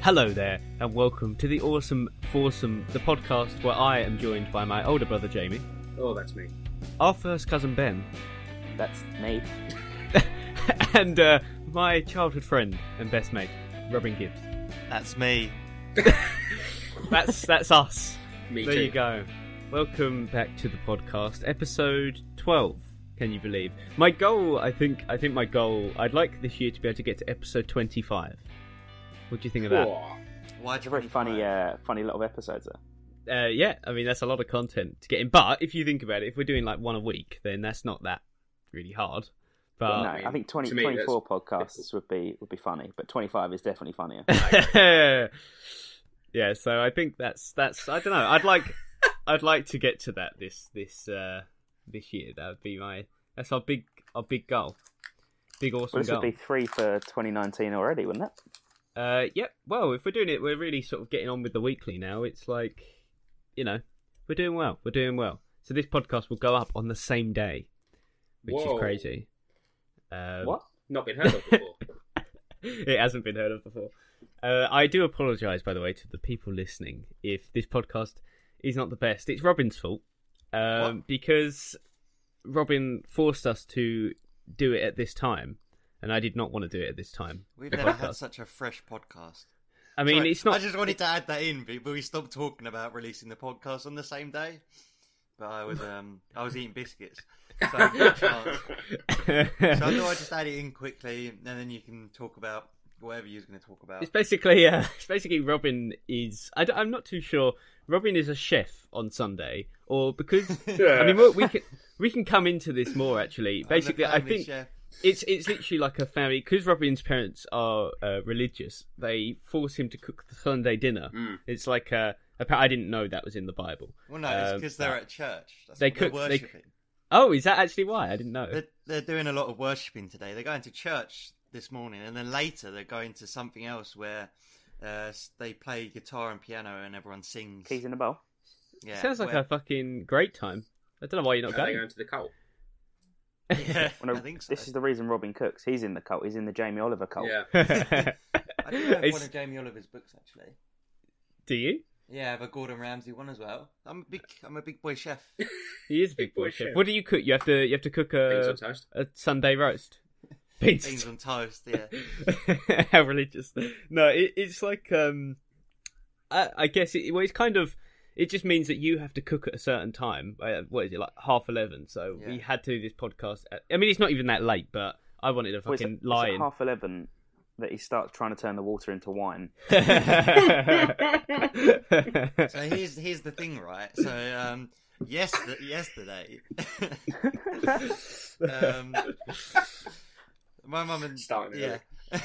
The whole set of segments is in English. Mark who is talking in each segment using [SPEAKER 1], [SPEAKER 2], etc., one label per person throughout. [SPEAKER 1] Hello there, and welcome to the Awesome Foursome, the podcast where I am joined by my older brother Jamie,
[SPEAKER 2] Oh, that's me.
[SPEAKER 1] our first cousin Ben,
[SPEAKER 3] That's me.
[SPEAKER 1] and uh, my childhood friend and best mate, Robin Gibbs.
[SPEAKER 4] That's me.
[SPEAKER 1] That's that's us.
[SPEAKER 2] Me
[SPEAKER 1] there
[SPEAKER 2] too.
[SPEAKER 1] you go. Welcome back to the podcast, episode twelve. Can you believe? My goal, I think, I think my goal. I'd like this year to be able to get to episode twenty-five. What do you think of that?
[SPEAKER 2] Aw.
[SPEAKER 4] Why
[SPEAKER 3] It's a really funny, uh, funny little episodes. There.
[SPEAKER 1] Uh, yeah, I mean that's a lot of content to get in. But if you think about it, if we're doing like one a week, then that's not that really hard. But
[SPEAKER 3] no,
[SPEAKER 2] Uh, I mean,
[SPEAKER 3] I think 20,
[SPEAKER 2] to me,
[SPEAKER 3] 24 podcasts would be would be funny, but twenty five is definitely funnier.
[SPEAKER 1] yeah, so I think that's that's I don't know. I'd like I'd like to get to that this this uh this year. That would be my that's our big our big goal. Big
[SPEAKER 3] well,
[SPEAKER 1] awesome
[SPEAKER 3] this would
[SPEAKER 1] goal.
[SPEAKER 3] be three for twenty nineteen already, wouldn't it?
[SPEAKER 1] Uh yep. Well, if we're doing it, we're really sort of getting on with the weekly now. It's like you know, we're doing well. We're doing well. So this podcast will go up on the same day, which
[SPEAKER 2] Whoa.
[SPEAKER 1] is crazy. Um,
[SPEAKER 3] what?
[SPEAKER 2] Not been heard of before.
[SPEAKER 1] it hasn't been heard of before. Uh, I do apologise, by the way, to the people listening if this podcast is not the best. It's Robin's fault um, because Robin forced us to do it at this time, and I did not want to do it at this time.
[SPEAKER 4] We've
[SPEAKER 1] The
[SPEAKER 4] never
[SPEAKER 1] podcast.
[SPEAKER 4] had such a fresh podcast.
[SPEAKER 1] I mean,
[SPEAKER 4] Sorry,
[SPEAKER 1] it's not.
[SPEAKER 4] I just wanted to add that in, but we stopped talking about releasing the podcast on the same day. But I was um I was eating biscuits, so, I didn't get a chance. so I thought I'd just add it in quickly, and then you can talk about whatever you're going to talk about.
[SPEAKER 1] It's basically, uh, it's basically Robin is. I am not too sure. Robin is a chef on Sunday, or because I mean we, we can we can come into this more actually.
[SPEAKER 4] I'm the
[SPEAKER 1] Basically, I
[SPEAKER 4] family
[SPEAKER 1] think
[SPEAKER 4] chef.
[SPEAKER 1] it's it's literally like a family because Robin's parents are uh, religious. They force him to cook the Sunday dinner.
[SPEAKER 2] Mm.
[SPEAKER 1] It's like uh, appa- I didn't know that was in the Bible.
[SPEAKER 4] Well, no, it's
[SPEAKER 1] Um,
[SPEAKER 4] because they're at church. That's
[SPEAKER 1] they
[SPEAKER 4] what they're
[SPEAKER 1] cook- they-
[SPEAKER 4] worshipping.
[SPEAKER 1] Oh, is that actually why? I didn't know.
[SPEAKER 4] They're, they're doing a lot of worshipping today. They're going to church this morning, and then later they're going to something else where uh, s- they play guitar and piano, and everyone sings.
[SPEAKER 3] Keys in a bowl.
[SPEAKER 4] Yeah,
[SPEAKER 1] Sounds like
[SPEAKER 4] where-
[SPEAKER 1] a fucking great time. I don't know why you're not
[SPEAKER 2] Are they
[SPEAKER 1] going.
[SPEAKER 2] going to the cult?
[SPEAKER 4] Yeah,
[SPEAKER 3] Well, no,
[SPEAKER 4] I think so.
[SPEAKER 3] This is the reason Robin cooks. He's in the cult. He's in the Jamie Oliver cult.
[SPEAKER 2] Yeah.
[SPEAKER 4] I do have one
[SPEAKER 1] It's-
[SPEAKER 4] of Jamie Oliver's books actually.
[SPEAKER 1] do you?
[SPEAKER 4] Yeah, I have a Gordon Ramsay one as well. I'm a big, I'm a big boy chef.
[SPEAKER 1] He is a big boy chef. What do you cook? You have to you have to cook
[SPEAKER 2] Beans
[SPEAKER 1] a
[SPEAKER 2] on toast.
[SPEAKER 1] a Sunday roast. Beans.
[SPEAKER 4] Beans on toast. Yeah,
[SPEAKER 1] How religious? No, it, it's like um, I, I guess it, well, it's kind of it just means that you have to cook at a certain time. Uh, What is it like half eleven? So we
[SPEAKER 4] Yeah.
[SPEAKER 1] had to do this podcast. At, I mean, it's not even that late, but I wanted to
[SPEAKER 3] Well, it's,
[SPEAKER 1] fucking
[SPEAKER 3] it's
[SPEAKER 1] lie
[SPEAKER 3] at
[SPEAKER 1] in.
[SPEAKER 3] half eleven that he starts trying to turn the water into wine.
[SPEAKER 4] So here's here's the thing, right? So um, yes, yesterday, um, my mum and
[SPEAKER 2] Starting
[SPEAKER 4] yeah,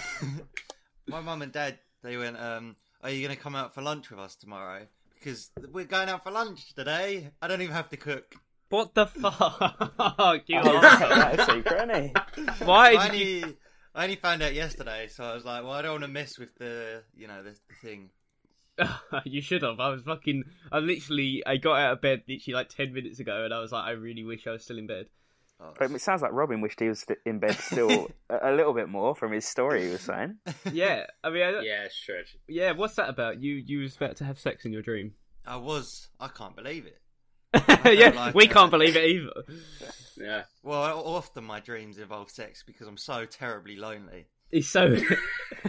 [SPEAKER 4] my mum and dad they went, um, "Are you going to come out for lunch with us tomorrow? Because we're going out for lunch today. I don't even have to cook.
[SPEAKER 1] what the fuck? You
[SPEAKER 3] Oh,
[SPEAKER 1] are-
[SPEAKER 3] that's a secret, isn't he?
[SPEAKER 1] Why
[SPEAKER 4] I
[SPEAKER 1] did you?
[SPEAKER 4] only, I only found out yesterday, so I was like, well, I don't want to mess with the, you know, the, the thing.
[SPEAKER 1] you should have. I was fucking. I literally. I got out of bed literally like ten minutes ago, and I was like, I really wish I was still in bed.
[SPEAKER 4] Oh,
[SPEAKER 3] But It sounds like Robin wished he was st- in bed still a, a little bit more from his story. He was saying.
[SPEAKER 1] Yeah, I mean, I, don't-
[SPEAKER 2] Yeah, sure.
[SPEAKER 1] Yeah, what's that about? You you was about to have sex in your dream.
[SPEAKER 4] I was, I can't believe it. don't
[SPEAKER 1] yeah,
[SPEAKER 4] like
[SPEAKER 1] we
[SPEAKER 4] that.
[SPEAKER 1] can't believe it either.
[SPEAKER 2] Yeah.
[SPEAKER 4] Well, I- often my dreams involve sex because I'm so terribly lonely.
[SPEAKER 1] He's so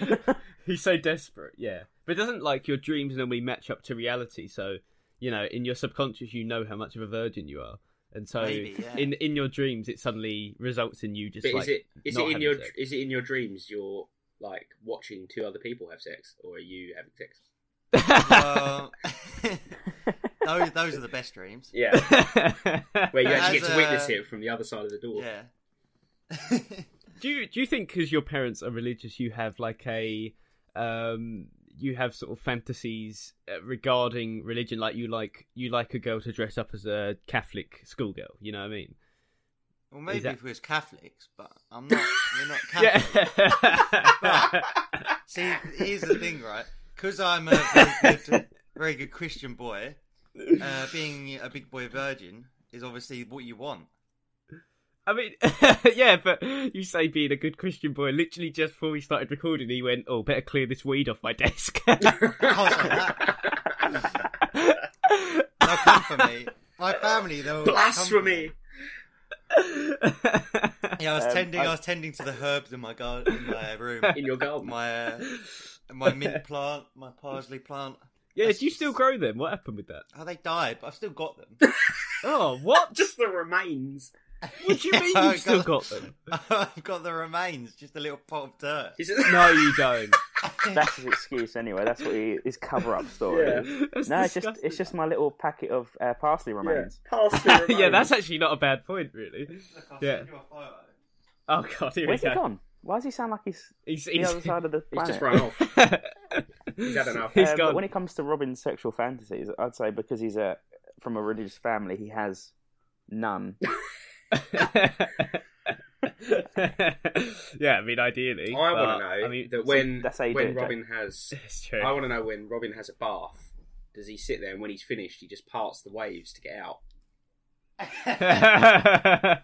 [SPEAKER 1] he's so desperate. Yeah, but it doesn't like your dreams normally match up to reality. So you know, in your subconscious, you know how much of a virgin you are, and so
[SPEAKER 4] Maybe, yeah.
[SPEAKER 1] in in your dreams, it suddenly results in you just
[SPEAKER 2] But
[SPEAKER 1] like
[SPEAKER 2] is it is
[SPEAKER 1] not
[SPEAKER 2] it in
[SPEAKER 1] having
[SPEAKER 2] your
[SPEAKER 1] sex.
[SPEAKER 2] is it in your dreams you're like watching two other people have sex or are you having sex?
[SPEAKER 4] Well, those, those are the best dreams.
[SPEAKER 2] Yeah. Where you
[SPEAKER 4] As
[SPEAKER 2] actually get to
[SPEAKER 4] a-
[SPEAKER 2] witness it from the other side of the door.
[SPEAKER 4] Yeah.
[SPEAKER 1] do you do you think because your parents are religious, you have like a um you have sort of fantasies uh, regarding religion, like you like you like a girl to dress up as a Catholic schoolgirl. You know what I mean?
[SPEAKER 4] well, maybe
[SPEAKER 1] that-
[SPEAKER 4] if we was Catholics, but I'm not. We're not
[SPEAKER 1] Yeah.
[SPEAKER 4] Catholic. See, here's the thing, right? Because I'm a very good, very good Christian boy, uh, being a big boy virgin is obviously what you want.
[SPEAKER 1] I mean, yeah, but you say being a good Christian boy. Literally, just before we started recording, he went, "Oh, better clear this weed off my desk."
[SPEAKER 4] I was like, "No, come for me. My family, they were
[SPEAKER 2] Blasphemy!
[SPEAKER 4] Yeah, I was
[SPEAKER 3] Um,
[SPEAKER 4] tending. I...
[SPEAKER 3] I-
[SPEAKER 4] was tending to the herbs in my garden, in my room,
[SPEAKER 2] In your garden.
[SPEAKER 4] my uh, my mint plant, my parsley plant.
[SPEAKER 1] yeah, do you still grow them? What happened with that?
[SPEAKER 4] Oh, they died, but I've still got them.
[SPEAKER 1] Oh, what?
[SPEAKER 2] Just the remains.
[SPEAKER 1] What do you mean
[SPEAKER 4] Yeah,
[SPEAKER 1] you've still
[SPEAKER 4] I've
[SPEAKER 1] got them?
[SPEAKER 4] I've got the remains, just a little pot of dirt.
[SPEAKER 2] Is it?
[SPEAKER 1] No, you don't.
[SPEAKER 3] That's his excuse anyway. That's what he, his cover-up story.
[SPEAKER 2] Yeah.
[SPEAKER 1] That's
[SPEAKER 3] is. No, it's just
[SPEAKER 1] disgusting.
[SPEAKER 3] it's just my little packet of uh, parsley
[SPEAKER 2] Yeah,
[SPEAKER 3] remains.
[SPEAKER 2] parsley remains.
[SPEAKER 1] yeah, that's actually not a bad point, really.
[SPEAKER 4] Look, I'll
[SPEAKER 1] Yeah.
[SPEAKER 4] send you a photo.
[SPEAKER 1] Oh god, here
[SPEAKER 3] Where's
[SPEAKER 1] we
[SPEAKER 3] he
[SPEAKER 1] go.
[SPEAKER 3] gone? Why does he sound like he's
[SPEAKER 1] He's,
[SPEAKER 3] the
[SPEAKER 1] he's,
[SPEAKER 3] other side of the
[SPEAKER 2] He's
[SPEAKER 3] planet?
[SPEAKER 2] just run off.
[SPEAKER 1] he's
[SPEAKER 2] had enough.
[SPEAKER 1] He's
[SPEAKER 3] Uh, but
[SPEAKER 1] gone.
[SPEAKER 3] when it comes to Robin's sexual fantasies, I'd say because he's a from a religious family, he has none.
[SPEAKER 1] yeah, I mean, ideally.
[SPEAKER 2] I want
[SPEAKER 1] but,
[SPEAKER 2] to know
[SPEAKER 1] I mean,
[SPEAKER 2] that when
[SPEAKER 3] that's how you do
[SPEAKER 2] when
[SPEAKER 3] it, Jack.
[SPEAKER 2] Robin has,
[SPEAKER 1] it's true.
[SPEAKER 2] I want to know when Robin has a bath. Does he sit there and when he's finished, he just parts the waves to get out?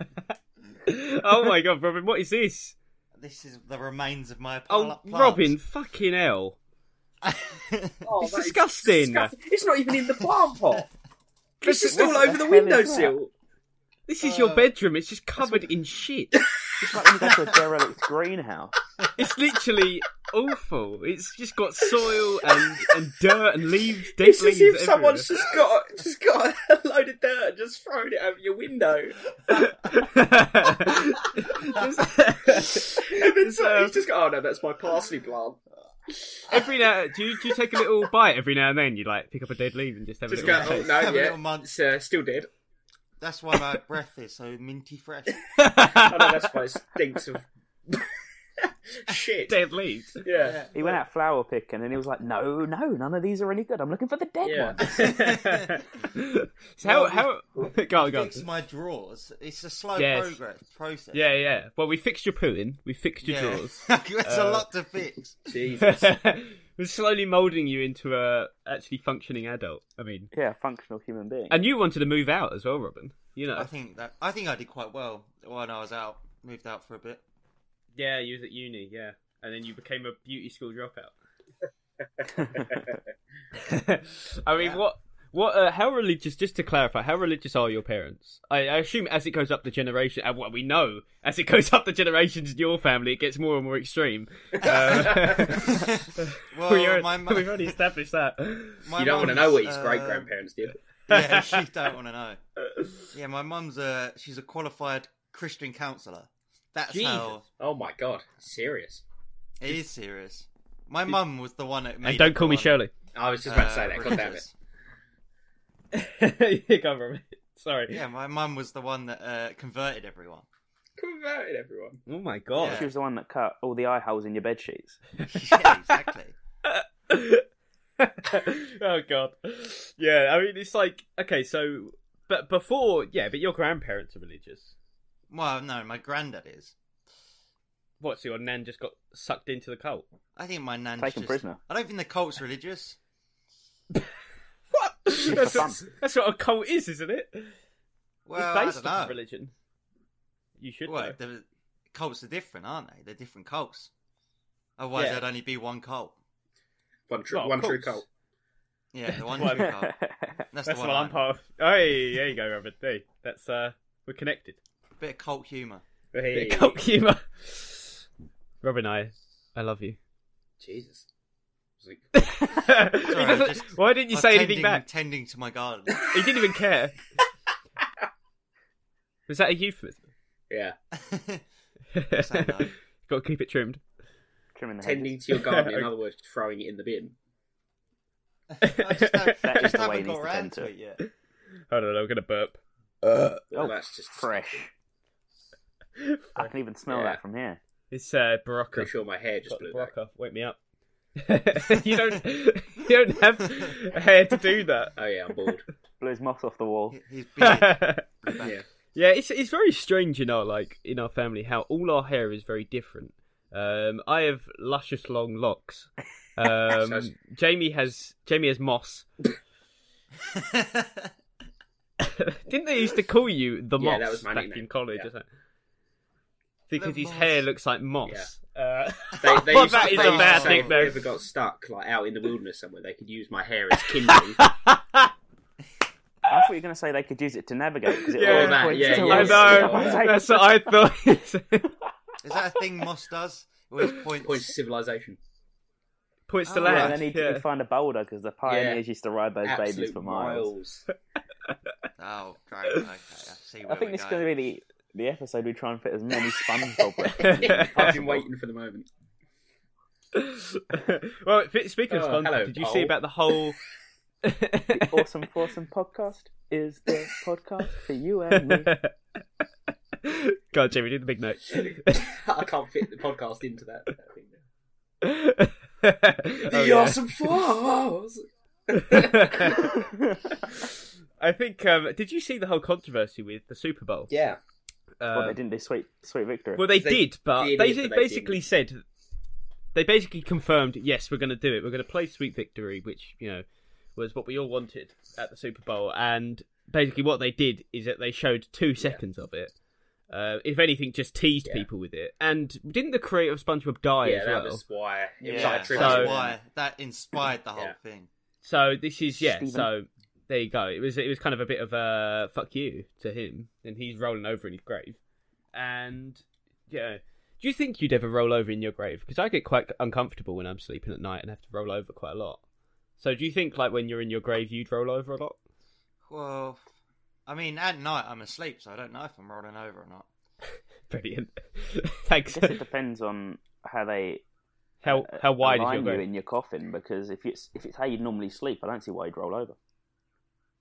[SPEAKER 1] oh my god, Robin, what is this?
[SPEAKER 4] This is the remains of my pla-
[SPEAKER 1] Oh,
[SPEAKER 4] plant.
[SPEAKER 1] Robin, fucking hell.
[SPEAKER 2] Oh,
[SPEAKER 1] It's that is disgusting. disgusting.
[SPEAKER 2] It's not even in the plant pot. It's just
[SPEAKER 3] what
[SPEAKER 2] all
[SPEAKER 3] the
[SPEAKER 2] over the
[SPEAKER 3] hell is that?
[SPEAKER 2] windowsill.
[SPEAKER 1] This is your
[SPEAKER 4] Uh,
[SPEAKER 1] bedroom. It's just covered in shit.
[SPEAKER 3] It's like when you go to a derelict greenhouse.
[SPEAKER 1] It's literally awful. It's just got soil and, and dirt and leaves, dead
[SPEAKER 2] It's as
[SPEAKER 1] leaves
[SPEAKER 2] if
[SPEAKER 1] everywhere.
[SPEAKER 2] someone's just got just got a load of dirt and just thrown it over your window.
[SPEAKER 1] Just-
[SPEAKER 2] And then so,
[SPEAKER 1] uh,
[SPEAKER 2] he's just got, oh no, that's my parsley plant.
[SPEAKER 1] every now, do you, do you take a little bite every now and then? You like pick up a dead leaf and just have
[SPEAKER 2] Just
[SPEAKER 1] a
[SPEAKER 2] go,
[SPEAKER 1] little
[SPEAKER 2] oh
[SPEAKER 1] taste.
[SPEAKER 2] no,
[SPEAKER 4] Have a little
[SPEAKER 2] yeah,
[SPEAKER 4] munch.
[SPEAKER 2] it's uh, still dead.
[SPEAKER 4] That's why my breath is so minty fresh.
[SPEAKER 2] Oh no, that's why it stinks of shit.
[SPEAKER 1] dead leaves.
[SPEAKER 2] Yeah,
[SPEAKER 3] He went out flower picking and he was like, "No, no, none of these are any good. I'm looking for the dead
[SPEAKER 2] yeah.
[SPEAKER 3] one."
[SPEAKER 1] So how how go on, go on.
[SPEAKER 4] Fix my drawers. It's a slow
[SPEAKER 1] Oh, Yes.
[SPEAKER 4] progress process.
[SPEAKER 1] Yeah, yeah. Well, we fixed your pooing. We fixed your
[SPEAKER 4] Yeah.
[SPEAKER 1] drawers.
[SPEAKER 4] it's
[SPEAKER 1] Uh,
[SPEAKER 4] a lot to fix.
[SPEAKER 2] Jesus.
[SPEAKER 1] We're slowly moulding you into a actually functioning adult. I mean,
[SPEAKER 3] Yeah, functional human being.
[SPEAKER 1] and you wanted to move out as well, Robin. You know.
[SPEAKER 4] I think that I think I did quite well when I was out, moved out for a bit.
[SPEAKER 1] Yeah, you was at uni, yeah. And then you became a beauty school dropout. I mean,
[SPEAKER 4] Yeah.
[SPEAKER 1] what, what, uh, how religious? Just to clarify, how religious are your parents? I, I assume as it goes up the generation, and what we know as it goes up the generations in your family, it gets more and more extreme.
[SPEAKER 4] Uh,
[SPEAKER 1] Um,
[SPEAKER 4] Well,
[SPEAKER 1] we are-
[SPEAKER 4] my mu-
[SPEAKER 1] we've already established that.
[SPEAKER 4] my
[SPEAKER 2] you don't want to
[SPEAKER 4] mum's,
[SPEAKER 2] know what his
[SPEAKER 4] uh,
[SPEAKER 2] great grandparents did.
[SPEAKER 4] Yeah, you don't want to know. Yeah, my mum's a she's a qualified Christian counsellor. That's
[SPEAKER 1] Jesus.
[SPEAKER 4] how
[SPEAKER 2] Oh my god, serious.
[SPEAKER 4] it is serious. My mum was the one that made.
[SPEAKER 1] And don't call me
[SPEAKER 4] everyone,
[SPEAKER 1] Shirley.
[SPEAKER 2] I was just about to say
[SPEAKER 4] uh,
[SPEAKER 2] that. God damn it.
[SPEAKER 4] religious.
[SPEAKER 1] Go on, Robin. Sorry.
[SPEAKER 4] Yeah, my mum was the one that uh, converted everyone.
[SPEAKER 2] Converted everyone.
[SPEAKER 1] Oh my god.
[SPEAKER 4] Yeah.
[SPEAKER 3] She was the one that cut all the eye holes in your bed sheets.
[SPEAKER 4] yeah, exactly.
[SPEAKER 1] oh god. Yeah, I mean it's like okay, so but before yeah, but your grandparents are religious.
[SPEAKER 4] Well, no, my granddad is.
[SPEAKER 1] What, so your nan just got sucked into the cult?
[SPEAKER 4] I think my nan's
[SPEAKER 3] Taken
[SPEAKER 4] just-
[SPEAKER 3] prisoner.
[SPEAKER 4] I don't think the cult's religious.
[SPEAKER 1] What? That's,
[SPEAKER 3] fun.
[SPEAKER 1] that's what a cult is, isn't it?
[SPEAKER 4] Well,
[SPEAKER 1] it's based
[SPEAKER 4] I
[SPEAKER 1] on
[SPEAKER 4] don't know.
[SPEAKER 1] religion. You should
[SPEAKER 4] Well,
[SPEAKER 1] know.
[SPEAKER 4] the cults are different, aren't they? They're different cults. Otherwise,
[SPEAKER 1] Yeah.
[SPEAKER 4] there'd only be one cult.
[SPEAKER 2] One true,
[SPEAKER 1] Well, of
[SPEAKER 2] one true
[SPEAKER 1] course.
[SPEAKER 2] cult.
[SPEAKER 4] Yeah, the one
[SPEAKER 1] Well,
[SPEAKER 4] true cult.
[SPEAKER 1] That's
[SPEAKER 4] That's, the one.
[SPEAKER 1] what I'm
[SPEAKER 4] I know.
[SPEAKER 1] part of. Hey, there you go, Robert. Hey, that's uh we're connected.
[SPEAKER 4] Bit of cult humour.
[SPEAKER 2] Hey.
[SPEAKER 1] Bit of cult humour. Robin I I love you.
[SPEAKER 2] Jesus. It's like-
[SPEAKER 1] He doesn't-
[SPEAKER 4] just-
[SPEAKER 1] why didn't you
[SPEAKER 4] I'm
[SPEAKER 1] say anything
[SPEAKER 4] tending-
[SPEAKER 1] back?
[SPEAKER 4] Tending to my garden.
[SPEAKER 1] He didn't even care. Was that a euphemism?
[SPEAKER 2] yeah,
[SPEAKER 4] Say no.
[SPEAKER 1] Got to keep it trimmed.
[SPEAKER 3] Trimming the hedges.
[SPEAKER 2] tending to your garden. In other words, throwing it in the bin.
[SPEAKER 4] I just, have,
[SPEAKER 3] That
[SPEAKER 4] I
[SPEAKER 3] is
[SPEAKER 4] just
[SPEAKER 3] the way
[SPEAKER 4] haven't
[SPEAKER 3] it needs
[SPEAKER 4] got
[SPEAKER 3] to
[SPEAKER 4] around
[SPEAKER 3] tend
[SPEAKER 4] to
[SPEAKER 3] to.
[SPEAKER 4] it yet.
[SPEAKER 1] I don't know. I'm gonna burp.
[SPEAKER 2] Well,
[SPEAKER 3] Oh,
[SPEAKER 2] that's just
[SPEAKER 3] fresh. I can even smell
[SPEAKER 2] Yeah.
[SPEAKER 3] that from here.
[SPEAKER 1] It's uh, Barocco.
[SPEAKER 2] Pretty sure my hair just
[SPEAKER 1] Got
[SPEAKER 2] blew
[SPEAKER 1] the
[SPEAKER 2] back.
[SPEAKER 1] Barocco. Wake me up. you don't. You don't have hair to do
[SPEAKER 2] Oh yeah, I'm bald.
[SPEAKER 3] Blew his moss off the wall.
[SPEAKER 4] He- He's beard.
[SPEAKER 1] that.
[SPEAKER 2] yeah,
[SPEAKER 1] Yeah, it's it's very strange in our like in our family how all our hair is very different. Um, I have luscious long locks. Um,
[SPEAKER 2] Nice.
[SPEAKER 1] Jamie has Jamie has moss. Didn't they used to call you the
[SPEAKER 2] Yeah,
[SPEAKER 1] moss
[SPEAKER 2] that was my
[SPEAKER 1] back
[SPEAKER 2] nickname.
[SPEAKER 1] in college?
[SPEAKER 2] Yeah.
[SPEAKER 1] or something? because
[SPEAKER 4] The
[SPEAKER 1] his
[SPEAKER 4] moss.
[SPEAKER 1] hair looks like moss. Uh,
[SPEAKER 2] They, they
[SPEAKER 1] Oh,
[SPEAKER 2] used
[SPEAKER 1] that
[SPEAKER 2] to,
[SPEAKER 1] is
[SPEAKER 2] they
[SPEAKER 1] a
[SPEAKER 2] used to
[SPEAKER 1] bad
[SPEAKER 2] say if
[SPEAKER 1] nickname.
[SPEAKER 2] they ever got stuck like out in the wilderness somewhere, they could use my hair as kindling.
[SPEAKER 3] I thought you were going to say they could use it to navigate. 'cause it
[SPEAKER 1] Yeah.
[SPEAKER 3] always
[SPEAKER 1] All that,
[SPEAKER 3] points
[SPEAKER 2] yeah,
[SPEAKER 3] to
[SPEAKER 2] yeah,
[SPEAKER 1] I
[SPEAKER 3] us.
[SPEAKER 2] yeah, all
[SPEAKER 1] know.
[SPEAKER 3] was
[SPEAKER 2] that.
[SPEAKER 3] like,
[SPEAKER 1] That's what I thought.
[SPEAKER 4] Is that a thing Moss does? Always points.
[SPEAKER 2] Points to civilization.
[SPEAKER 1] Points to
[SPEAKER 4] Oh,
[SPEAKER 3] yeah,
[SPEAKER 1] land.
[SPEAKER 3] and then he'd,
[SPEAKER 1] yeah.
[SPEAKER 3] he'd find a boulder because the pioneers used to ride those babies
[SPEAKER 2] Absolute
[SPEAKER 3] for miles.
[SPEAKER 2] miles.
[SPEAKER 4] Oh, great. Okay, I see. Where
[SPEAKER 3] I think
[SPEAKER 4] we're
[SPEAKER 3] this is
[SPEAKER 4] going.
[SPEAKER 3] going to be the, the episode we try and fit as many SpongeBob references.
[SPEAKER 2] I've been waiting for the moment.
[SPEAKER 1] well, fi- speaking of
[SPEAKER 2] Oh,
[SPEAKER 1] SpongeBob,
[SPEAKER 2] hello,
[SPEAKER 1] did you see
[SPEAKER 2] Paul.
[SPEAKER 1] about the whole?
[SPEAKER 3] awesome Foursome podcast is the podcast for you and me.
[SPEAKER 1] God, Jamie, do the big note.
[SPEAKER 2] I can't fit the podcast into that. that thing.
[SPEAKER 1] Oh,
[SPEAKER 2] the
[SPEAKER 1] yeah.
[SPEAKER 2] awesome flaws.
[SPEAKER 1] I think. Um, did you see the whole controversy with the Super Bowl?
[SPEAKER 2] Yeah,
[SPEAKER 1] Um,
[SPEAKER 3] well, they didn't do sweet, sweet victory.
[SPEAKER 1] Well, they,
[SPEAKER 2] They
[SPEAKER 1] did, but
[SPEAKER 2] did
[SPEAKER 1] they,
[SPEAKER 2] it, but they
[SPEAKER 1] basically said they basically confirmed, yes, we're going to do it. We're going to play Sweet Victory, which you know was what we all wanted at the Super Bowl. And basically, what they did is that they showed two seconds of it. Uh, if anything, just teased
[SPEAKER 2] Yeah.
[SPEAKER 1] people with it. And didn't the creator of SpongeBob die
[SPEAKER 2] yeah,
[SPEAKER 1] as
[SPEAKER 2] that
[SPEAKER 1] well?
[SPEAKER 2] was why. It was
[SPEAKER 4] Yeah,
[SPEAKER 2] like a tribute.
[SPEAKER 4] that's
[SPEAKER 1] So-
[SPEAKER 4] why that inspired the whole
[SPEAKER 2] Yeah.
[SPEAKER 4] thing.
[SPEAKER 1] So this is yeah.
[SPEAKER 3] Stephen.
[SPEAKER 1] So there you go. It was it was kind of a bit of a fuck you to him, and he's rolling over in his grave. And yeah, do you think you'd ever roll over in your grave? Because I get quite uncomfortable when I'm sleeping at night and have to roll over quite a lot. So do you think like when you're in your grave you'd roll over a lot?
[SPEAKER 4] Well, I mean, at night I'm asleep, so I don't know if I'm rolling over or not.
[SPEAKER 1] Brilliant. Thanks.
[SPEAKER 3] I guess it depends on how they uh,
[SPEAKER 1] How how wide is your
[SPEAKER 3] align you
[SPEAKER 1] grave?
[SPEAKER 3] in your coffin because if it's if it's how you normally sleep, I don't see why you'd roll over.
[SPEAKER 4] Well,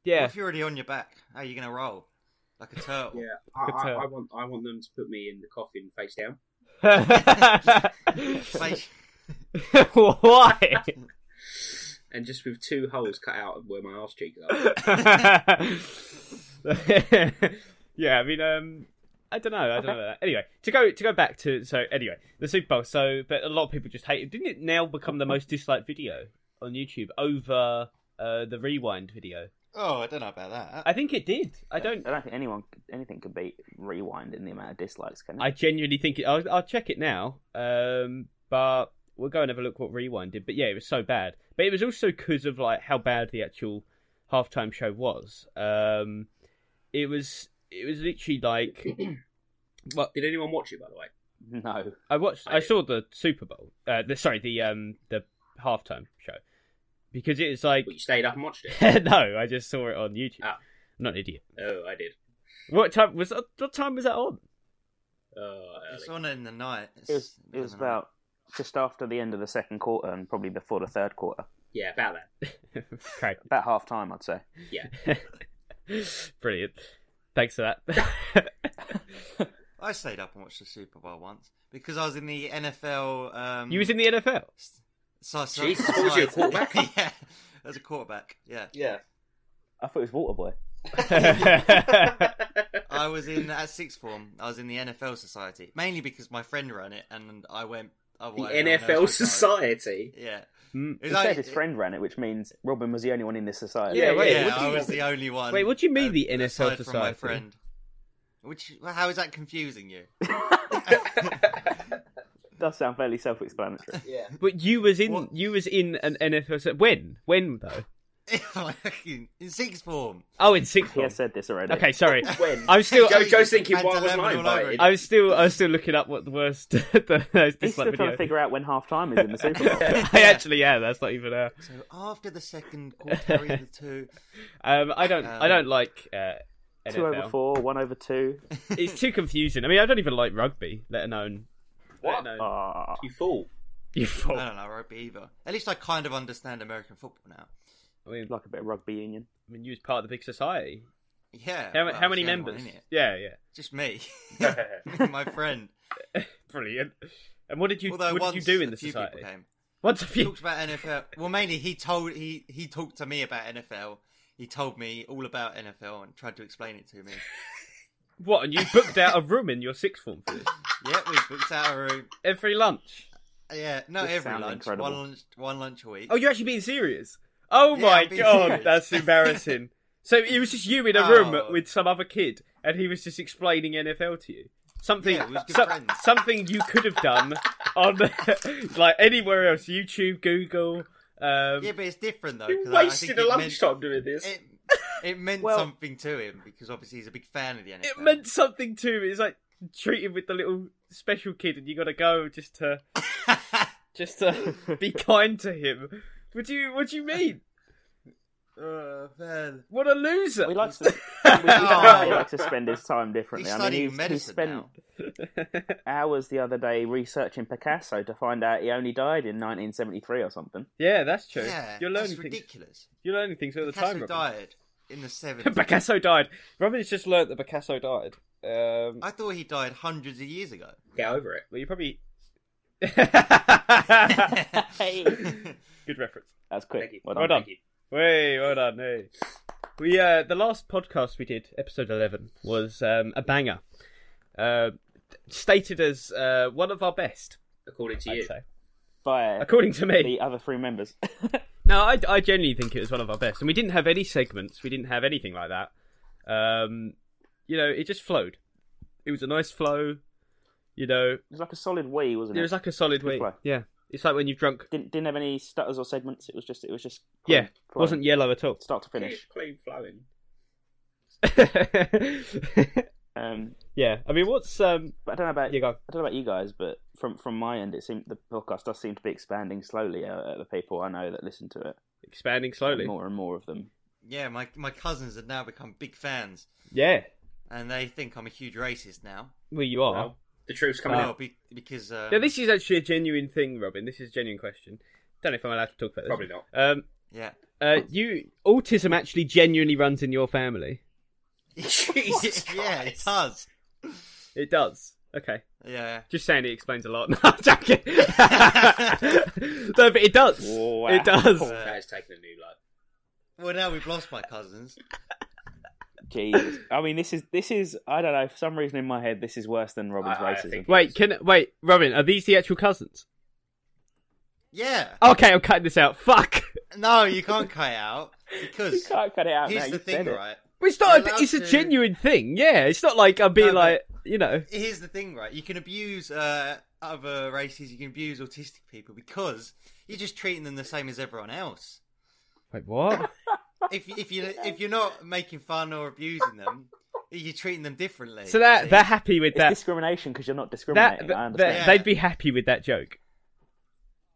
[SPEAKER 1] Yeah.
[SPEAKER 4] if you're already on your back, how are you going to roll? Like a turtle.
[SPEAKER 2] Yeah, I,
[SPEAKER 1] Good
[SPEAKER 2] I,
[SPEAKER 1] tell.
[SPEAKER 2] I want I want them to put me in the coffin face down.
[SPEAKER 4] Like,
[SPEAKER 1] Why?
[SPEAKER 2] and just with two holes cut out of where my arse cheeks are.
[SPEAKER 1] yeah, I mean, um, I don't know. I don't know. About that. Anyway, to go to go back to so anyway, the Super Bowl. So, but a lot of people just hate it. Didn't it now become the most disliked video on YouTube over uh, the Rewind video?
[SPEAKER 4] oh, I don't know about that.
[SPEAKER 1] I think it did. I don't.
[SPEAKER 3] I don't think anyone anything could beat rewind in the amount of dislikes. Can it?
[SPEAKER 1] I genuinely think it. I'll, I'll check it now. Um, but we'll go and have a look what Rewind did. But yeah, it was so bad. But it was also because of like how bad the actual halftime show was. Um, it was. It was literally like
[SPEAKER 2] Did anyone watch it, by the way?
[SPEAKER 3] no.
[SPEAKER 1] I watched.
[SPEAKER 2] I
[SPEAKER 1] I
[SPEAKER 2] did.
[SPEAKER 1] saw the Super Bowl. Uh, the sorry, the um the halftime show because it's like
[SPEAKER 2] But you stayed up and watched it.
[SPEAKER 1] no, I just saw it on YouTube.
[SPEAKER 2] Ah.
[SPEAKER 1] I'm not an idiot.
[SPEAKER 2] Oh, I did.
[SPEAKER 1] What time was that, what time was that on?
[SPEAKER 2] Oh,
[SPEAKER 4] It's
[SPEAKER 2] early.
[SPEAKER 4] on in the night. It's,
[SPEAKER 3] It was it
[SPEAKER 4] I
[SPEAKER 3] was
[SPEAKER 4] don't know.
[SPEAKER 3] about just after the end of the second quarter and probably before the third quarter,
[SPEAKER 2] yeah, about that.
[SPEAKER 1] Great,
[SPEAKER 3] about half time, I'd say.
[SPEAKER 1] brilliant. Thanks for that.
[SPEAKER 4] I stayed up and watched the Super Bowl once because I was in the NFL. Um,
[SPEAKER 1] you was in the NFL.
[SPEAKER 4] So, so,
[SPEAKER 2] Jesus, what was you, a quarterback?
[SPEAKER 4] yeah, as a quarterback. Yeah,
[SPEAKER 2] Yeah.
[SPEAKER 3] I thought it was Waterboy.
[SPEAKER 4] I was in at sixth form. I was in the NFL Society mainly because my friend ran it, and I went. I
[SPEAKER 2] The
[SPEAKER 4] wanted everyone
[SPEAKER 2] NFL
[SPEAKER 4] else to go.
[SPEAKER 2] Society.
[SPEAKER 4] Yeah,
[SPEAKER 1] Mm.
[SPEAKER 4] It
[SPEAKER 3] He
[SPEAKER 4] was
[SPEAKER 3] said
[SPEAKER 4] like-
[SPEAKER 3] his friend ran it, which means Robin was the only one in this society.
[SPEAKER 1] Yeah, wait,
[SPEAKER 4] yeah,
[SPEAKER 1] what do
[SPEAKER 4] I
[SPEAKER 1] you-
[SPEAKER 4] was the only one.
[SPEAKER 1] Wait, what do you mean
[SPEAKER 4] uh,
[SPEAKER 1] the NFL
[SPEAKER 4] aside From my
[SPEAKER 1] Society?
[SPEAKER 4] friend. Which well, how is that confusing you?
[SPEAKER 3] Does sound fairly self-explanatory.
[SPEAKER 2] Yeah.
[SPEAKER 1] But you was in
[SPEAKER 4] What?
[SPEAKER 1] you was in an NFL. So when when though?
[SPEAKER 4] in sixth form.
[SPEAKER 1] Oh, in sixth
[SPEAKER 3] he
[SPEAKER 1] form.
[SPEAKER 3] has said this already.
[SPEAKER 1] Okay, sorry.
[SPEAKER 2] When?
[SPEAKER 1] I'm still.
[SPEAKER 2] Joe, Joe's thinking,
[SPEAKER 4] Had
[SPEAKER 2] why
[SPEAKER 4] to
[SPEAKER 2] was
[SPEAKER 4] level
[SPEAKER 2] I
[SPEAKER 4] all over
[SPEAKER 2] invited?
[SPEAKER 4] it.
[SPEAKER 1] I was still. I was still looking up what the worst. the, those
[SPEAKER 3] He's still
[SPEAKER 1] dislike
[SPEAKER 3] trying
[SPEAKER 1] video.
[SPEAKER 3] to figure out when half time is in the Super Bowl.
[SPEAKER 1] I actually yeah, that's not even uh, a.
[SPEAKER 4] So after the second quarter, the two.
[SPEAKER 1] Um, I don't. I
[SPEAKER 4] Um,
[SPEAKER 1] don't like uh, NFL.
[SPEAKER 3] two over four, one over two.
[SPEAKER 1] It's too confusing. I mean, I don't even like rugby. Let alone.
[SPEAKER 2] What?
[SPEAKER 1] Let alone
[SPEAKER 3] Ah,
[SPEAKER 2] You fool.
[SPEAKER 1] you fool.
[SPEAKER 4] I don't know rugby either. At least I kind of understand American football now.
[SPEAKER 1] I mean,
[SPEAKER 3] like a bit of rugby union.
[SPEAKER 1] I mean, you was part of the big society.
[SPEAKER 4] Yeah.
[SPEAKER 1] How,
[SPEAKER 4] well, I
[SPEAKER 1] how
[SPEAKER 4] was
[SPEAKER 1] many
[SPEAKER 4] the only one
[SPEAKER 1] members?
[SPEAKER 4] in it.
[SPEAKER 1] Yeah, yeah.
[SPEAKER 4] Just me. my friend.
[SPEAKER 1] Brilliant. And what did you?
[SPEAKER 4] Although
[SPEAKER 1] what
[SPEAKER 4] once
[SPEAKER 1] did you do in
[SPEAKER 4] a
[SPEAKER 1] the
[SPEAKER 4] few
[SPEAKER 1] society?
[SPEAKER 4] people came.
[SPEAKER 1] Once a
[SPEAKER 4] He
[SPEAKER 1] few.
[SPEAKER 4] talked about NFL. Well, mainly he told he he talked to me about NFL. He told me all about NFL and tried to explain it to me.
[SPEAKER 1] What? And you booked out a room in your sixth form for this?
[SPEAKER 4] yeah, we booked out a room.
[SPEAKER 1] Every lunch.
[SPEAKER 4] Yeah, not
[SPEAKER 3] This
[SPEAKER 4] every
[SPEAKER 3] sounds
[SPEAKER 4] lunch.
[SPEAKER 3] incredible.
[SPEAKER 4] One lunch. One lunch a week.
[SPEAKER 1] Oh, you're actually being serious? Oh
[SPEAKER 4] Yeah,
[SPEAKER 1] my
[SPEAKER 4] I'm being
[SPEAKER 1] god,
[SPEAKER 4] serious.
[SPEAKER 1] that's embarrassing. so it was just you in a
[SPEAKER 4] Oh.
[SPEAKER 1] room with some other kid, and he was just explaining NFL to you. Something,
[SPEAKER 4] Yeah, we was good
[SPEAKER 1] so-
[SPEAKER 4] friends.
[SPEAKER 1] something you could have done on like anywhere else, YouTube, Google. Um,
[SPEAKER 4] Yeah, but it's different though.
[SPEAKER 2] You
[SPEAKER 4] 'cause I- I think
[SPEAKER 2] wasted a
[SPEAKER 4] it meant-
[SPEAKER 2] lunchtime doing this.
[SPEAKER 4] It, it meant
[SPEAKER 3] Well-
[SPEAKER 4] something to him because obviously he's a big fan of the NFL.
[SPEAKER 1] it meant something to me. It's like treat him with the little special kid, and you got to go just to just to be kind to him. What do you What do you mean?
[SPEAKER 4] oh man.
[SPEAKER 1] What a loser!
[SPEAKER 3] We like to, we, we definitely like to spend his time
[SPEAKER 4] He's
[SPEAKER 3] differently. I
[SPEAKER 4] studying
[SPEAKER 3] mean, he's, he
[SPEAKER 4] medicine
[SPEAKER 3] spent
[SPEAKER 4] now.
[SPEAKER 3] hours the other day researching Picasso to find out he only died in 1973 or something.
[SPEAKER 1] yeah, that's true.
[SPEAKER 4] Yeah,
[SPEAKER 1] you're learning
[SPEAKER 4] that's
[SPEAKER 1] things.
[SPEAKER 4] ridiculous.
[SPEAKER 1] You're learning things all the
[SPEAKER 4] Picasso
[SPEAKER 1] time. Robin.
[SPEAKER 4] died in the 70s.
[SPEAKER 1] Picasso died. Robin's just learnt that Picasso died. Um,
[SPEAKER 4] I thought he died hundreds of years ago.
[SPEAKER 2] Get over it.
[SPEAKER 1] well, you probably. Good reference.
[SPEAKER 3] That's
[SPEAKER 2] Thank you.
[SPEAKER 3] quick. Well
[SPEAKER 1] Well
[SPEAKER 3] done.
[SPEAKER 1] done.
[SPEAKER 2] Thank you.
[SPEAKER 1] Way well done. Hey. We uh, the last podcast we did, episode eleven, was um, a banger. Uh, stated as uh, one of our best,
[SPEAKER 2] According to
[SPEAKER 1] I'd
[SPEAKER 2] you,
[SPEAKER 1] say,
[SPEAKER 3] By
[SPEAKER 1] according to me.
[SPEAKER 3] the other three members.
[SPEAKER 1] No, I, I genuinely think it was one of our best, and we didn't have any segments. We didn't have anything like that. Um, you know, it just flowed. It was a nice flow. You know,
[SPEAKER 3] It was like a solid wee, wasn't
[SPEAKER 1] it
[SPEAKER 3] it?
[SPEAKER 1] was like a solid week.
[SPEAKER 3] flow.
[SPEAKER 1] Yeah, it's like when you've drunk.
[SPEAKER 3] didn't didn't have any stutters or segments. It was just it was just
[SPEAKER 1] Yeah,
[SPEAKER 3] flowing,
[SPEAKER 1] wasn't yellow at all.
[SPEAKER 3] start to
[SPEAKER 2] clean,
[SPEAKER 3] finish.
[SPEAKER 2] clean flowing.
[SPEAKER 3] Um,
[SPEAKER 1] yeah, I mean, what's um?
[SPEAKER 3] but I don't know about
[SPEAKER 1] You go.
[SPEAKER 3] I don't know about you guys, but from from my end, it seemed the podcast does seem to be expanding slowly. Uh, uh, the people I know that listen to it,
[SPEAKER 1] Expanding slowly.
[SPEAKER 3] more and more of them.
[SPEAKER 4] yeah, my, my cousins have now become big fans
[SPEAKER 1] Yeah.
[SPEAKER 4] and they think I'm a huge racist now.
[SPEAKER 1] Well, you are.
[SPEAKER 2] Well, the truth's coming
[SPEAKER 4] Well,
[SPEAKER 2] out.
[SPEAKER 4] be, because. Um,
[SPEAKER 1] now, this is actually a genuine thing, Robin. This is a genuine question. Don't know if I'm allowed to talk about this.
[SPEAKER 2] Probably not.
[SPEAKER 1] Um,
[SPEAKER 4] Yeah.
[SPEAKER 1] uh, you autism actually genuinely runs in your family.
[SPEAKER 2] Jesus
[SPEAKER 4] yeah, it does.
[SPEAKER 1] It does. Okay.
[SPEAKER 4] Yeah.
[SPEAKER 1] Just saying, it explains a lot. No, I'm joking. no, but it does.
[SPEAKER 3] Wow.
[SPEAKER 1] It does.
[SPEAKER 4] Uh,
[SPEAKER 2] That is taking a new life.
[SPEAKER 4] well, now we've lost my cousins.
[SPEAKER 3] Jeez, I mean, this is this is I don't know. For some reason in my head, this is worse than Robin's
[SPEAKER 2] I- I
[SPEAKER 3] racism.
[SPEAKER 2] think-
[SPEAKER 1] Wait, can wait, Robin? Are these the actual cousins?
[SPEAKER 4] Yeah.
[SPEAKER 1] Okay, I'm cutting this out. Fuck.
[SPEAKER 4] No, you can't cut it out
[SPEAKER 3] you
[SPEAKER 4] because
[SPEAKER 3] can't cut it out. now.
[SPEAKER 4] here's the
[SPEAKER 3] you
[SPEAKER 4] thing,
[SPEAKER 3] said it.
[SPEAKER 4] right?
[SPEAKER 1] Well, It's not.
[SPEAKER 4] You're
[SPEAKER 1] A, it's a
[SPEAKER 4] allowed to-
[SPEAKER 1] genuine thing. Yeah, it's not like I'm being
[SPEAKER 4] No,
[SPEAKER 1] like
[SPEAKER 4] but-
[SPEAKER 1] you know.
[SPEAKER 4] Here's the thing, right? You can abuse uh, other races, you can abuse autistic people because you're just treating them the same as everyone else.
[SPEAKER 1] Wait, what?
[SPEAKER 4] If if you if you're not making fun or abusing them, you're treating them differently.
[SPEAKER 1] so that
[SPEAKER 4] See?
[SPEAKER 1] they're happy with
[SPEAKER 3] It's
[SPEAKER 1] that.
[SPEAKER 3] discrimination because you're not
[SPEAKER 1] That,
[SPEAKER 3] discriminating. I
[SPEAKER 1] that,
[SPEAKER 3] understand.
[SPEAKER 4] Yeah.
[SPEAKER 1] they'd be happy with that joke.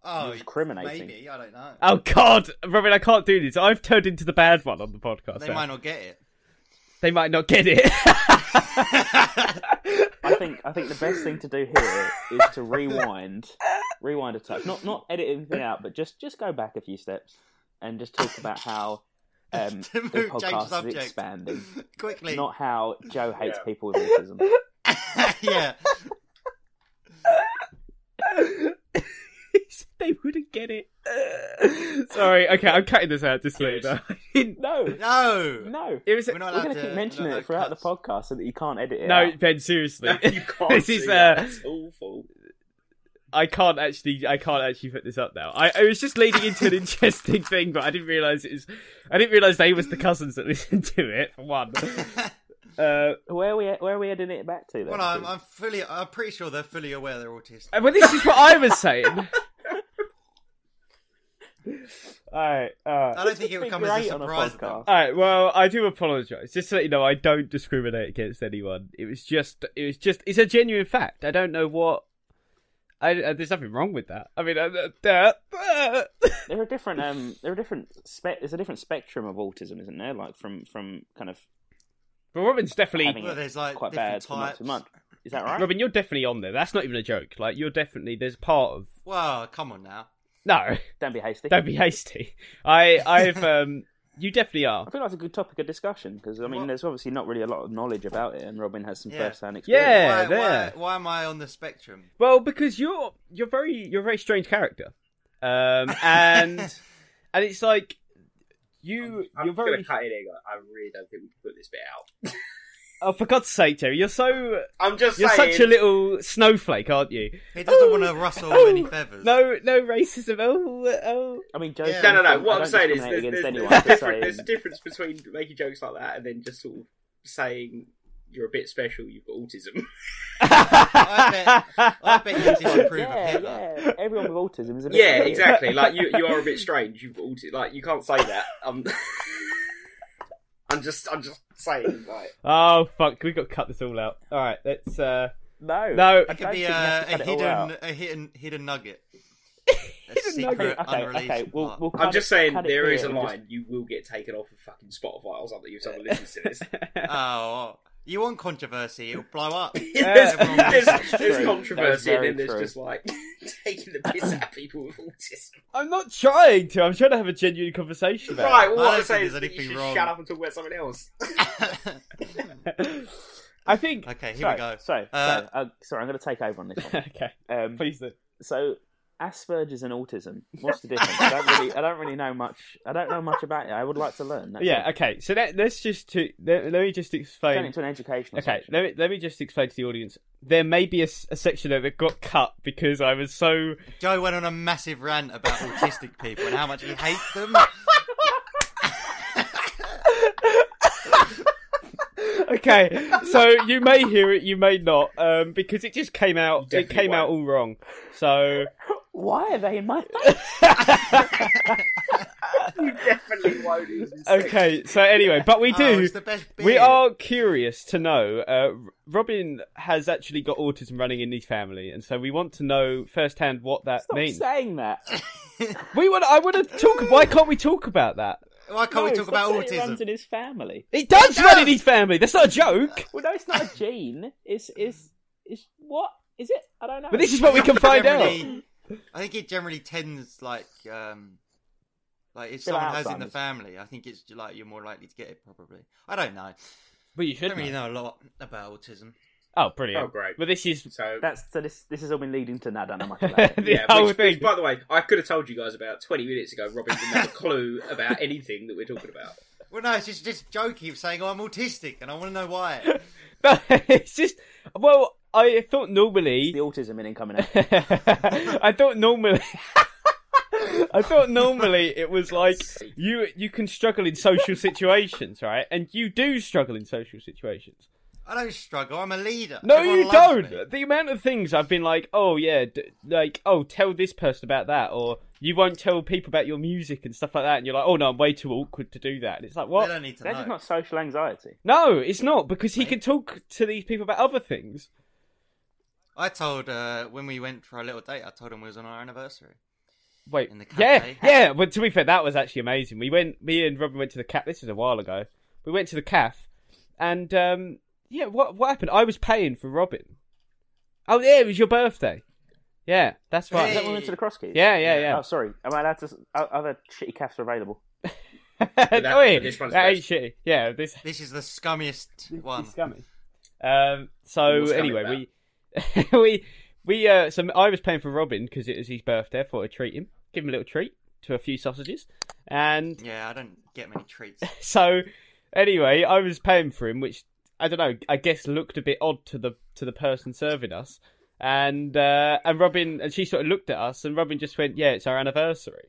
[SPEAKER 4] oh,
[SPEAKER 3] you're discriminating.
[SPEAKER 4] Maybe I don't know.
[SPEAKER 1] Oh God, Robin, I can't do this. I've turned into the bad one on the podcast.
[SPEAKER 4] they
[SPEAKER 1] now.
[SPEAKER 4] might not get it.
[SPEAKER 1] They might not get it.
[SPEAKER 3] I think I think the best thing to do here is to rewind, rewind a touch. Not not edit anything out, but just just go back a few steps and just talk about how um,
[SPEAKER 4] To move-
[SPEAKER 3] the
[SPEAKER 4] change
[SPEAKER 3] podcast is
[SPEAKER 4] subject.
[SPEAKER 3] expanding,
[SPEAKER 4] Quickly,
[SPEAKER 3] not how Joe hates
[SPEAKER 2] Yeah.
[SPEAKER 3] people with autism.
[SPEAKER 4] yeah.
[SPEAKER 1] He said they wouldn't get it. Sorry, okay, I'm cutting this out just
[SPEAKER 2] Yes.
[SPEAKER 1] later. I didn't-
[SPEAKER 3] No,
[SPEAKER 4] No,
[SPEAKER 3] no,
[SPEAKER 1] it was
[SPEAKER 4] we're not
[SPEAKER 3] we're
[SPEAKER 4] allowed
[SPEAKER 3] going to
[SPEAKER 4] to
[SPEAKER 3] keep mentioning
[SPEAKER 4] no,
[SPEAKER 3] it throughout
[SPEAKER 4] cuts.
[SPEAKER 3] the podcast so that you can't edit it.
[SPEAKER 1] no,
[SPEAKER 3] out.
[SPEAKER 1] Ben. Seriously,
[SPEAKER 2] No, you can't.
[SPEAKER 1] this
[SPEAKER 2] do
[SPEAKER 1] is
[SPEAKER 2] that.
[SPEAKER 1] uh,
[SPEAKER 2] That's awful.
[SPEAKER 1] I can't actually, I can't actually put this up now. I, I was just leading into an interesting thing, but I didn't realize it was. I didn't realize they was the cousins that listened to it for one. Uh,
[SPEAKER 3] where are we where are we editing it back to? Then?
[SPEAKER 4] Well, I'm, I'm fully. I'm pretty sure they're fully aware they're autistic.
[SPEAKER 1] well, this is what I was saying. All right, uh,
[SPEAKER 4] I don't think it would
[SPEAKER 3] It'd
[SPEAKER 4] come
[SPEAKER 3] be
[SPEAKER 4] as a
[SPEAKER 3] great on a
[SPEAKER 4] surprise. though.
[SPEAKER 3] podcast.
[SPEAKER 1] All right. Well, I do apologise. Just to let you know, I don't discriminate against anyone. It was just, it was just, it's a genuine fact. I don't know what. I, I there's nothing wrong with that. I mean, uh, I, that- that-
[SPEAKER 3] There are different um there are different spe- there's a different spectrum of autism, isn't there? Like from from kind of
[SPEAKER 1] but Robin's definitely,
[SPEAKER 3] Having-
[SPEAKER 4] Well, there's like
[SPEAKER 3] quite bad
[SPEAKER 4] different
[SPEAKER 3] to not
[SPEAKER 4] types.
[SPEAKER 3] too much. Is that right?
[SPEAKER 1] Robin, you're definitely on there. That's not even a joke. Like you're definitely there's part of
[SPEAKER 4] Well, come on now.
[SPEAKER 1] no.
[SPEAKER 3] Don't be hasty.
[SPEAKER 1] Don't be hasty. I, I've, um, you definitely are.
[SPEAKER 3] I feel that's a good topic of discussion because I mean,
[SPEAKER 4] What-
[SPEAKER 3] there's obviously not really a lot of knowledge about it, and Robin has some
[SPEAKER 4] Yeah.
[SPEAKER 3] first-hand experience.
[SPEAKER 1] Yeah,
[SPEAKER 4] why,
[SPEAKER 1] there.
[SPEAKER 4] why, why am I on the spectrum?
[SPEAKER 1] Well, because you're you're very you're a very strange character, um, and and it's like you
[SPEAKER 2] I'm
[SPEAKER 1] you're
[SPEAKER 2] gonna
[SPEAKER 1] very.
[SPEAKER 2] cut it in. I really don't think we can put this bit out.
[SPEAKER 1] Oh, for God's sake, Terry, you're so
[SPEAKER 2] I'm just
[SPEAKER 1] You're
[SPEAKER 2] saying.
[SPEAKER 1] such a little snowflake, aren't you?
[SPEAKER 4] He doesn't want to rustle any feathers.
[SPEAKER 1] No, no racism. Oh, oh.
[SPEAKER 3] I mean, Joe.
[SPEAKER 4] Yeah.
[SPEAKER 2] No, no, no.
[SPEAKER 3] I
[SPEAKER 2] What I'm
[SPEAKER 3] don't
[SPEAKER 2] saying is
[SPEAKER 3] discriminate
[SPEAKER 2] there's, there's,
[SPEAKER 3] against
[SPEAKER 2] there's,
[SPEAKER 3] anyone.
[SPEAKER 2] a
[SPEAKER 3] I'm just
[SPEAKER 2] difference, there's a
[SPEAKER 3] saying-
[SPEAKER 2] difference between making jokes like that and then just sort of saying you're a bit special. You've got autism.
[SPEAKER 1] I bet.
[SPEAKER 4] I bet you didn't approve of
[SPEAKER 3] yeah,
[SPEAKER 4] Hitler.
[SPEAKER 3] yeah. Everyone with autism is a bit.
[SPEAKER 2] yeah,
[SPEAKER 3] weird.
[SPEAKER 2] exactly. Like you, you are a bit strange. You've got autism. Like you can't say that. I'm, I'm just, I'm just saying. Like
[SPEAKER 1] Oh fuck, we've got to cut this all out. All right, let's. uh
[SPEAKER 3] No.
[SPEAKER 1] No,
[SPEAKER 4] That
[SPEAKER 3] I don't
[SPEAKER 4] could be
[SPEAKER 3] think you have
[SPEAKER 4] a,
[SPEAKER 3] to cut it
[SPEAKER 4] a
[SPEAKER 3] all
[SPEAKER 4] hidden,
[SPEAKER 3] out.
[SPEAKER 4] a hidden, hidden nugget. A
[SPEAKER 3] Okay,
[SPEAKER 4] secret,
[SPEAKER 3] okay,
[SPEAKER 4] unreleased.
[SPEAKER 3] okay. We'll,
[SPEAKER 4] part.
[SPEAKER 3] we'll cut
[SPEAKER 2] I'm just
[SPEAKER 3] it-
[SPEAKER 2] saying,
[SPEAKER 3] cut it
[SPEAKER 2] there
[SPEAKER 3] here
[SPEAKER 2] is a
[SPEAKER 3] and just-
[SPEAKER 2] line. You will get taken off of fucking Spotify or something if someone listens to this.
[SPEAKER 4] Oh, you want controversy? It'll blow up.
[SPEAKER 2] there's,
[SPEAKER 4] everyone-
[SPEAKER 2] there's,
[SPEAKER 3] That's
[SPEAKER 2] there's
[SPEAKER 3] true. That's
[SPEAKER 2] controversy, and
[SPEAKER 3] very
[SPEAKER 2] then there's
[SPEAKER 3] true.
[SPEAKER 2] just like taking the piss out of people with autism.
[SPEAKER 1] I'm not trying to. I'm trying to have a genuine conversation. About
[SPEAKER 2] Right.
[SPEAKER 4] I
[SPEAKER 2] Well,
[SPEAKER 4] don't
[SPEAKER 2] what I'm
[SPEAKER 4] think
[SPEAKER 2] saying is,
[SPEAKER 4] there's
[SPEAKER 2] that you
[SPEAKER 4] anything
[SPEAKER 2] should
[SPEAKER 4] wrong.
[SPEAKER 2] shut up and talk about something else.
[SPEAKER 1] it. I think.
[SPEAKER 4] okay, here
[SPEAKER 3] so,
[SPEAKER 4] we go.
[SPEAKER 3] So,
[SPEAKER 4] Uh,
[SPEAKER 3] so, uh, sorry, I'm going to take over on this one.
[SPEAKER 1] okay,
[SPEAKER 3] Um,
[SPEAKER 1] please do.
[SPEAKER 3] so, Asperger's and autism. What's the difference? I don't really, I don't really know much. I don't know much about it. I would like to learn. That's
[SPEAKER 1] Yeah.
[SPEAKER 3] all.
[SPEAKER 1] Okay. So let, let's just to let, let me just
[SPEAKER 3] turn
[SPEAKER 1] explain.
[SPEAKER 3] it into an educational.
[SPEAKER 1] Okay.
[SPEAKER 3] section.
[SPEAKER 1] Let me let me just explain to the audience. There may be a, s- a section there that got cut because I was so.
[SPEAKER 4] Joe went on a massive rant about autistic people and how much he hates them.
[SPEAKER 1] okay. So you may hear it, you may not, um, because it just came
[SPEAKER 2] You
[SPEAKER 1] out. It
[SPEAKER 2] definitely
[SPEAKER 1] came out all wrong. So.
[SPEAKER 3] Why are they in my face?
[SPEAKER 2] you definitely won't. in this section.
[SPEAKER 1] okay. So anyway, but we
[SPEAKER 4] Oh,
[SPEAKER 1] do.
[SPEAKER 4] it's the best
[SPEAKER 1] We
[SPEAKER 4] beer.
[SPEAKER 1] are curious to know. Uh, Robin has actually got autism running in his family, and so we want to know firsthand what that
[SPEAKER 3] Stop
[SPEAKER 1] means.
[SPEAKER 3] saying that.
[SPEAKER 1] We want. I want to talk. Why can't we talk about that?
[SPEAKER 4] Why can't we
[SPEAKER 3] No,
[SPEAKER 4] talk
[SPEAKER 3] stop
[SPEAKER 4] about
[SPEAKER 3] saying It runs
[SPEAKER 4] autism?
[SPEAKER 3] in his family.
[SPEAKER 1] It does
[SPEAKER 4] does!
[SPEAKER 1] run in his family. That's not a joke.
[SPEAKER 3] Well, no, it's not a gene. It's it's it's what is it? I don't know.
[SPEAKER 1] But this is what we can find out.
[SPEAKER 4] Generally- I think it generally tends like um like if
[SPEAKER 3] Still
[SPEAKER 4] someone has it in the
[SPEAKER 3] Alzheimer's.
[SPEAKER 4] family, I think it's like you're more likely to get it probably. I don't know.
[SPEAKER 1] But you
[SPEAKER 4] I
[SPEAKER 1] should.
[SPEAKER 4] don't really know a lot about autism.
[SPEAKER 1] Oh, brilliant.
[SPEAKER 2] Oh, great.
[SPEAKER 1] But this is
[SPEAKER 2] So
[SPEAKER 3] That's so. This this has all been leading to now. I don't know much about it.
[SPEAKER 1] the whole
[SPEAKER 2] which,
[SPEAKER 1] thing.
[SPEAKER 2] which, by the way, I could have told you guys about 20 minutes ago. Robin didn't have a clue about anything that we're talking about.
[SPEAKER 4] Well no, it's just just Joe keeps saying, Oh I'm autistic and I wanna know why.
[SPEAKER 1] No, it's just. Well, I thought normally.
[SPEAKER 3] The autism in him coming out.
[SPEAKER 1] I thought normally. I thought normally it was like you you can struggle in social situations, right? And you do struggle in social situations.
[SPEAKER 4] I don't struggle, I'm a leader.
[SPEAKER 1] No,
[SPEAKER 4] Everyone
[SPEAKER 1] you
[SPEAKER 4] loves
[SPEAKER 1] don't.
[SPEAKER 4] me.
[SPEAKER 1] The amount of things I've been like, oh yeah, d- like oh tell this person about that, or you won't tell people about your music and stuff like that, and you're like, oh no, I'm way too awkward to do that. And it's like,
[SPEAKER 4] They
[SPEAKER 1] what?
[SPEAKER 4] don't need to
[SPEAKER 3] They're
[SPEAKER 4] know.
[SPEAKER 3] just not social anxiety.
[SPEAKER 1] No, it's not because he can talk to these people about other things.
[SPEAKER 4] I told uh when we went for a little date, I told him we was on our anniversary.
[SPEAKER 1] Wait,
[SPEAKER 4] In the cafe.
[SPEAKER 1] yeah, yeah. But to be fair, that was actually amazing. We went, me and Robin went to the caf. This was a while ago. We went to the caf, and um, yeah, what what happened? I was paying for Robin. Oh yeah, it was your birthday. Yeah, that's right.
[SPEAKER 3] Is that when we
[SPEAKER 4] Hey.
[SPEAKER 3] went to the cross keys?
[SPEAKER 1] Yeah, yeah,
[SPEAKER 3] Oh,
[SPEAKER 1] yeah.
[SPEAKER 3] sorry. Am I allowed to? s- o- Other shitty cafes are available.
[SPEAKER 1] Oh, yeah,
[SPEAKER 2] this one's
[SPEAKER 1] that ain't
[SPEAKER 2] best.
[SPEAKER 1] shitty. Yeah, this
[SPEAKER 4] This is the scummiest one.
[SPEAKER 1] He's scummy. Um, so
[SPEAKER 2] What's scummy
[SPEAKER 1] anyway, we we we uh, so I was paying for Robin because it was his birthday. I thought I'd treat him, give him a little treat to a few sausages, and
[SPEAKER 4] Yeah, I don't get many treats.
[SPEAKER 1] so anyway, I was paying for him, which I don't know. I guess looked a bit odd to the to the person serving us, and uh, and Robin and she sort of looked at us, and Robin just went, "Yeah, it's our anniversary,"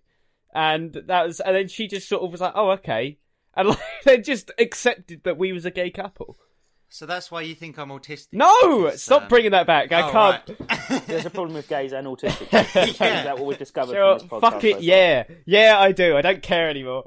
[SPEAKER 1] and that was, and then she just sort of was like, "Oh, okay," and like, they just accepted that we was a gay couple.
[SPEAKER 4] So that's why you think I'm autistic.
[SPEAKER 1] No,
[SPEAKER 4] Because,
[SPEAKER 1] stop
[SPEAKER 4] um,
[SPEAKER 1] bringing that back. I
[SPEAKER 4] oh,
[SPEAKER 1] can't.
[SPEAKER 4] right.
[SPEAKER 3] There's a problem with gays and autistic. people. Is that what we discovered
[SPEAKER 1] Sure,
[SPEAKER 3] from this podcast?
[SPEAKER 1] fuck
[SPEAKER 3] so
[SPEAKER 1] it.
[SPEAKER 3] far?
[SPEAKER 1] Yeah, yeah, I do. I don't care anymore.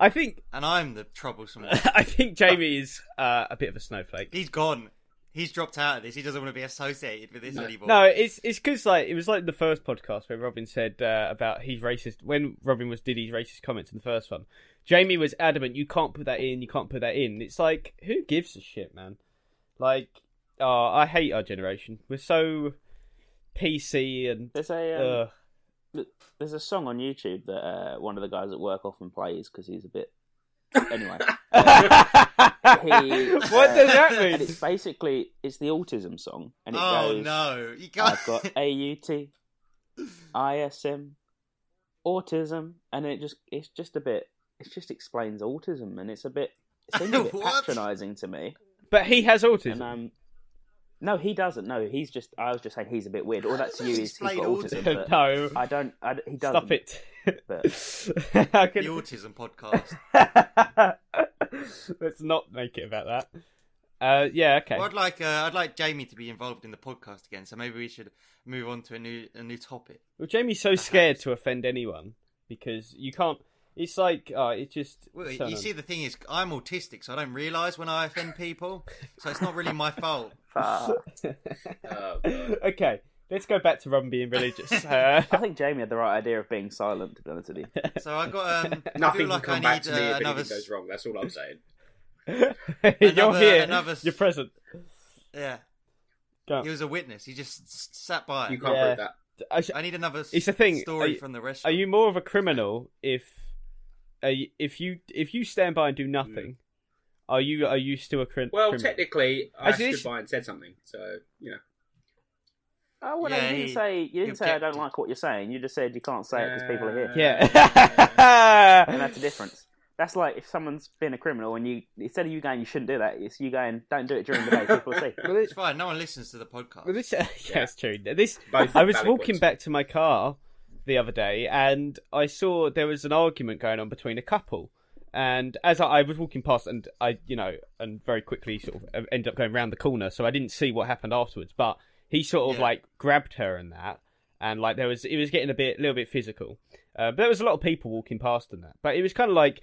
[SPEAKER 1] I think
[SPEAKER 4] and I'm the troublesome one.
[SPEAKER 1] I think Jamie is uh, a bit of a snowflake.
[SPEAKER 4] He's gone. He's dropped out of this. He doesn't want to be associated with this anymore.
[SPEAKER 1] No, it's it's because like it was like the first podcast where Robin said uh, about he's racist when Robin was did his racist comments in the first one. Jamie was adamant you can't put that in, you can't put that in. It's like who gives a shit, man? Like, oh, I hate our generation. We're so PC and
[SPEAKER 3] There's a um,
[SPEAKER 1] uh,
[SPEAKER 3] there's a song on YouTube that uh, one of the guys at work often plays because he's a bit. Anyway, he,
[SPEAKER 1] what does that
[SPEAKER 3] and
[SPEAKER 1] mean?
[SPEAKER 3] it's basically it's the autism song, and it
[SPEAKER 4] Oh
[SPEAKER 3] goes.
[SPEAKER 4] no, you can't.
[SPEAKER 3] I've got AUT, ISM, autism, and it just it's just a bit it just explains autism, and it's a bit it seems a bit
[SPEAKER 4] What?
[SPEAKER 3] patronising to me.
[SPEAKER 1] But he has
[SPEAKER 3] And
[SPEAKER 1] autism.
[SPEAKER 3] um, no, he doesn't. No, he's just I was just saying he's a bit weird. All that's
[SPEAKER 4] does
[SPEAKER 3] you
[SPEAKER 4] that
[SPEAKER 3] is he's got autism.
[SPEAKER 4] explain autism?
[SPEAKER 3] but
[SPEAKER 1] no,
[SPEAKER 3] I don't. I, he doesn't.
[SPEAKER 1] stop it.
[SPEAKER 3] But
[SPEAKER 1] I
[SPEAKER 4] the
[SPEAKER 1] can-
[SPEAKER 4] autism podcast.
[SPEAKER 1] Let's not make it about that. Uh, yeah. Okay.
[SPEAKER 4] Well, I'd like uh, I'd like Jamie to be involved in the podcast again, so maybe we should move on to a new a new topic.
[SPEAKER 1] Well, Jamie's so scared to offend anyone because you can't. It's like uh, it's just.
[SPEAKER 4] Well,
[SPEAKER 1] so
[SPEAKER 4] you see, the thing is, I'm autistic, so I don't realise when I offend people, so it's not really my fault.
[SPEAKER 3] Fuck.
[SPEAKER 2] Oh, God.
[SPEAKER 1] okay, let's go back to Robin being religious. Uh,
[SPEAKER 3] I think Jamie had the right idea of being silent. To be honest with you,
[SPEAKER 4] So I got um, I
[SPEAKER 2] Nothing
[SPEAKER 4] feel like
[SPEAKER 2] can come
[SPEAKER 4] I
[SPEAKER 2] back to
[SPEAKER 4] need
[SPEAKER 2] me
[SPEAKER 4] uh,
[SPEAKER 2] if
[SPEAKER 4] another.
[SPEAKER 2] anything goes wrong. That's all I'm saying.
[SPEAKER 1] you're here.
[SPEAKER 4] another s-
[SPEAKER 1] You're present.
[SPEAKER 4] Yeah,
[SPEAKER 1] Go.
[SPEAKER 4] he was a witness. He just s- sat by.
[SPEAKER 2] You can't
[SPEAKER 1] Yeah.
[SPEAKER 2] prove that.
[SPEAKER 1] I sh-
[SPEAKER 4] I need another s-
[SPEAKER 1] It's the thing, are
[SPEAKER 4] story
[SPEAKER 1] you-
[SPEAKER 4] from the restaurant.
[SPEAKER 1] Are you more of a criminal if, are you, if you if you stand by and do nothing? Are you are you still a crin-
[SPEAKER 2] Well,
[SPEAKER 1] criminal?
[SPEAKER 2] technically, I
[SPEAKER 1] Actually,
[SPEAKER 2] stood
[SPEAKER 1] sh-
[SPEAKER 2] by and said something. So you know,
[SPEAKER 3] oh, well, no,
[SPEAKER 4] Yeah,
[SPEAKER 3] you
[SPEAKER 4] he-
[SPEAKER 3] didn't say you
[SPEAKER 4] he
[SPEAKER 3] didn't say I don't
[SPEAKER 4] objected.
[SPEAKER 3] like what you're saying. You just said you can't say it because people are here,
[SPEAKER 1] yeah.
[SPEAKER 3] and that's the difference. That's like if someone's been a criminal and you instead of you going you shouldn't do that, it's you going don't do it during the day. People will see.
[SPEAKER 1] Well, it-
[SPEAKER 4] It's fine. No one listens to the podcast.
[SPEAKER 1] Well, this, yeah, it's true. This
[SPEAKER 2] Both
[SPEAKER 1] I was
[SPEAKER 2] valid
[SPEAKER 1] walking
[SPEAKER 2] points.
[SPEAKER 1] back to my car the other day, and I saw there was an argument going on between a couple. And as I, I was walking past, and I, you know, and very quickly sort of ended up going round the corner, so I didn't see what happened afterwards. But he sort of
[SPEAKER 4] Yeah.
[SPEAKER 1] like grabbed her and that, and like there was it was getting a bit, little bit physical. Uh, but there was a lot of people walking past and that. But it was kind of like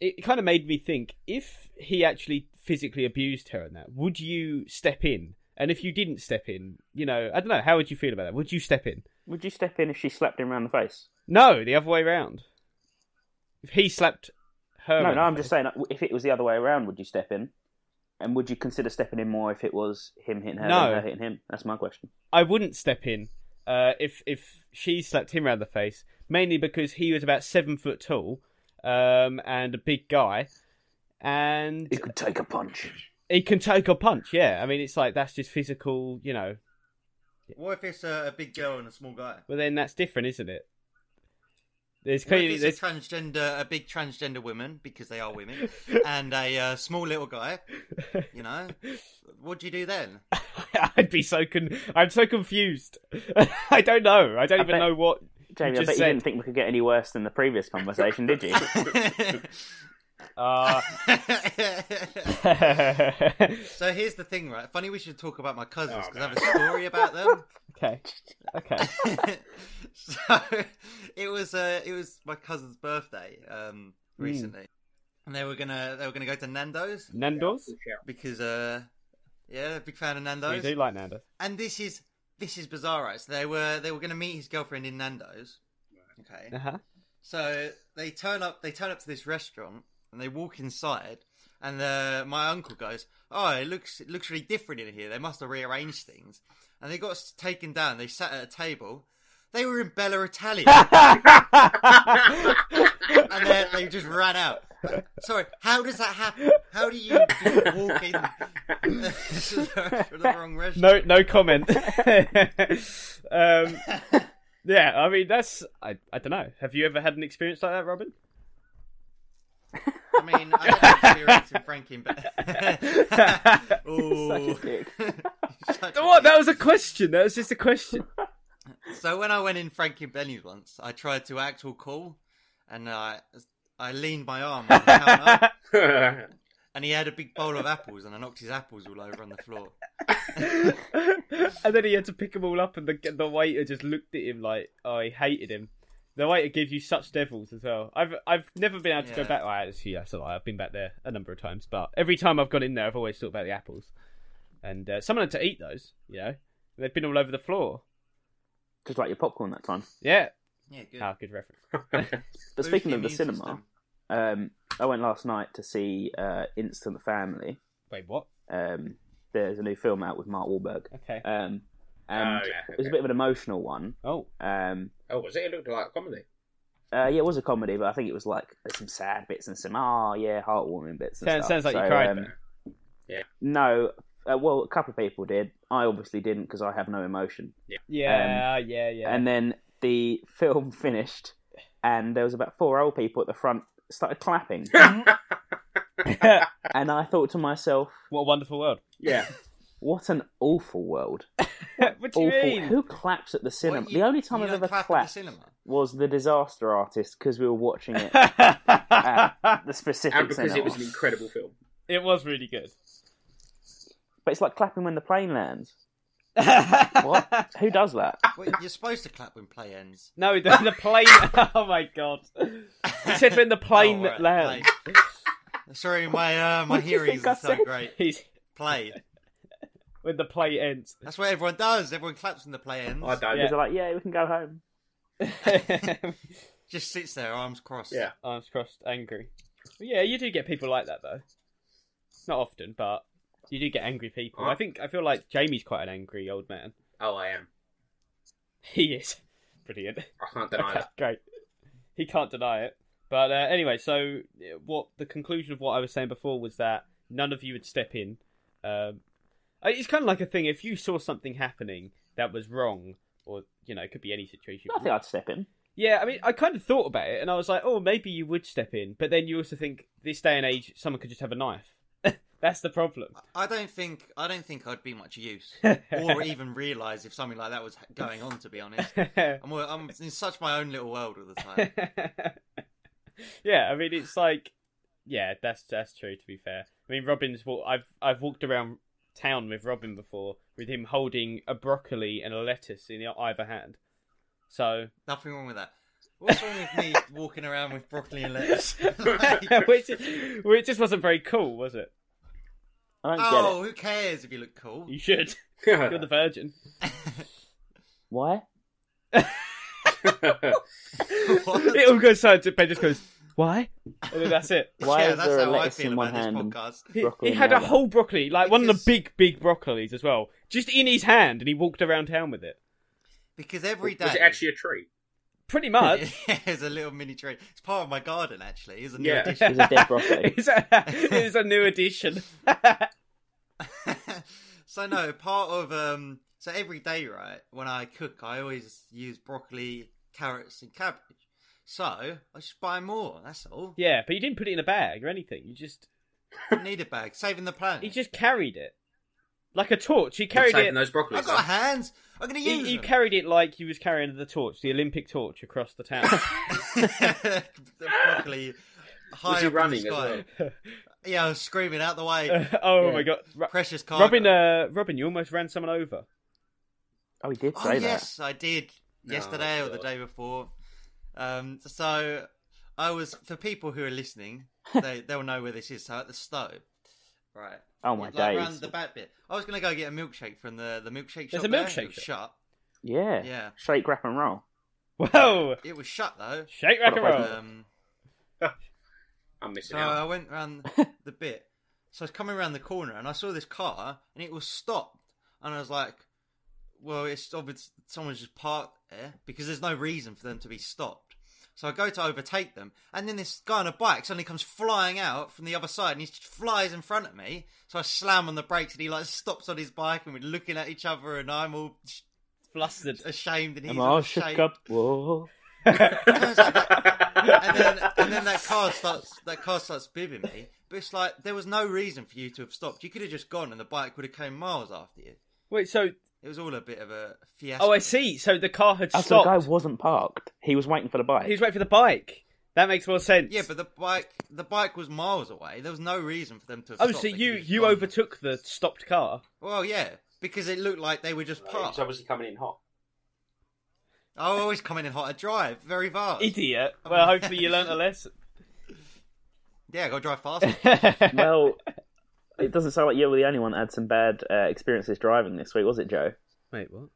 [SPEAKER 1] it kind of made me think if he actually physically abused her and that, would you step in? And if you didn't step in, you know, I don't know, how would you feel about that? Would you step in?
[SPEAKER 3] Would you step in if she slapped him around the face?
[SPEAKER 1] No, the other way around. If he slapped her.
[SPEAKER 3] No,
[SPEAKER 1] around
[SPEAKER 3] no,
[SPEAKER 1] the
[SPEAKER 3] I'm
[SPEAKER 1] face-
[SPEAKER 3] just saying, if it was the other way around, would you step in? And would you consider stepping in more if it was him hitting her
[SPEAKER 1] No.
[SPEAKER 3] than her hitting him? That's my question.
[SPEAKER 1] I wouldn't step in uh, if if she slapped him around the face, mainly because he was about seven foot tall um, and a big guy, and
[SPEAKER 3] could take a punch.
[SPEAKER 1] he can take a punch. Yeah, I mean, it's like that's just physical, you know.
[SPEAKER 4] What if it's a, a big girl and a small guy?
[SPEAKER 1] Well, then that's different, isn't it? There's
[SPEAKER 4] What
[SPEAKER 1] clearly
[SPEAKER 4] if
[SPEAKER 1] there's
[SPEAKER 4] it's a transgender, a big transgender woman because they are women, and a uh, small little guy. You know, what do you do then?
[SPEAKER 1] I'd be so con- I'm so confused. I don't know. I don't
[SPEAKER 3] I
[SPEAKER 1] even
[SPEAKER 3] bet-
[SPEAKER 1] know what.
[SPEAKER 3] Jamie, I
[SPEAKER 1] just
[SPEAKER 3] bet you
[SPEAKER 1] said-
[SPEAKER 3] didn't think we could get any worse than the previous conversation, did you?
[SPEAKER 1] Uh...
[SPEAKER 4] so here's the thing, right? Funny we should talk about my cousins
[SPEAKER 2] Oh,
[SPEAKER 4] because I have a story about them.
[SPEAKER 1] okay. Okay.
[SPEAKER 4] so it was uh, it was my cousin's birthday um,
[SPEAKER 1] Hmm.
[SPEAKER 4] recently, and they were gonna they were gonna go to Nando's
[SPEAKER 1] Nando's.
[SPEAKER 4] because uh, yeah, big fan of
[SPEAKER 1] We
[SPEAKER 4] Nando's.
[SPEAKER 1] do like Nando's.
[SPEAKER 4] and this is this is bizarre. Right? So they were they were going to meet his girlfriend in Nando's. Okay,
[SPEAKER 1] Uh huh.
[SPEAKER 4] so they turn up they turn up to this restaurant and they walk inside, and uh, my uncle goes, "Oh, it looks it looks really different in here. They must have rearranged things." And they got s- taken down. They sat at a table. They were in Bella Italia, and then they just ran out. Sorry, how does that happen? How do you just walk in to the wrong restaurant?
[SPEAKER 1] no, no comment. um, yeah, I mean that's I, I don't know. Have you ever had an experience like that, Robin?
[SPEAKER 4] I mean, I don't have experience in franking, but Ooh.
[SPEAKER 3] Such a dick.
[SPEAKER 4] Such a
[SPEAKER 1] What?
[SPEAKER 4] dick.
[SPEAKER 1] That was a question. That was just a question.
[SPEAKER 4] So when I went in Frankie Benny's once, I tried to act all cool, and I I leaned my arm on the counter, and he had a big bowl of apples, and I knocked his apples all over on the floor.
[SPEAKER 1] and then he had to pick them all up, and the the waiter just looked at him like oh, he hated him. The waiter gives you such devils as well. I've I've never been able to go
[SPEAKER 4] Yeah.
[SPEAKER 1] back. Well, actually, that's a lie. I've been back there a number of times, but every time I've gone in there, I've always thought about the apples. And uh, someone had to eat those, you know. They've been all over the floor.
[SPEAKER 3] Just like your popcorn that time.
[SPEAKER 1] Yeah.
[SPEAKER 4] Yeah, good.
[SPEAKER 1] Ah, good reference.
[SPEAKER 2] Oh,
[SPEAKER 3] But
[SPEAKER 4] Boost
[SPEAKER 3] speaking of the
[SPEAKER 4] immune
[SPEAKER 3] cinema,
[SPEAKER 4] system.
[SPEAKER 3] um, I went last night to see uh, Instant Family.
[SPEAKER 1] Wait, what?
[SPEAKER 3] Um, there's a new film out with Mark Wahlberg.
[SPEAKER 1] Okay.
[SPEAKER 3] Um, and
[SPEAKER 2] Oh, yeah,
[SPEAKER 3] it was a
[SPEAKER 2] okay.
[SPEAKER 3] bit of an emotional one.
[SPEAKER 1] Oh,
[SPEAKER 3] Um,
[SPEAKER 2] Oh, was it? It looked like a comedy.
[SPEAKER 3] Uh, yeah, it was a comedy, but I think it was like there's some sad bits and some ah yeah heartwarming bits. And
[SPEAKER 1] sounds,
[SPEAKER 3] stuff.
[SPEAKER 1] sounds like you
[SPEAKER 3] So,
[SPEAKER 1] cried.
[SPEAKER 3] um,
[SPEAKER 1] there.
[SPEAKER 3] No, uh, well, a couple of people did. I obviously didn't because I have no emotion.
[SPEAKER 1] yeah, yeah, yeah.
[SPEAKER 3] And then the film finished, and there was about four old people at the front started clapping, and I thought to myself,
[SPEAKER 1] what a wonderful world.
[SPEAKER 2] Yeah.
[SPEAKER 3] what an awful world.
[SPEAKER 1] what do you
[SPEAKER 3] awful.
[SPEAKER 1] mean?
[SPEAKER 3] Who claps at the cinema?
[SPEAKER 4] What, you-
[SPEAKER 3] the only time
[SPEAKER 4] you
[SPEAKER 3] I've
[SPEAKER 4] don't
[SPEAKER 3] ever
[SPEAKER 4] clap at the
[SPEAKER 3] clapped
[SPEAKER 4] cinema?
[SPEAKER 3] was the Disaster Artist because we were watching it. at the specific
[SPEAKER 2] and because it
[SPEAKER 3] cinema.
[SPEAKER 2] was an incredible film.
[SPEAKER 1] it was really good.
[SPEAKER 3] But it's like clapping when the plane lands.
[SPEAKER 1] what?
[SPEAKER 3] What? Who does that?
[SPEAKER 4] Well, you're supposed to clap when play ends.
[SPEAKER 1] No, the, the plane. oh my god! You said when the plane
[SPEAKER 4] Oh, right,
[SPEAKER 1] lands.
[SPEAKER 4] play. Sorry, my uh, my
[SPEAKER 3] What do you
[SPEAKER 4] hearing's
[SPEAKER 3] think I
[SPEAKER 4] not so
[SPEAKER 3] said?
[SPEAKER 4] great.
[SPEAKER 1] He's
[SPEAKER 4] Play.
[SPEAKER 1] when the play ends.
[SPEAKER 4] That's what everyone does. Everyone claps when the play ends.
[SPEAKER 2] I don't.
[SPEAKER 1] Yeah.
[SPEAKER 3] They're like, yeah, we can go home.
[SPEAKER 4] Just sits there, arms crossed.
[SPEAKER 2] Yeah.
[SPEAKER 1] Arms crossed, angry. But yeah, you do get people like that though. Not often, but you do get angry people.
[SPEAKER 2] Huh?
[SPEAKER 1] I think I feel like Jamie's quite an angry old man.
[SPEAKER 2] Oh, I am.
[SPEAKER 1] He is brilliant.
[SPEAKER 2] I can't deny
[SPEAKER 1] Okay,
[SPEAKER 2] that.
[SPEAKER 1] great. He can't deny it. But uh, anyway, so uh, what the conclusion of what I was saying before was that none of you would step in. Um, uh, it's kind of like a thing. If you saw something happening that was wrong, or you know, it could be any situation.
[SPEAKER 3] I think I'd step in.
[SPEAKER 1] Yeah, I mean, I kind of thought about it, and I was like, oh, maybe you would step in, but then you also think this day and age, someone could just have a knife. That's the problem.
[SPEAKER 4] I don't think I don't think I'd be much use, or even realise if something like that was going on. To be honest, I'm, all- I'm in such my own little world all the time.
[SPEAKER 1] yeah, I mean, it's like, yeah, that's that's true. To be fair, I mean, Robin's. wa- I've I've walked around town with Robin before, with him holding a broccoli and a lettuce in e-, either hand. So
[SPEAKER 4] Nothing wrong with that. What's wrong with me walking around with broccoli and lettuce? Like,
[SPEAKER 1] which, which just wasn't very cool, was it?
[SPEAKER 3] I don't get
[SPEAKER 4] oh,
[SPEAKER 3] it.
[SPEAKER 4] who cares if you look cool?
[SPEAKER 1] You should. You're the virgin.
[SPEAKER 3] Why?
[SPEAKER 4] What?
[SPEAKER 1] it all goes silent. Ben just goes, "Why?" And then that's it.
[SPEAKER 3] Why
[SPEAKER 4] yeah,
[SPEAKER 3] is
[SPEAKER 4] that's
[SPEAKER 3] there a
[SPEAKER 4] how I
[SPEAKER 3] lettuce
[SPEAKER 4] feel
[SPEAKER 3] in one
[SPEAKER 4] about
[SPEAKER 3] hand? and-
[SPEAKER 4] this podcast.
[SPEAKER 1] He,
[SPEAKER 3] Broccoli
[SPEAKER 1] he
[SPEAKER 3] and
[SPEAKER 1] had a
[SPEAKER 3] yellow.
[SPEAKER 1] whole broccoli, like one of the
[SPEAKER 4] Because-
[SPEAKER 1] big, big broccolis as well, just in his hand, and he walked around town with it.
[SPEAKER 4] Because every day
[SPEAKER 2] Was it actually a tree?
[SPEAKER 1] Pretty much.
[SPEAKER 4] it's a little mini tree. It's part of my garden actually. It's a new
[SPEAKER 2] Yeah.
[SPEAKER 4] addition.
[SPEAKER 3] It's a dead broccoli.
[SPEAKER 1] it's, a, it's a new edition.
[SPEAKER 4] so no, part of um so every day, right, when I cook I always use broccoli, carrots and cabbage. So I just buy more, that's all.
[SPEAKER 1] yeah, but you didn't put it in a bag or anything. You just
[SPEAKER 4] Don't need a bag, saving the planet.
[SPEAKER 1] he just carried it like a torch. He
[SPEAKER 2] You're
[SPEAKER 1] carried
[SPEAKER 2] saving
[SPEAKER 1] it.
[SPEAKER 2] those broccoli.
[SPEAKER 4] I've got hands. I'm gonna
[SPEAKER 1] he,
[SPEAKER 4] use
[SPEAKER 1] he
[SPEAKER 4] them.
[SPEAKER 1] carried it like he was carrying the torch, the Olympic torch, across the town.
[SPEAKER 4] the broccoli high
[SPEAKER 2] Was he
[SPEAKER 4] up in the
[SPEAKER 2] running as
[SPEAKER 4] sky.
[SPEAKER 2] well?
[SPEAKER 4] Yeah, I was screaming out the way.
[SPEAKER 1] oh
[SPEAKER 3] Yeah.
[SPEAKER 1] my god, Ro-
[SPEAKER 4] Precious cargo.
[SPEAKER 1] Robin! Uh, Robin, you almost ran someone over.
[SPEAKER 3] Oh, he did
[SPEAKER 4] Oh
[SPEAKER 3] say that. Oh,
[SPEAKER 4] yes, I did
[SPEAKER 2] No,
[SPEAKER 4] yesterday or the
[SPEAKER 2] God.
[SPEAKER 4] day before. Um, so I was for people who are listening, they they'll know where this is. So at the stove, right?
[SPEAKER 3] Oh my
[SPEAKER 4] like
[SPEAKER 3] days.
[SPEAKER 4] around the back bit. I was gonna go get a milkshake from the the milkshake
[SPEAKER 1] There's
[SPEAKER 4] shop.
[SPEAKER 1] a
[SPEAKER 4] there.
[SPEAKER 1] milkshake
[SPEAKER 4] It was
[SPEAKER 1] shop.
[SPEAKER 4] shut.
[SPEAKER 3] Yeah.
[SPEAKER 4] Yeah,
[SPEAKER 3] Shake, wrap, and roll.
[SPEAKER 1] Whoa!
[SPEAKER 4] it was shut though.
[SPEAKER 1] Shake, rack, and
[SPEAKER 3] What a
[SPEAKER 1] roll.
[SPEAKER 4] Um,
[SPEAKER 2] I'm missing
[SPEAKER 4] so
[SPEAKER 3] Uh,
[SPEAKER 2] out.
[SPEAKER 4] I went round the bit. So I was coming around the corner and I saw this car and it was stopped and I was like, "Well, it's obvious someone's just parked there because there's no reason for them to be stopped." So I go to overtake them and then this guy on a bike suddenly comes flying out from the other side and he just flies in front of me. So I slam on the brakes and he like stops on his bike and we're looking at each other and I'm all sh-
[SPEAKER 1] Flustered.
[SPEAKER 4] ashamed and he's
[SPEAKER 3] Am
[SPEAKER 4] all
[SPEAKER 3] I shook
[SPEAKER 4] ashamed.
[SPEAKER 3] up? Whoa.
[SPEAKER 4] Turns out that- and then and then that car starts that car starts bibbing me. But it's like there was no reason for you to have stopped. You could have just gone, and the bike would have came miles after you.
[SPEAKER 1] Wait, so
[SPEAKER 4] It was all a bit of a fiasco.
[SPEAKER 1] oh, I see. So the car had
[SPEAKER 3] Oh, so the guy
[SPEAKER 1] stopped.
[SPEAKER 3] wasn't parked. He was waiting for the bike.
[SPEAKER 1] He was waiting for the bike. That makes more sense.
[SPEAKER 4] Yeah, but the bike the bike was miles away. There was no reason for them to. Have
[SPEAKER 1] oh,
[SPEAKER 4] stopped.
[SPEAKER 1] so
[SPEAKER 4] They
[SPEAKER 1] you
[SPEAKER 4] could have just
[SPEAKER 1] you
[SPEAKER 4] gone.
[SPEAKER 1] overtook the stopped car.
[SPEAKER 4] Well, yeah, because it looked like they were just
[SPEAKER 2] He's
[SPEAKER 4] parked. Oh,
[SPEAKER 2] obviously coming in hot.
[SPEAKER 4] I always come in and hot. I drive very fast.
[SPEAKER 1] Idiot. Well, hopefully you learnt a lesson.
[SPEAKER 4] Yeah, I gotta drive faster.
[SPEAKER 3] well, it doesn't sound like you were the only one that had some bad uh, experiences driving this week, was it, Joe?
[SPEAKER 1] Wait, what?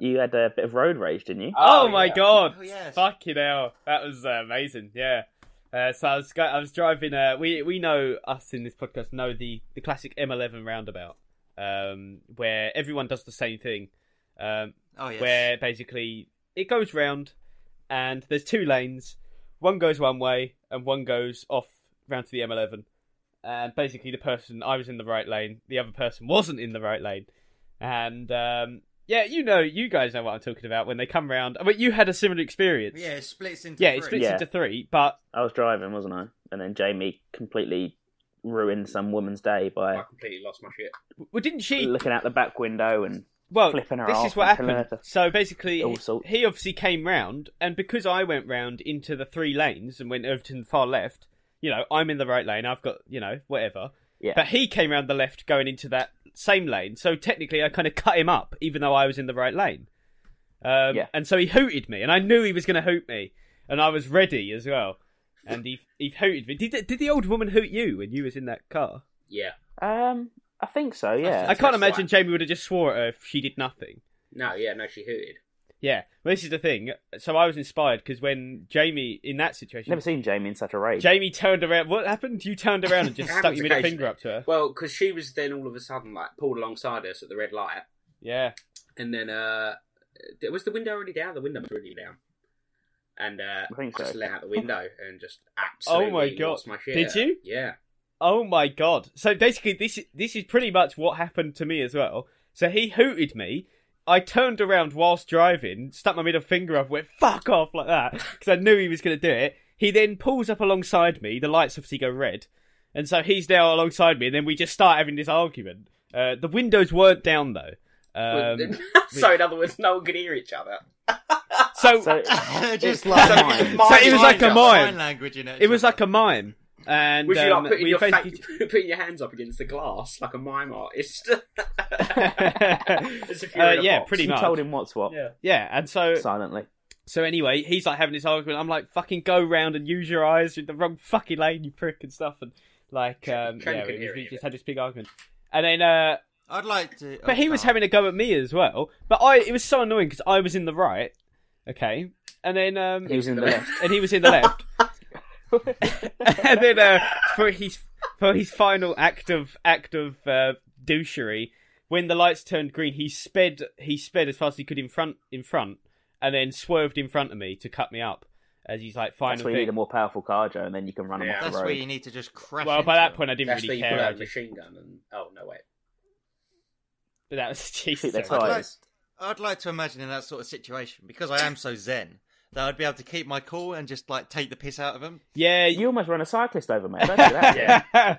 [SPEAKER 3] You had a bit of road rage, didn't you?
[SPEAKER 1] Oh, my god!
[SPEAKER 4] Oh, yes.
[SPEAKER 1] Fucking hell, that was uh, amazing. Yeah. Uh, so I was go- I was driving. Uh, we we know us in this podcast know the the classic M11 roundabout, um, where everyone does the same thing. Um,
[SPEAKER 4] Oh yes.
[SPEAKER 1] where basically it goes round and there's two lanes. One goes one way and one goes off round to the M11. And basically, the person I was in the right lane, the other person wasn't in the right lane. And um, yeah, you know, you guys know what I'm talking about when they come round. I mean, you had a similar experience.
[SPEAKER 4] Yeah, it splits into
[SPEAKER 1] yeah, it
[SPEAKER 4] three.
[SPEAKER 1] splits
[SPEAKER 3] Yeah.
[SPEAKER 1] into three, but
[SPEAKER 3] I was driving, wasn't I? And then Jamie completely ruined some woman's day
[SPEAKER 2] I
[SPEAKER 3] by
[SPEAKER 2] completely lost my shit.
[SPEAKER 1] well, didn't she?
[SPEAKER 3] looking out the back window and
[SPEAKER 1] well,
[SPEAKER 3] flipping her
[SPEAKER 1] this
[SPEAKER 3] off
[SPEAKER 1] is what
[SPEAKER 3] and telling
[SPEAKER 1] happened.
[SPEAKER 3] her to-
[SPEAKER 1] So basically,
[SPEAKER 3] All sorts.
[SPEAKER 1] he obviously came round, and because I went round into the three lanes and went over to the far left, you know, I'm in the right lane. I've got you know whatever,
[SPEAKER 3] yeah.
[SPEAKER 1] but he came round the left, going into that same lane. So technically, I kind of cut him up, even though I was in the right lane. Um,
[SPEAKER 3] Yeah.
[SPEAKER 1] And so he hooted me, and I knew he was going to hoot me, and I was ready as well. And he he hooted me. Did did the old woman hoot you when you was in that car?
[SPEAKER 2] Yeah.
[SPEAKER 3] Um, I think so. Yeah.
[SPEAKER 1] I can't
[SPEAKER 2] that's
[SPEAKER 1] imagine
[SPEAKER 2] right.
[SPEAKER 1] Jamie would have just swore at her if she did nothing.
[SPEAKER 2] No, yeah, no, she hooted.
[SPEAKER 1] Yeah, well, this is the thing. So I was inspired because when Jamie in that situation,
[SPEAKER 3] Never seen Jamie in such a rage.
[SPEAKER 1] Jamie turned around. What happened? You turned around and just
[SPEAKER 2] It
[SPEAKER 1] stuck
[SPEAKER 2] happens
[SPEAKER 1] your middle
[SPEAKER 2] occasionally.
[SPEAKER 1] finger up to her.
[SPEAKER 2] Well, because she was then all of a sudden like pulled alongside us at the red light,
[SPEAKER 1] Yeah,
[SPEAKER 2] and then uh, was the window already down? The window was already down, and uh,
[SPEAKER 3] I think so.
[SPEAKER 2] just let out the window and just absolutely.
[SPEAKER 1] Oh my God.
[SPEAKER 2] lost my shit.
[SPEAKER 1] Did you?
[SPEAKER 2] Yeah.
[SPEAKER 1] Oh my god! So basically, this this is pretty much what happened to me as well. So he hooted me. I turned around whilst driving, stuck my middle finger up, went fuck off like that because I knew he was going to do it. He then pulls up alongside me. The lights obviously go red, and so he's now alongside me. And then we just start having this argument. Uh, the windows weren't down though. Um,
[SPEAKER 2] so in other words, no one could hear each other.
[SPEAKER 1] so,
[SPEAKER 3] So It's
[SPEAKER 4] just like
[SPEAKER 3] like
[SPEAKER 4] mine.
[SPEAKER 3] a
[SPEAKER 1] mime. So it was like a mime.
[SPEAKER 4] Sign language in it.
[SPEAKER 1] it was like a mime. And
[SPEAKER 2] Was you
[SPEAKER 1] um,
[SPEAKER 2] like putting
[SPEAKER 1] we
[SPEAKER 2] your, fa-
[SPEAKER 1] basically-
[SPEAKER 2] putting your hands up against the glass like a mime artist? As if you were
[SPEAKER 1] Uh,
[SPEAKER 2] in a
[SPEAKER 1] yeah,
[SPEAKER 2] box.
[SPEAKER 1] pretty
[SPEAKER 3] you
[SPEAKER 1] much.
[SPEAKER 3] told him what's what
[SPEAKER 2] Yeah.
[SPEAKER 1] Yeah, and so
[SPEAKER 3] silently.
[SPEAKER 1] So anyway, he's like having this argument. I'm like, fucking go round and use your eyes. You're in the wrong fucking lane, you prick, and stuff. And like, um,
[SPEAKER 2] Chen
[SPEAKER 1] yeah,
[SPEAKER 2] couldn't
[SPEAKER 1] we,
[SPEAKER 2] hear
[SPEAKER 1] we
[SPEAKER 2] any of
[SPEAKER 1] just
[SPEAKER 2] it.
[SPEAKER 1] had this big argument. And then, uh,
[SPEAKER 4] I'd like to.
[SPEAKER 1] but
[SPEAKER 4] oh,
[SPEAKER 1] he was
[SPEAKER 4] no.
[SPEAKER 1] having a go at me as well. But I, it was so annoying because I was in the right, okay, and then, um,
[SPEAKER 3] He was in the left.
[SPEAKER 1] and he was in the left. and then uh, for his for his final act of act of uh, douchery, when the lights turned green, he sped he sped as fast as he could in front in front, and then swerved in front of me to cut me up. As he's like
[SPEAKER 3] That's
[SPEAKER 1] final
[SPEAKER 3] where you need a
[SPEAKER 1] thing.
[SPEAKER 3] more powerful car, Joe, and then you can run him
[SPEAKER 2] Yeah.
[SPEAKER 3] off
[SPEAKER 4] That's
[SPEAKER 3] the road.
[SPEAKER 4] where you need to just crash.
[SPEAKER 1] Well, by that point, I didn't
[SPEAKER 2] That's the
[SPEAKER 1] really
[SPEAKER 2] you pull
[SPEAKER 1] care. I
[SPEAKER 2] out a
[SPEAKER 1] just,
[SPEAKER 2] machine gun and oh no wait.
[SPEAKER 1] but that was
[SPEAKER 3] Shoot
[SPEAKER 1] Jesus.
[SPEAKER 3] their
[SPEAKER 4] I'd
[SPEAKER 3] tires.
[SPEAKER 4] like, I'd like to imagine in that sort of situation because I am so zen that I'd be able to keep my cool and just like take the piss out of them.
[SPEAKER 1] Yeah,
[SPEAKER 3] You almost run a cyclist over, mate. Don't do that.
[SPEAKER 1] yeah.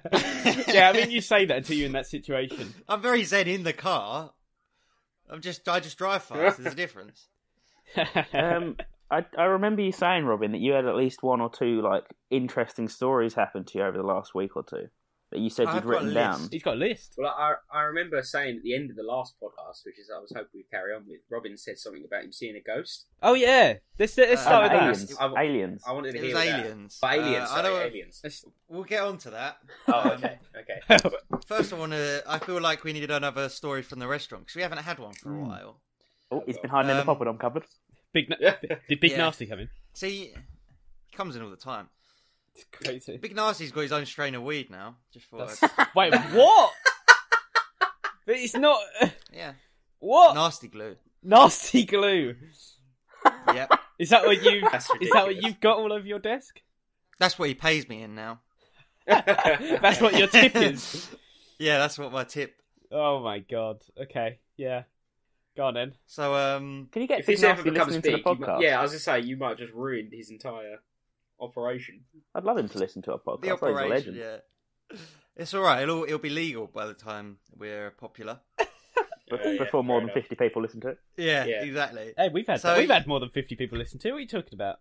[SPEAKER 1] yeah, I mean, you say that until you're in that situation.
[SPEAKER 4] I'm very zen in the car. I'm just I just drive fast. There's a difference.
[SPEAKER 3] um, I, I remember you saying, Robin, that you had at least one or two like interesting stories happen to you over the last week or two that you said
[SPEAKER 4] I've
[SPEAKER 3] you'd
[SPEAKER 4] got a
[SPEAKER 3] written
[SPEAKER 4] list.
[SPEAKER 3] down.
[SPEAKER 1] he's got a list.
[SPEAKER 2] Well, I I remember saying at the end of the last podcast, which is I was hoping we'd carry on with. Robin said something about him seeing a ghost.
[SPEAKER 1] Oh yeah, let's let's
[SPEAKER 4] Uh,
[SPEAKER 1] start with
[SPEAKER 3] Um,
[SPEAKER 1] that.
[SPEAKER 3] aliens.
[SPEAKER 2] I- I-
[SPEAKER 3] aliens.
[SPEAKER 2] I wanted to
[SPEAKER 4] It
[SPEAKER 2] hear
[SPEAKER 4] was
[SPEAKER 2] that.
[SPEAKER 4] aliens.
[SPEAKER 2] But aliens,
[SPEAKER 4] Uh, I
[SPEAKER 2] sorry,
[SPEAKER 4] don't-
[SPEAKER 2] aliens.
[SPEAKER 1] Let's-
[SPEAKER 4] We'll get on to that. Um,
[SPEAKER 2] Oh, okay, okay.
[SPEAKER 4] First, I want to. I feel like we needed another story from the restaurant because we haven't had one for a while.
[SPEAKER 3] Oh, he's been hiding in the
[SPEAKER 4] Um,
[SPEAKER 3] poppadom cupboard.
[SPEAKER 1] Big, na- did Big
[SPEAKER 4] Yeah.
[SPEAKER 1] Nasty come in?
[SPEAKER 4] See, he comes in all the time.
[SPEAKER 1] It's crazy.
[SPEAKER 4] Big Nasty's got his own strain of weed now. Just for
[SPEAKER 1] Wait, what? but it's not
[SPEAKER 4] yeah,
[SPEAKER 1] what
[SPEAKER 4] nasty glue.
[SPEAKER 1] nasty glue.
[SPEAKER 4] Yep,
[SPEAKER 1] Is that what you?
[SPEAKER 2] That's
[SPEAKER 1] Is that what
[SPEAKER 2] ridiculous.
[SPEAKER 1] you've got all over your desk?
[SPEAKER 4] that's what he pays me in now.
[SPEAKER 1] That's what your tip is.
[SPEAKER 4] Yeah, that's what my tip.
[SPEAKER 1] Oh my god. Okay. Yeah. Go on then.
[SPEAKER 4] So, um,
[SPEAKER 3] Can you get
[SPEAKER 2] If this
[SPEAKER 3] people
[SPEAKER 2] ever
[SPEAKER 3] to
[SPEAKER 2] becomes
[SPEAKER 3] listening to the
[SPEAKER 2] big, you might-
[SPEAKER 3] podcast?
[SPEAKER 2] yeah, I was just say you might have just ruined his entire operation.
[SPEAKER 3] I'd love him to listen to our podcast.
[SPEAKER 4] the
[SPEAKER 3] He's a
[SPEAKER 4] operation.
[SPEAKER 3] legend.
[SPEAKER 4] Yeah, it's all right. It'll it'll be legal by the time we're popular.
[SPEAKER 3] Be-
[SPEAKER 2] Yeah, yeah,
[SPEAKER 3] Before
[SPEAKER 2] fair
[SPEAKER 3] more than
[SPEAKER 2] enough.
[SPEAKER 3] fifty people listen to it.
[SPEAKER 4] Yeah,
[SPEAKER 2] Yeah.
[SPEAKER 4] exactly.
[SPEAKER 1] Hey, we've had
[SPEAKER 4] So-
[SPEAKER 1] we've had more than fifty people listen to. it. What are you talking about?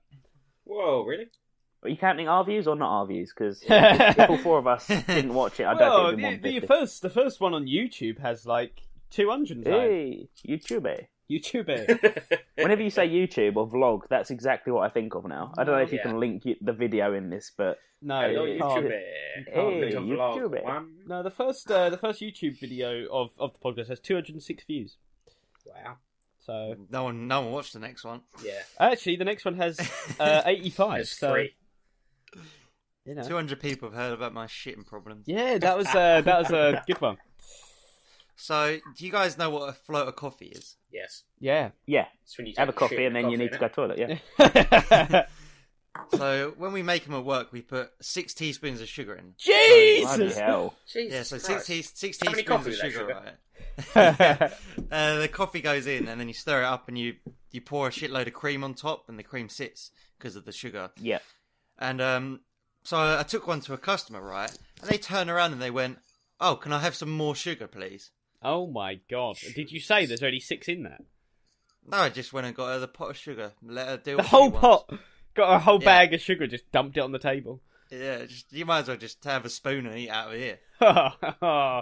[SPEAKER 2] Whoa, really?
[SPEAKER 3] Are you counting our views or not our views? Because if if all four of us didn't watch it, I don't
[SPEAKER 1] Well,
[SPEAKER 3] think
[SPEAKER 1] the,
[SPEAKER 3] we'd
[SPEAKER 1] the
[SPEAKER 3] want fifty.
[SPEAKER 1] first the first one on YouTube has like two hundred.
[SPEAKER 3] Hey, YouTube.
[SPEAKER 1] YouTube.
[SPEAKER 3] Whenever you say YouTube or vlog, that's exactly what I think of now. I don't know if you
[SPEAKER 2] Yeah.
[SPEAKER 3] can link you- the video in this, but
[SPEAKER 1] No,
[SPEAKER 2] Hello,
[SPEAKER 1] you
[SPEAKER 3] it's
[SPEAKER 1] can't.
[SPEAKER 2] YouTuber.
[SPEAKER 3] Hey,
[SPEAKER 2] Little vlog
[SPEAKER 3] YouTuber.
[SPEAKER 2] one.
[SPEAKER 1] No, the first uh, the first YouTube video of, of the podcast has 206 views.
[SPEAKER 2] Wow.
[SPEAKER 1] So
[SPEAKER 4] No one, no one watched the next one.
[SPEAKER 2] Yeah.
[SPEAKER 1] actually, the next one has uh, 85.
[SPEAKER 2] That's
[SPEAKER 1] so
[SPEAKER 2] three.
[SPEAKER 1] you know.
[SPEAKER 4] Two hundred people have heard about my shitting problems.
[SPEAKER 1] yeah, that was uh, that was a good one.
[SPEAKER 4] So, do you guys know what a float of coffee is?
[SPEAKER 2] Yes.
[SPEAKER 1] Yeah.
[SPEAKER 3] yeah,
[SPEAKER 2] It's when you
[SPEAKER 3] have a
[SPEAKER 2] take shit
[SPEAKER 3] coffee and then
[SPEAKER 2] coffee,
[SPEAKER 3] you need to go
[SPEAKER 2] innit?
[SPEAKER 3] toilet. Yeah,
[SPEAKER 4] So, when we make them at work, we put six teaspoons of sugar in.
[SPEAKER 3] bloody
[SPEAKER 1] Jesus.
[SPEAKER 3] hell.
[SPEAKER 2] Jesus.
[SPEAKER 4] Yeah, so six,
[SPEAKER 2] Christ.
[SPEAKER 4] tea- six
[SPEAKER 2] How many
[SPEAKER 4] teaspoons of
[SPEAKER 2] coffee is that
[SPEAKER 4] sugar,
[SPEAKER 2] sugar?
[SPEAKER 4] right? Uh, the coffee goes in, and then you stir it up, and you you pour a shitload of cream on top, and the cream sits because of the sugar.
[SPEAKER 3] Yeah,
[SPEAKER 4] And um, so I, I took one to a customer, right? And they turned around and they went, "Oh, can I have some more sugar, please?"
[SPEAKER 1] oh my god! Did you say there's only six in that?
[SPEAKER 4] No, I just went and got her the pot of sugar, let her do
[SPEAKER 1] The
[SPEAKER 4] what she
[SPEAKER 1] whole
[SPEAKER 4] wants.
[SPEAKER 1] pot got a whole
[SPEAKER 4] Yeah.
[SPEAKER 1] bag of sugar, just dumped it on the table.
[SPEAKER 4] Yeah, just, you might as well just have a spoon and eat out of here.
[SPEAKER 1] oh,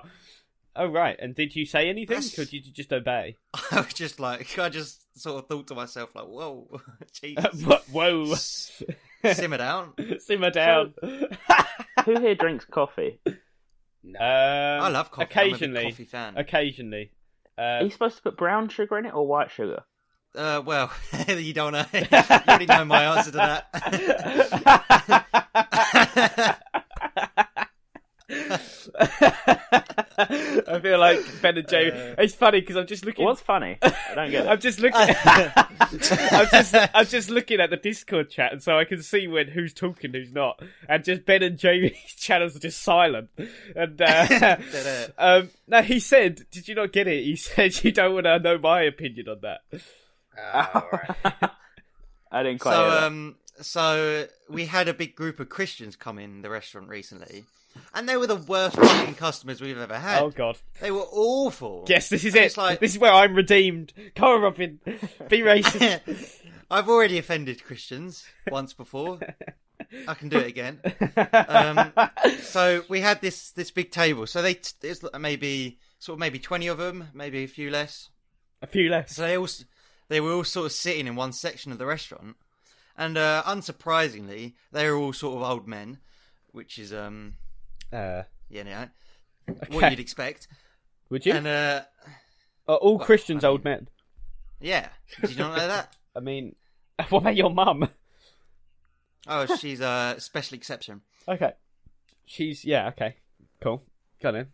[SPEAKER 1] Oh right. And did you say anything?
[SPEAKER 4] That's-
[SPEAKER 1] Or did you just obey?
[SPEAKER 4] I was just like, I just sort of thought to myself, like, whoa, Jesus,
[SPEAKER 1] Wha- Whoa.
[SPEAKER 4] S- simmer down.
[SPEAKER 1] Simmer down. Um,
[SPEAKER 3] Who here drinks coffee?
[SPEAKER 2] No.
[SPEAKER 4] I love coffee.
[SPEAKER 1] Occasionally.
[SPEAKER 4] I'm a big coffee fan.
[SPEAKER 1] Occasionally.
[SPEAKER 3] Are
[SPEAKER 1] Uh,
[SPEAKER 3] you supposed to put brown sugar in it or white sugar?
[SPEAKER 4] Uh, well, you don't know. you already know my answer to that.
[SPEAKER 1] Um, I feel like Ben and Jamie.
[SPEAKER 4] Uh,
[SPEAKER 1] it's funny because I'm just looking.
[SPEAKER 3] What's funny? I don't get
[SPEAKER 1] I'm
[SPEAKER 3] it.
[SPEAKER 1] just looking. I'm just I'm just looking at the Discord chat, and so I can see when who's talking, who's not, and just Ben and Jamie's channels are just silent. And uh,
[SPEAKER 4] Dead air.
[SPEAKER 1] um, no, he said, "Did you not get it?" He said, "You don't want to know my opinion on that."
[SPEAKER 2] Ah, alright.
[SPEAKER 3] I didn't quite hear
[SPEAKER 4] so
[SPEAKER 3] that.
[SPEAKER 4] um so we had a big group of Christians come in the restaurant recently, and they were the worst fucking customers we've ever had.
[SPEAKER 1] Oh God!
[SPEAKER 4] They were awful.
[SPEAKER 1] Yes, this is
[SPEAKER 4] And
[SPEAKER 1] it.
[SPEAKER 4] it's like-
[SPEAKER 1] This is where I'm redeemed. Come on, Robin, be racist.
[SPEAKER 4] I've already offended Christians once before. I can do it again. Um, so we had this this big table. So they t- there's maybe sort of maybe twenty of them, maybe a few less.
[SPEAKER 1] A few less.
[SPEAKER 4] So they all s- they were all sort of sitting in one section of the restaurant, and uh, unsurprisingly, they were all sort of old men, which is um
[SPEAKER 1] Uh,
[SPEAKER 4] yeah, yeah
[SPEAKER 1] Okay.
[SPEAKER 4] what you'd expect.
[SPEAKER 1] would you?
[SPEAKER 4] And uh,
[SPEAKER 1] Are all Christians
[SPEAKER 4] I mean-
[SPEAKER 1] old men?
[SPEAKER 4] yeah, did you not know that?
[SPEAKER 1] I mean, what about your mum?
[SPEAKER 4] Oh, she's a special exception.
[SPEAKER 1] Okay. She's yeah, okay. Cool. Got in.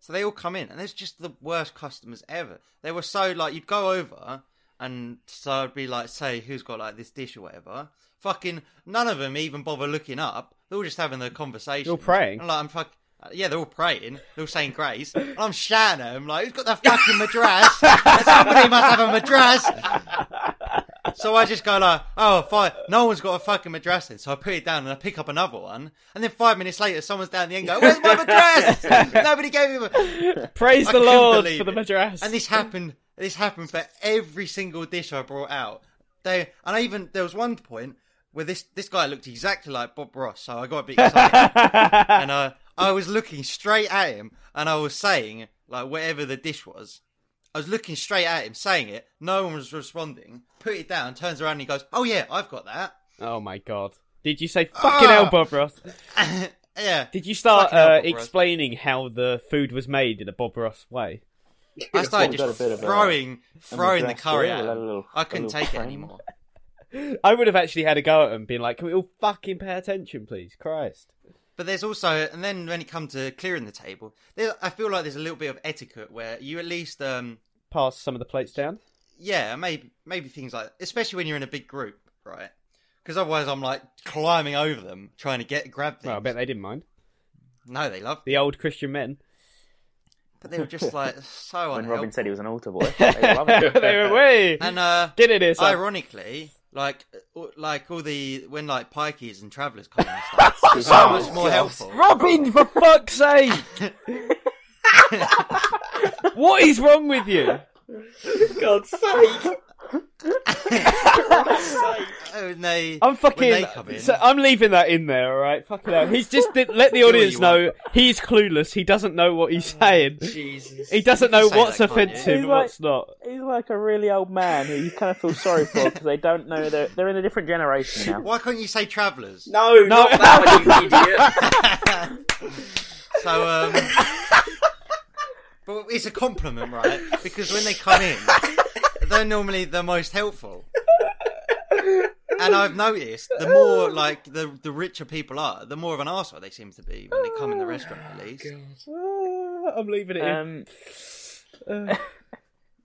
[SPEAKER 4] So they all come in, and there's just the worst customers ever. They were so like you'd go over, and so I'd be like, say who's got like this dish or whatever. Fucking none of them even bother looking up. They're all just having their conversation.
[SPEAKER 1] They're all praying.
[SPEAKER 4] And, like I'm fuck. uh, Yeah, they're all praying. They're all saying grace. And I'm shouting at them, like, who's got that fucking madras? Somebody must have a madras. So I just go like, oh, fine. No one's got a fucking madras then. So I put it down and I pick up another one. And then five minutes later, someone's down the end going, where's my madras? Nobody gave me one.
[SPEAKER 1] Praise
[SPEAKER 4] I
[SPEAKER 1] the
[SPEAKER 4] couldn't
[SPEAKER 1] Lord
[SPEAKER 4] believe
[SPEAKER 1] for the
[SPEAKER 4] it.
[SPEAKER 1] madras.
[SPEAKER 4] And this happened. This happened for every single dish I brought out. They and I even there was one point where this this guy looked exactly like Bob Ross, so I got a bit excited, and I I was looking straight at him, and I was saying like whatever the dish was. I was looking straight at him, saying it. No one was responding. Put it down. Turns around and he goes, "Oh yeah, I've got that."
[SPEAKER 1] oh my god. Did you say fucking hell,
[SPEAKER 4] Ah!
[SPEAKER 1] Bob Ross?
[SPEAKER 4] yeah.
[SPEAKER 1] Did you start
[SPEAKER 4] Fucking hell,
[SPEAKER 1] uh,
[SPEAKER 4] Bob Ross.
[SPEAKER 1] explaining how the food was made in a Bob Ross way?
[SPEAKER 4] I started
[SPEAKER 3] We've got
[SPEAKER 4] just
[SPEAKER 3] a bit of uh, a-
[SPEAKER 4] throwing, throwing the
[SPEAKER 3] dress
[SPEAKER 4] curry
[SPEAKER 3] there,
[SPEAKER 4] at
[SPEAKER 3] a
[SPEAKER 4] him.
[SPEAKER 3] little-
[SPEAKER 4] I
[SPEAKER 3] a
[SPEAKER 4] couldn't
[SPEAKER 3] little
[SPEAKER 4] take it
[SPEAKER 3] frame.
[SPEAKER 4] anymore.
[SPEAKER 1] I would have actually had a go at him, being like, "Can we all fucking pay attention, please? Christ!"
[SPEAKER 4] But there's also, and then when it comes to clearing the table, there, I feel like there's a little bit of etiquette where you at least, um,
[SPEAKER 1] Pass some of the plates down.
[SPEAKER 4] yeah, maybe maybe things like, especially when you're in a big group, right? Because otherwise, I'm like climbing over them trying to get grab things.
[SPEAKER 1] Well, I bet they didn't mind.
[SPEAKER 4] No, they love,
[SPEAKER 1] The old Christian men.
[SPEAKER 4] but they were just like so
[SPEAKER 3] When
[SPEAKER 4] unhelpful.
[SPEAKER 3] Robin said he was an altar boy, they love it.
[SPEAKER 1] they were way.
[SPEAKER 4] and uh,
[SPEAKER 1] Get in here, son.
[SPEAKER 4] ironically, like uh, like all the when like pikeys and travellers come in and stuff, it's so much more helpful.
[SPEAKER 1] Robin, for fuck's sake! what is wrong with you?
[SPEAKER 2] God's sake.
[SPEAKER 4] When they,
[SPEAKER 1] I'm
[SPEAKER 4] when they
[SPEAKER 1] fucking.
[SPEAKER 4] come in,
[SPEAKER 1] So uh, I'm leaving that in there, all right? Fucking hell. He's just let the
[SPEAKER 4] what
[SPEAKER 1] audience
[SPEAKER 4] you Oh,
[SPEAKER 1] know he's clueless. He doesn't know what he's saying.
[SPEAKER 2] Jesus.
[SPEAKER 1] He doesn't
[SPEAKER 4] You
[SPEAKER 1] know
[SPEAKER 4] can say
[SPEAKER 1] what's
[SPEAKER 4] that, can't you?
[SPEAKER 1] offensive and
[SPEAKER 3] He's like-
[SPEAKER 1] what's not.
[SPEAKER 3] He's like a really old man who you kind of feel sorry for because they don't know they're they're in a different generation now.
[SPEAKER 4] why can't you say travellers?
[SPEAKER 2] No, not that one, you idiot.
[SPEAKER 4] So, um, but it's a compliment, right? Because when they come in, they're normally the most helpful. And I've noticed the more like the the richer people are, the more of an arsehole they seem to be when they come
[SPEAKER 1] Oh,
[SPEAKER 4] in the restaurant, at least.
[SPEAKER 1] Ah, I'm leaving it
[SPEAKER 3] Um,
[SPEAKER 4] Um,
[SPEAKER 1] in.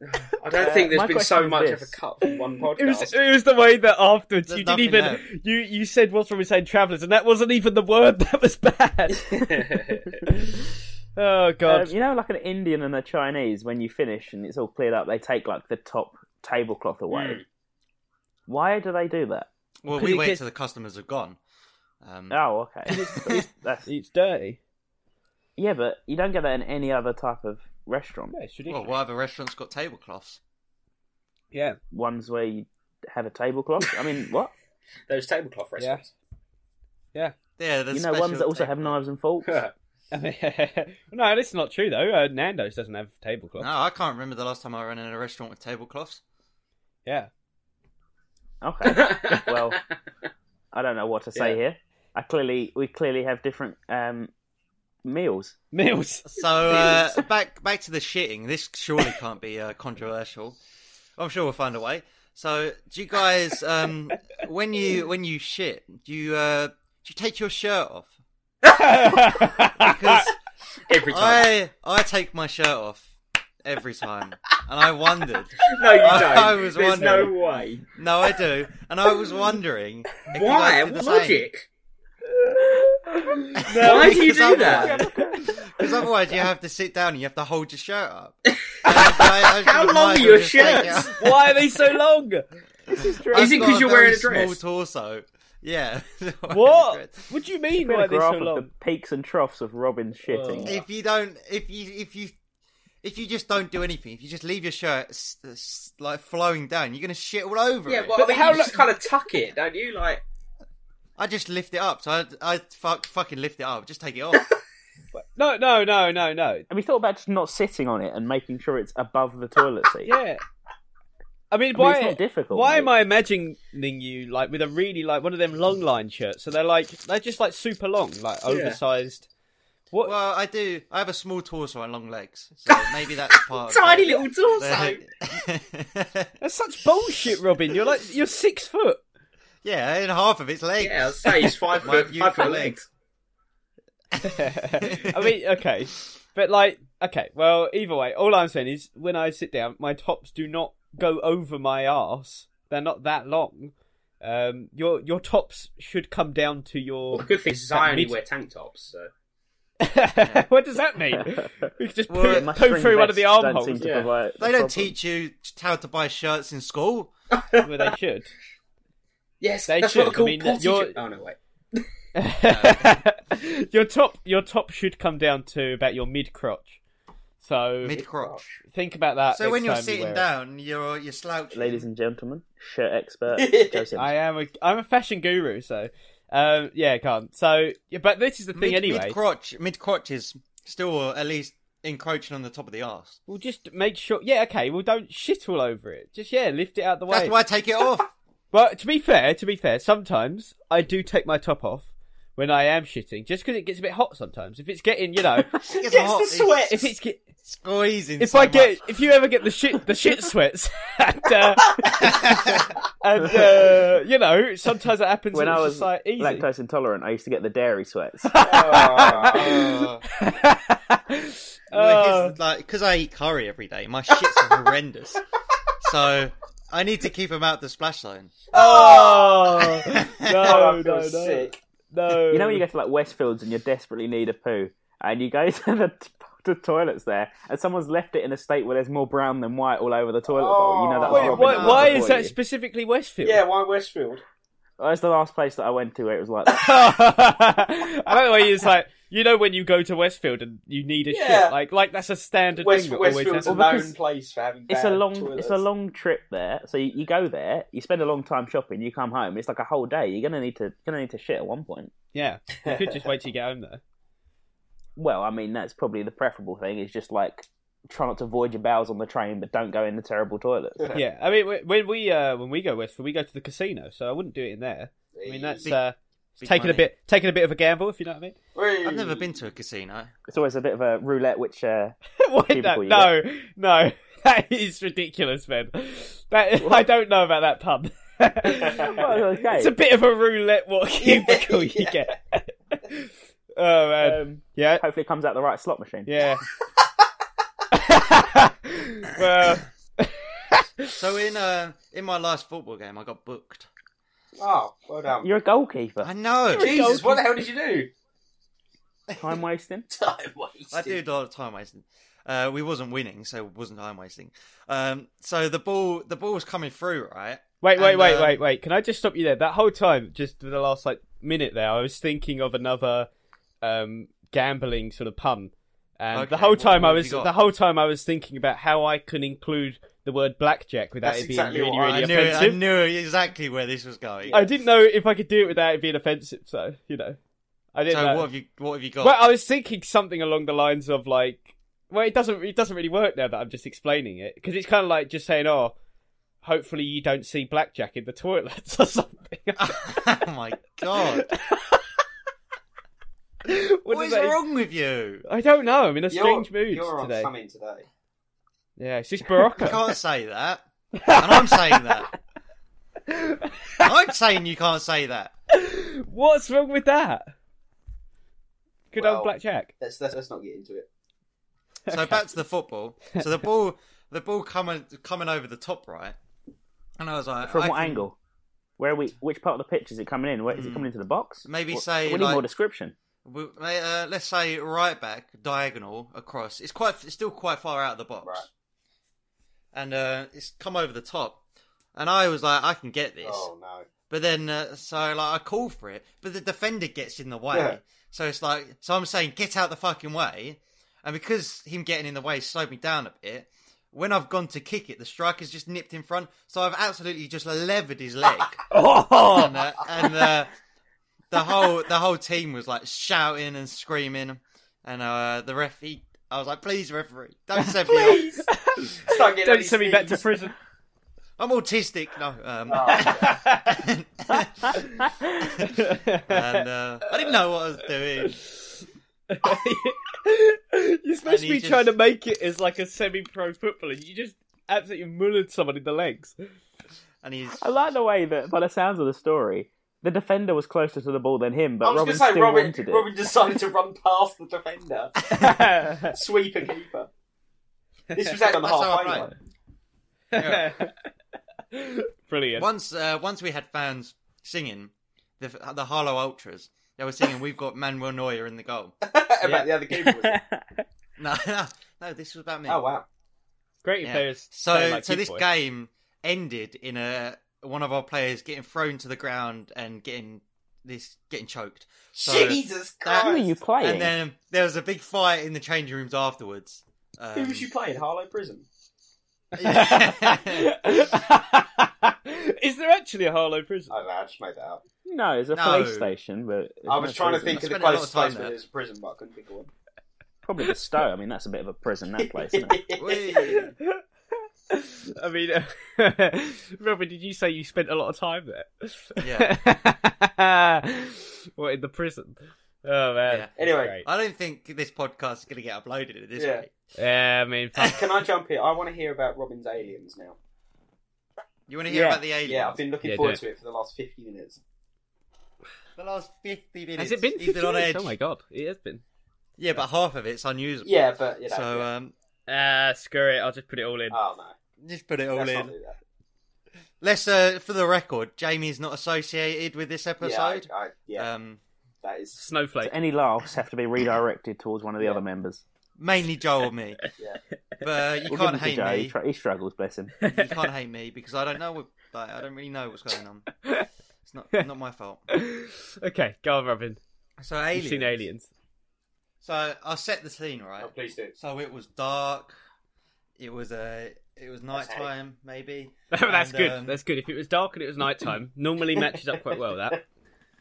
[SPEAKER 1] Uh,
[SPEAKER 2] I don't think there's
[SPEAKER 3] my
[SPEAKER 2] been
[SPEAKER 3] question
[SPEAKER 2] so
[SPEAKER 3] is
[SPEAKER 2] much
[SPEAKER 3] this.
[SPEAKER 2] of a cut from one podcast.
[SPEAKER 1] it was it was the way that afterwards
[SPEAKER 4] There's
[SPEAKER 1] you didn't
[SPEAKER 4] nothing
[SPEAKER 1] even
[SPEAKER 4] there.
[SPEAKER 1] you you said what's wrong with saying travellers and that wasn't even the word that was bad. oh
[SPEAKER 3] um,
[SPEAKER 1] god.
[SPEAKER 3] you know, like an Indian and a Chinese, when you finish and it's all cleared up, they take like the top tablecloth away. Why do they do that?
[SPEAKER 4] Well,
[SPEAKER 1] Could
[SPEAKER 4] we
[SPEAKER 1] you
[SPEAKER 4] wait
[SPEAKER 1] get-
[SPEAKER 4] till the customers have gone. Um,
[SPEAKER 3] Oh, okay. That's,
[SPEAKER 1] it's dirty.
[SPEAKER 3] yeah, but you don't get that in any other type of restaurant.
[SPEAKER 1] Yeah, it's traditional.
[SPEAKER 4] well, why have a restaurant's got tablecloths?
[SPEAKER 1] Yeah.
[SPEAKER 3] Ones where you have a tablecloth. I mean, what?
[SPEAKER 2] Those tablecloth restaurants.
[SPEAKER 4] Yeah, there's
[SPEAKER 3] you know, ones
[SPEAKER 4] special
[SPEAKER 3] that also have
[SPEAKER 4] table-
[SPEAKER 3] knives and forks.
[SPEAKER 1] no, that's not true though. Uh, Nando's doesn't have tablecloth.
[SPEAKER 4] No, I can't remember the last time I ran in a restaurant with tablecloths.
[SPEAKER 1] Yeah,
[SPEAKER 3] Okay. Well, I don't know what to say
[SPEAKER 1] Yeah.
[SPEAKER 3] here. I clearly we clearly have different um, meals.
[SPEAKER 1] meals.
[SPEAKER 4] So uh, back back to the shitting. This surely can't be uh, controversial. I'm sure we'll find a way. So do you guys um, when you when you shit do you uh, do you take your shirt off? Because
[SPEAKER 2] Every time.
[SPEAKER 4] I I take my shirt off every time, and I wondered.
[SPEAKER 2] No, you
[SPEAKER 4] I-
[SPEAKER 2] don't.
[SPEAKER 4] I was
[SPEAKER 2] There's
[SPEAKER 4] wondering.
[SPEAKER 2] no way.
[SPEAKER 4] No, I do, and I was wondering if you
[SPEAKER 2] Why?
[SPEAKER 4] guys did the same.
[SPEAKER 2] Logic. Why do you do that?
[SPEAKER 4] Because otherwise, you have to sit down and you have to hold your shirt up. And I- I
[SPEAKER 2] How long
[SPEAKER 4] would like
[SPEAKER 2] are
[SPEAKER 4] to
[SPEAKER 2] your
[SPEAKER 4] just take it
[SPEAKER 2] shirts?
[SPEAKER 4] out.
[SPEAKER 1] Why are they so long?
[SPEAKER 2] Is it
[SPEAKER 4] I've
[SPEAKER 2] 'cause
[SPEAKER 4] got
[SPEAKER 2] you're wearing
[SPEAKER 4] very
[SPEAKER 2] a dress?
[SPEAKER 4] Small torso. Yeah.
[SPEAKER 1] What? What do you mean?
[SPEAKER 3] Been
[SPEAKER 1] Why
[SPEAKER 3] a
[SPEAKER 1] are they so
[SPEAKER 3] graph of
[SPEAKER 1] long?
[SPEAKER 3] the peaks and troughs of Robin shitting.
[SPEAKER 1] Oh.
[SPEAKER 4] If you don't, if you, if you, if you just don't do anything, if you just leave your shirt s- s- like flowing down, you're gonna shit all over
[SPEAKER 2] Yeah,
[SPEAKER 4] it.
[SPEAKER 2] well, I
[SPEAKER 1] But
[SPEAKER 2] mean,
[SPEAKER 1] how
[SPEAKER 2] you just kind of tuck it, don't you? Like,
[SPEAKER 4] I just lift it up, so I, I fuck, fucking lift it up. Just take it off.
[SPEAKER 1] No, no, no, no, no.
[SPEAKER 3] Have you thought about just not sitting on it and making sure it's above the toilet seat?
[SPEAKER 1] Yeah. I mean,
[SPEAKER 3] I mean, it's
[SPEAKER 1] why?
[SPEAKER 3] not difficult.
[SPEAKER 1] Why
[SPEAKER 3] mate.
[SPEAKER 1] am I imagining you like with a really like one of them long line shirts? So they're like they're just like super long, like oversized. What?
[SPEAKER 4] well, I do. I have a small torso and long legs, so maybe that's part.
[SPEAKER 2] tiny
[SPEAKER 4] of
[SPEAKER 2] little torso.
[SPEAKER 4] it.
[SPEAKER 1] That's such bullshit, Robin. You're like you're six foot.
[SPEAKER 4] yeah, and half of its legs.
[SPEAKER 2] Yeah, I'd say he's five
[SPEAKER 4] My
[SPEAKER 2] foot, five
[SPEAKER 4] beautiful
[SPEAKER 2] foot legs.
[SPEAKER 1] I mean, okay, but like, okay, well, either way, all I'm saying is when I sit down, my tops do not go over my arse. They're not that long. Um, your your tops should come down to your.
[SPEAKER 2] Well, the good thing is I only
[SPEAKER 1] Mid-
[SPEAKER 2] wear tank tops, so.
[SPEAKER 1] what does that mean? We could just
[SPEAKER 4] Well,
[SPEAKER 1] poo-
[SPEAKER 4] yeah,
[SPEAKER 3] My
[SPEAKER 1] poo
[SPEAKER 3] string
[SPEAKER 1] through one of the
[SPEAKER 3] vests don't
[SPEAKER 1] armholes
[SPEAKER 3] seem to
[SPEAKER 2] Yeah.
[SPEAKER 3] provide a
[SPEAKER 4] They don't
[SPEAKER 3] problem.
[SPEAKER 4] teach you how to buy shirts in school.
[SPEAKER 1] where they should.
[SPEAKER 2] Yes,
[SPEAKER 1] They
[SPEAKER 2] that's
[SPEAKER 1] should.
[SPEAKER 2] what they're
[SPEAKER 1] I
[SPEAKER 2] called.
[SPEAKER 1] mean,
[SPEAKER 2] potty
[SPEAKER 1] you're-
[SPEAKER 2] jo- Oh, no, wait.
[SPEAKER 1] your top your top should come down to about your mid crotch. So
[SPEAKER 4] Mid crotch.
[SPEAKER 1] think about that.
[SPEAKER 4] So
[SPEAKER 1] next
[SPEAKER 4] when you're
[SPEAKER 1] time you wear
[SPEAKER 4] sitting
[SPEAKER 1] it.
[SPEAKER 4] down, you're you're slouching.
[SPEAKER 3] Ladies and gentlemen, shirt expert Joseph.
[SPEAKER 1] I am a I'm a fashion guru, so um, yeah, can't. So yeah, but this is the thing
[SPEAKER 4] mid,
[SPEAKER 1] anyway.
[SPEAKER 4] crotch, mid crotch is still at least encroaching on the top of the arse.
[SPEAKER 1] We'll just make sure. Yeah, okay. Well, don't shit all over it. Just yeah, lift it out the way.
[SPEAKER 4] That's why I take it off.
[SPEAKER 1] But to be fair, to be fair, sometimes I do take my top off when I am shitting, just because it gets a bit hot sometimes. If it's getting, you know,
[SPEAKER 4] It gets
[SPEAKER 2] Yes,
[SPEAKER 4] hot,
[SPEAKER 2] the
[SPEAKER 4] it's
[SPEAKER 2] sweat.
[SPEAKER 1] if it's get,
[SPEAKER 4] squeezing.
[SPEAKER 1] if
[SPEAKER 4] so
[SPEAKER 1] I get
[SPEAKER 4] much.
[SPEAKER 1] if you ever get the shit the shit sweats and uh, and uh, you know sometimes it happens
[SPEAKER 3] when
[SPEAKER 1] and
[SPEAKER 3] I
[SPEAKER 1] it's
[SPEAKER 3] was
[SPEAKER 1] just like easy.
[SPEAKER 3] lactose intolerant, I used to get the dairy sweats.
[SPEAKER 2] Oh,
[SPEAKER 4] Uh, well,
[SPEAKER 1] Uh,
[SPEAKER 4] here's the- like because I eat curry every day, my shits are horrendous. so I need to keep them out the splash zone.
[SPEAKER 1] oh no
[SPEAKER 2] Oh, I
[SPEAKER 1] no
[SPEAKER 2] feel
[SPEAKER 1] no
[SPEAKER 2] sick.
[SPEAKER 1] no!
[SPEAKER 3] you know when you go to like Westfields and you desperately need a poo, and you go to the, the toilets there, and someone's left it in a state where there's more brown than white all over the toilet bowl. You know that's
[SPEAKER 2] Wait,
[SPEAKER 3] Robin
[SPEAKER 1] Oh, why,
[SPEAKER 3] done
[SPEAKER 1] why
[SPEAKER 3] before
[SPEAKER 1] is that
[SPEAKER 3] you.
[SPEAKER 1] specifically Westfield?
[SPEAKER 2] Yeah, why Westfield?
[SPEAKER 3] That's the last place that I went to where it was like that.
[SPEAKER 1] I like the way it's like you know when you go to Westfield and you need a
[SPEAKER 2] Yeah.
[SPEAKER 1] shit like like that's a standard
[SPEAKER 2] West,
[SPEAKER 1] thing. that always
[SPEAKER 2] Westfield's
[SPEAKER 1] happens.
[SPEAKER 2] a
[SPEAKER 3] Well, because
[SPEAKER 2] known place for having
[SPEAKER 3] it's a
[SPEAKER 2] bad
[SPEAKER 3] long
[SPEAKER 2] toilets.
[SPEAKER 3] it's a long trip there. So you, you go there, you spend a long time shopping, you come home, it's like a whole day. You're gonna need to you're gonna need to shit at one point.
[SPEAKER 1] Yeah, you could just wait till you get home though.
[SPEAKER 3] Well, I mean that's probably the preferable thing. Is just like try not to void your bowels on the train, but don't go in the terrible toilets.
[SPEAKER 1] Yeah, I mean wh- when we uh, when we go Westfield, we go to the casino, so I wouldn't do it in there. I mean that's
[SPEAKER 4] Big-
[SPEAKER 1] uh,
[SPEAKER 4] big
[SPEAKER 1] taking a
[SPEAKER 4] money.
[SPEAKER 1] bit taking a bit of a gamble, if you know what I mean.
[SPEAKER 2] Whee!
[SPEAKER 4] I've never been to a casino.
[SPEAKER 3] It's always a bit of a roulette, which uh,
[SPEAKER 1] Why
[SPEAKER 3] People
[SPEAKER 1] no,
[SPEAKER 3] you
[SPEAKER 1] no, no, that is ridiculous, man. That I don't know about that pub.
[SPEAKER 3] Well, okay.
[SPEAKER 1] It's a bit of a roulette what cubicle you
[SPEAKER 2] Yeah.
[SPEAKER 1] get. oh man,
[SPEAKER 3] um,
[SPEAKER 1] yeah,
[SPEAKER 3] hopefully comes out the right slot machine.
[SPEAKER 1] yeah. well,
[SPEAKER 4] So in uh, in my last football game, I got booked.
[SPEAKER 2] Oh, well done.
[SPEAKER 3] You're a goalkeeper.
[SPEAKER 4] I know.
[SPEAKER 2] Jesus, what the hell did you do?
[SPEAKER 3] Time wasting.
[SPEAKER 2] Time wasted.
[SPEAKER 4] I did a lot of time wasting. Uh, we wasn't winning, so it wasn't time wasting. Um, so the ball, the ball was coming through, right?
[SPEAKER 1] wait, wait,
[SPEAKER 4] And,
[SPEAKER 1] wait,
[SPEAKER 4] uh,
[SPEAKER 1] wait, wait. Can I just stop you there? That whole time, just for the last like minute there, I was thinking of another um, gambling sort of pun, and the
[SPEAKER 4] Okay,
[SPEAKER 1] whole
[SPEAKER 4] what-
[SPEAKER 1] time
[SPEAKER 4] what
[SPEAKER 1] I
[SPEAKER 4] have
[SPEAKER 1] was
[SPEAKER 4] you got?
[SPEAKER 1] the whole time I was thinking about how I can include the word blackjack without
[SPEAKER 2] That's
[SPEAKER 1] it being
[SPEAKER 2] exactly
[SPEAKER 1] really,
[SPEAKER 2] what
[SPEAKER 1] really
[SPEAKER 4] I knew, it, I
[SPEAKER 1] offensive.
[SPEAKER 4] knew exactly where this was going.
[SPEAKER 1] I didn't know if I could do it without it being offensive, so you know, I I didn't
[SPEAKER 4] So
[SPEAKER 1] know.
[SPEAKER 4] what have you what have you got?
[SPEAKER 1] Well, I was thinking something along the lines of like, well, it doesn't it doesn't really work now that I'm just explaining it because it's kind of like just saying, oh, hopefully you don't see blackjack in the toilets or something.
[SPEAKER 4] oh my god!
[SPEAKER 1] What
[SPEAKER 4] what
[SPEAKER 1] does
[SPEAKER 4] is
[SPEAKER 1] that-
[SPEAKER 4] wrong with you?
[SPEAKER 1] I don't know. I'm in a strange mood
[SPEAKER 2] You're
[SPEAKER 1] today.
[SPEAKER 2] on something today.
[SPEAKER 1] Yeah, it's just
[SPEAKER 4] You
[SPEAKER 1] Barocco.
[SPEAKER 4] can't say that, and I'm saying that. I'm saying you can't say that.
[SPEAKER 1] What's wrong with that? Good
[SPEAKER 2] Well,
[SPEAKER 1] old blackjack.
[SPEAKER 2] Let's, let's let's not get into it.
[SPEAKER 4] So back to the football. So the ball, the ball coming coming over the top right, and I was like,
[SPEAKER 3] From
[SPEAKER 4] I
[SPEAKER 3] what
[SPEAKER 4] can-
[SPEAKER 3] angle? Where are we? Which part of the pitch is it coming in? Where is it coming into the box?
[SPEAKER 4] Maybe
[SPEAKER 3] What-
[SPEAKER 4] say,
[SPEAKER 3] we need
[SPEAKER 4] like-
[SPEAKER 3] more description.
[SPEAKER 4] we- Uh, let's say right back, diagonal across. It's quite, it's still quite far out of the box,
[SPEAKER 2] Right.
[SPEAKER 4] and uh, it's come over the top. And I was like, I can get this,
[SPEAKER 2] Oh no.
[SPEAKER 4] but then uh, so like I call for it, but the defender gets in the way.
[SPEAKER 2] Yeah.
[SPEAKER 4] So it's like, so I'm saying, get out the fucking way, and because him getting in the way slowed me down a bit. When I've gone to kick it, the striker's just nipped in front, so I've absolutely just levered his leg.
[SPEAKER 1] Oh,
[SPEAKER 4] and uh, and uh, the whole the whole team was like shouting and screaming, and uh, the ref he, I was like, please referee, don't send me. off.
[SPEAKER 2] Please. Start getting
[SPEAKER 1] don't
[SPEAKER 2] these
[SPEAKER 1] send me back to
[SPEAKER 2] things.
[SPEAKER 1] prison.
[SPEAKER 4] I'm autistic. No, um, and uh, I didn't know what I was doing.
[SPEAKER 1] You're supposed
[SPEAKER 4] And
[SPEAKER 1] to
[SPEAKER 4] he
[SPEAKER 1] be
[SPEAKER 4] just-
[SPEAKER 1] trying to make it as like a semi-pro footballer. You just absolutely mullered someone in the legs.
[SPEAKER 4] And he's
[SPEAKER 3] I like the way that, by the sounds of the story, the defender was closer to the ball than him,
[SPEAKER 2] I
[SPEAKER 3] but
[SPEAKER 2] was
[SPEAKER 3] Robin
[SPEAKER 2] going to say
[SPEAKER 3] still
[SPEAKER 2] Robin.
[SPEAKER 3] wanted it.
[SPEAKER 2] Robin decided to run past the defender,
[SPEAKER 1] yeah,
[SPEAKER 2] sweep a keeper. This was out on the
[SPEAKER 4] That's how I
[SPEAKER 2] halfway
[SPEAKER 4] play.
[SPEAKER 2] line.
[SPEAKER 1] Brilliant.
[SPEAKER 4] once uh, once we had fans singing the the Harlow Ultras. They were singing, "We've got Manuel Neuer in the goal."
[SPEAKER 1] Yeah.
[SPEAKER 2] About the other keeper. was it?
[SPEAKER 4] No, no, no. This was about me.
[SPEAKER 2] Oh wow.
[SPEAKER 1] Great
[SPEAKER 4] Yeah.
[SPEAKER 1] players.
[SPEAKER 4] So,
[SPEAKER 1] play like
[SPEAKER 4] so
[SPEAKER 1] you,
[SPEAKER 4] this
[SPEAKER 1] boy.
[SPEAKER 4] game ended in a one of our players getting thrown to the ground and getting this getting choked. So,
[SPEAKER 2] Jesus Christ.
[SPEAKER 3] Who are you playing?
[SPEAKER 4] and then there was a big fight in the changing rooms afterwards. Um,
[SPEAKER 2] Who was you playing? Harlow Prison.
[SPEAKER 4] yeah.
[SPEAKER 1] Is there actually a Harlow prison?
[SPEAKER 2] I don't know. Oh, I just made that up.
[SPEAKER 3] no, it's a
[SPEAKER 4] No.
[SPEAKER 3] police station, but
[SPEAKER 2] I was trying to think of
[SPEAKER 4] I
[SPEAKER 2] the
[SPEAKER 4] spent a lot of
[SPEAKER 2] closest
[SPEAKER 4] time
[SPEAKER 2] place
[SPEAKER 4] there.
[SPEAKER 2] where there's a prison, but I couldn't think of one.
[SPEAKER 3] Probably the Stowe. I mean, that's a bit of a prison. That place. Isn't it?
[SPEAKER 4] Whee.
[SPEAKER 1] I mean, uh, Robin, did you say you spent a lot of time there?
[SPEAKER 4] Yeah.
[SPEAKER 1] what in the prison? Oh
[SPEAKER 4] Yeah.
[SPEAKER 1] man.
[SPEAKER 2] Anyway.
[SPEAKER 4] I don't think this podcast is going to get uploaded at this
[SPEAKER 2] Yeah.
[SPEAKER 4] rate.
[SPEAKER 1] Great. yeah, I mean, fuck.
[SPEAKER 2] Uh, Can I jump here? I want to hear about Robin's aliens now.
[SPEAKER 4] You want to hear
[SPEAKER 3] Yeah.
[SPEAKER 4] about the aliens?
[SPEAKER 2] Yeah, I've been looking
[SPEAKER 1] Yeah, do
[SPEAKER 2] forward
[SPEAKER 1] it.
[SPEAKER 2] to it for the last 50 minutes.
[SPEAKER 4] The last fifty minutes.
[SPEAKER 1] has it been
[SPEAKER 4] he's
[SPEAKER 1] 50
[SPEAKER 4] on
[SPEAKER 1] minutes?
[SPEAKER 4] edge.
[SPEAKER 1] Oh my god, it has been.
[SPEAKER 4] Yeah, but half of it's unusable.
[SPEAKER 2] Yeah, but, you know.
[SPEAKER 4] So
[SPEAKER 2] yeah.
[SPEAKER 4] um,
[SPEAKER 1] Ah, screw it. I'll just put it all in.
[SPEAKER 2] oh, no.
[SPEAKER 4] just put it all
[SPEAKER 2] Let's
[SPEAKER 4] in.
[SPEAKER 2] not do that.
[SPEAKER 4] Let's, uh, for the record, Jamie's not associated with this episode.
[SPEAKER 2] Yeah, I, I, yeah
[SPEAKER 4] Um,
[SPEAKER 2] that is.
[SPEAKER 1] Snowflake.
[SPEAKER 3] Any laughs have to be redirected towards one of the
[SPEAKER 2] Yeah.
[SPEAKER 3] other members.
[SPEAKER 4] mainly Joel and me.
[SPEAKER 2] Yeah.
[SPEAKER 4] But uh, you
[SPEAKER 3] We'll give
[SPEAKER 4] can't
[SPEAKER 3] him to
[SPEAKER 4] hate
[SPEAKER 3] Joe. He,
[SPEAKER 4] me.
[SPEAKER 3] tr- he struggles, bless him.
[SPEAKER 4] You can't hate me because I don't know. What, like, I don't really know what's going on. It's not not my fault.
[SPEAKER 1] okay, go on, Robin.
[SPEAKER 4] So
[SPEAKER 1] You've
[SPEAKER 4] aliens.
[SPEAKER 1] seen aliens.
[SPEAKER 4] So I'll set the scene right.
[SPEAKER 2] Oh, please do.
[SPEAKER 4] So it was dark. It was uh, it was nighttime maybe.
[SPEAKER 1] That's
[SPEAKER 4] And,
[SPEAKER 1] good.
[SPEAKER 4] um,
[SPEAKER 1] That's good. If it was dark and it was nighttime, normally matches up quite well. That.
[SPEAKER 2] It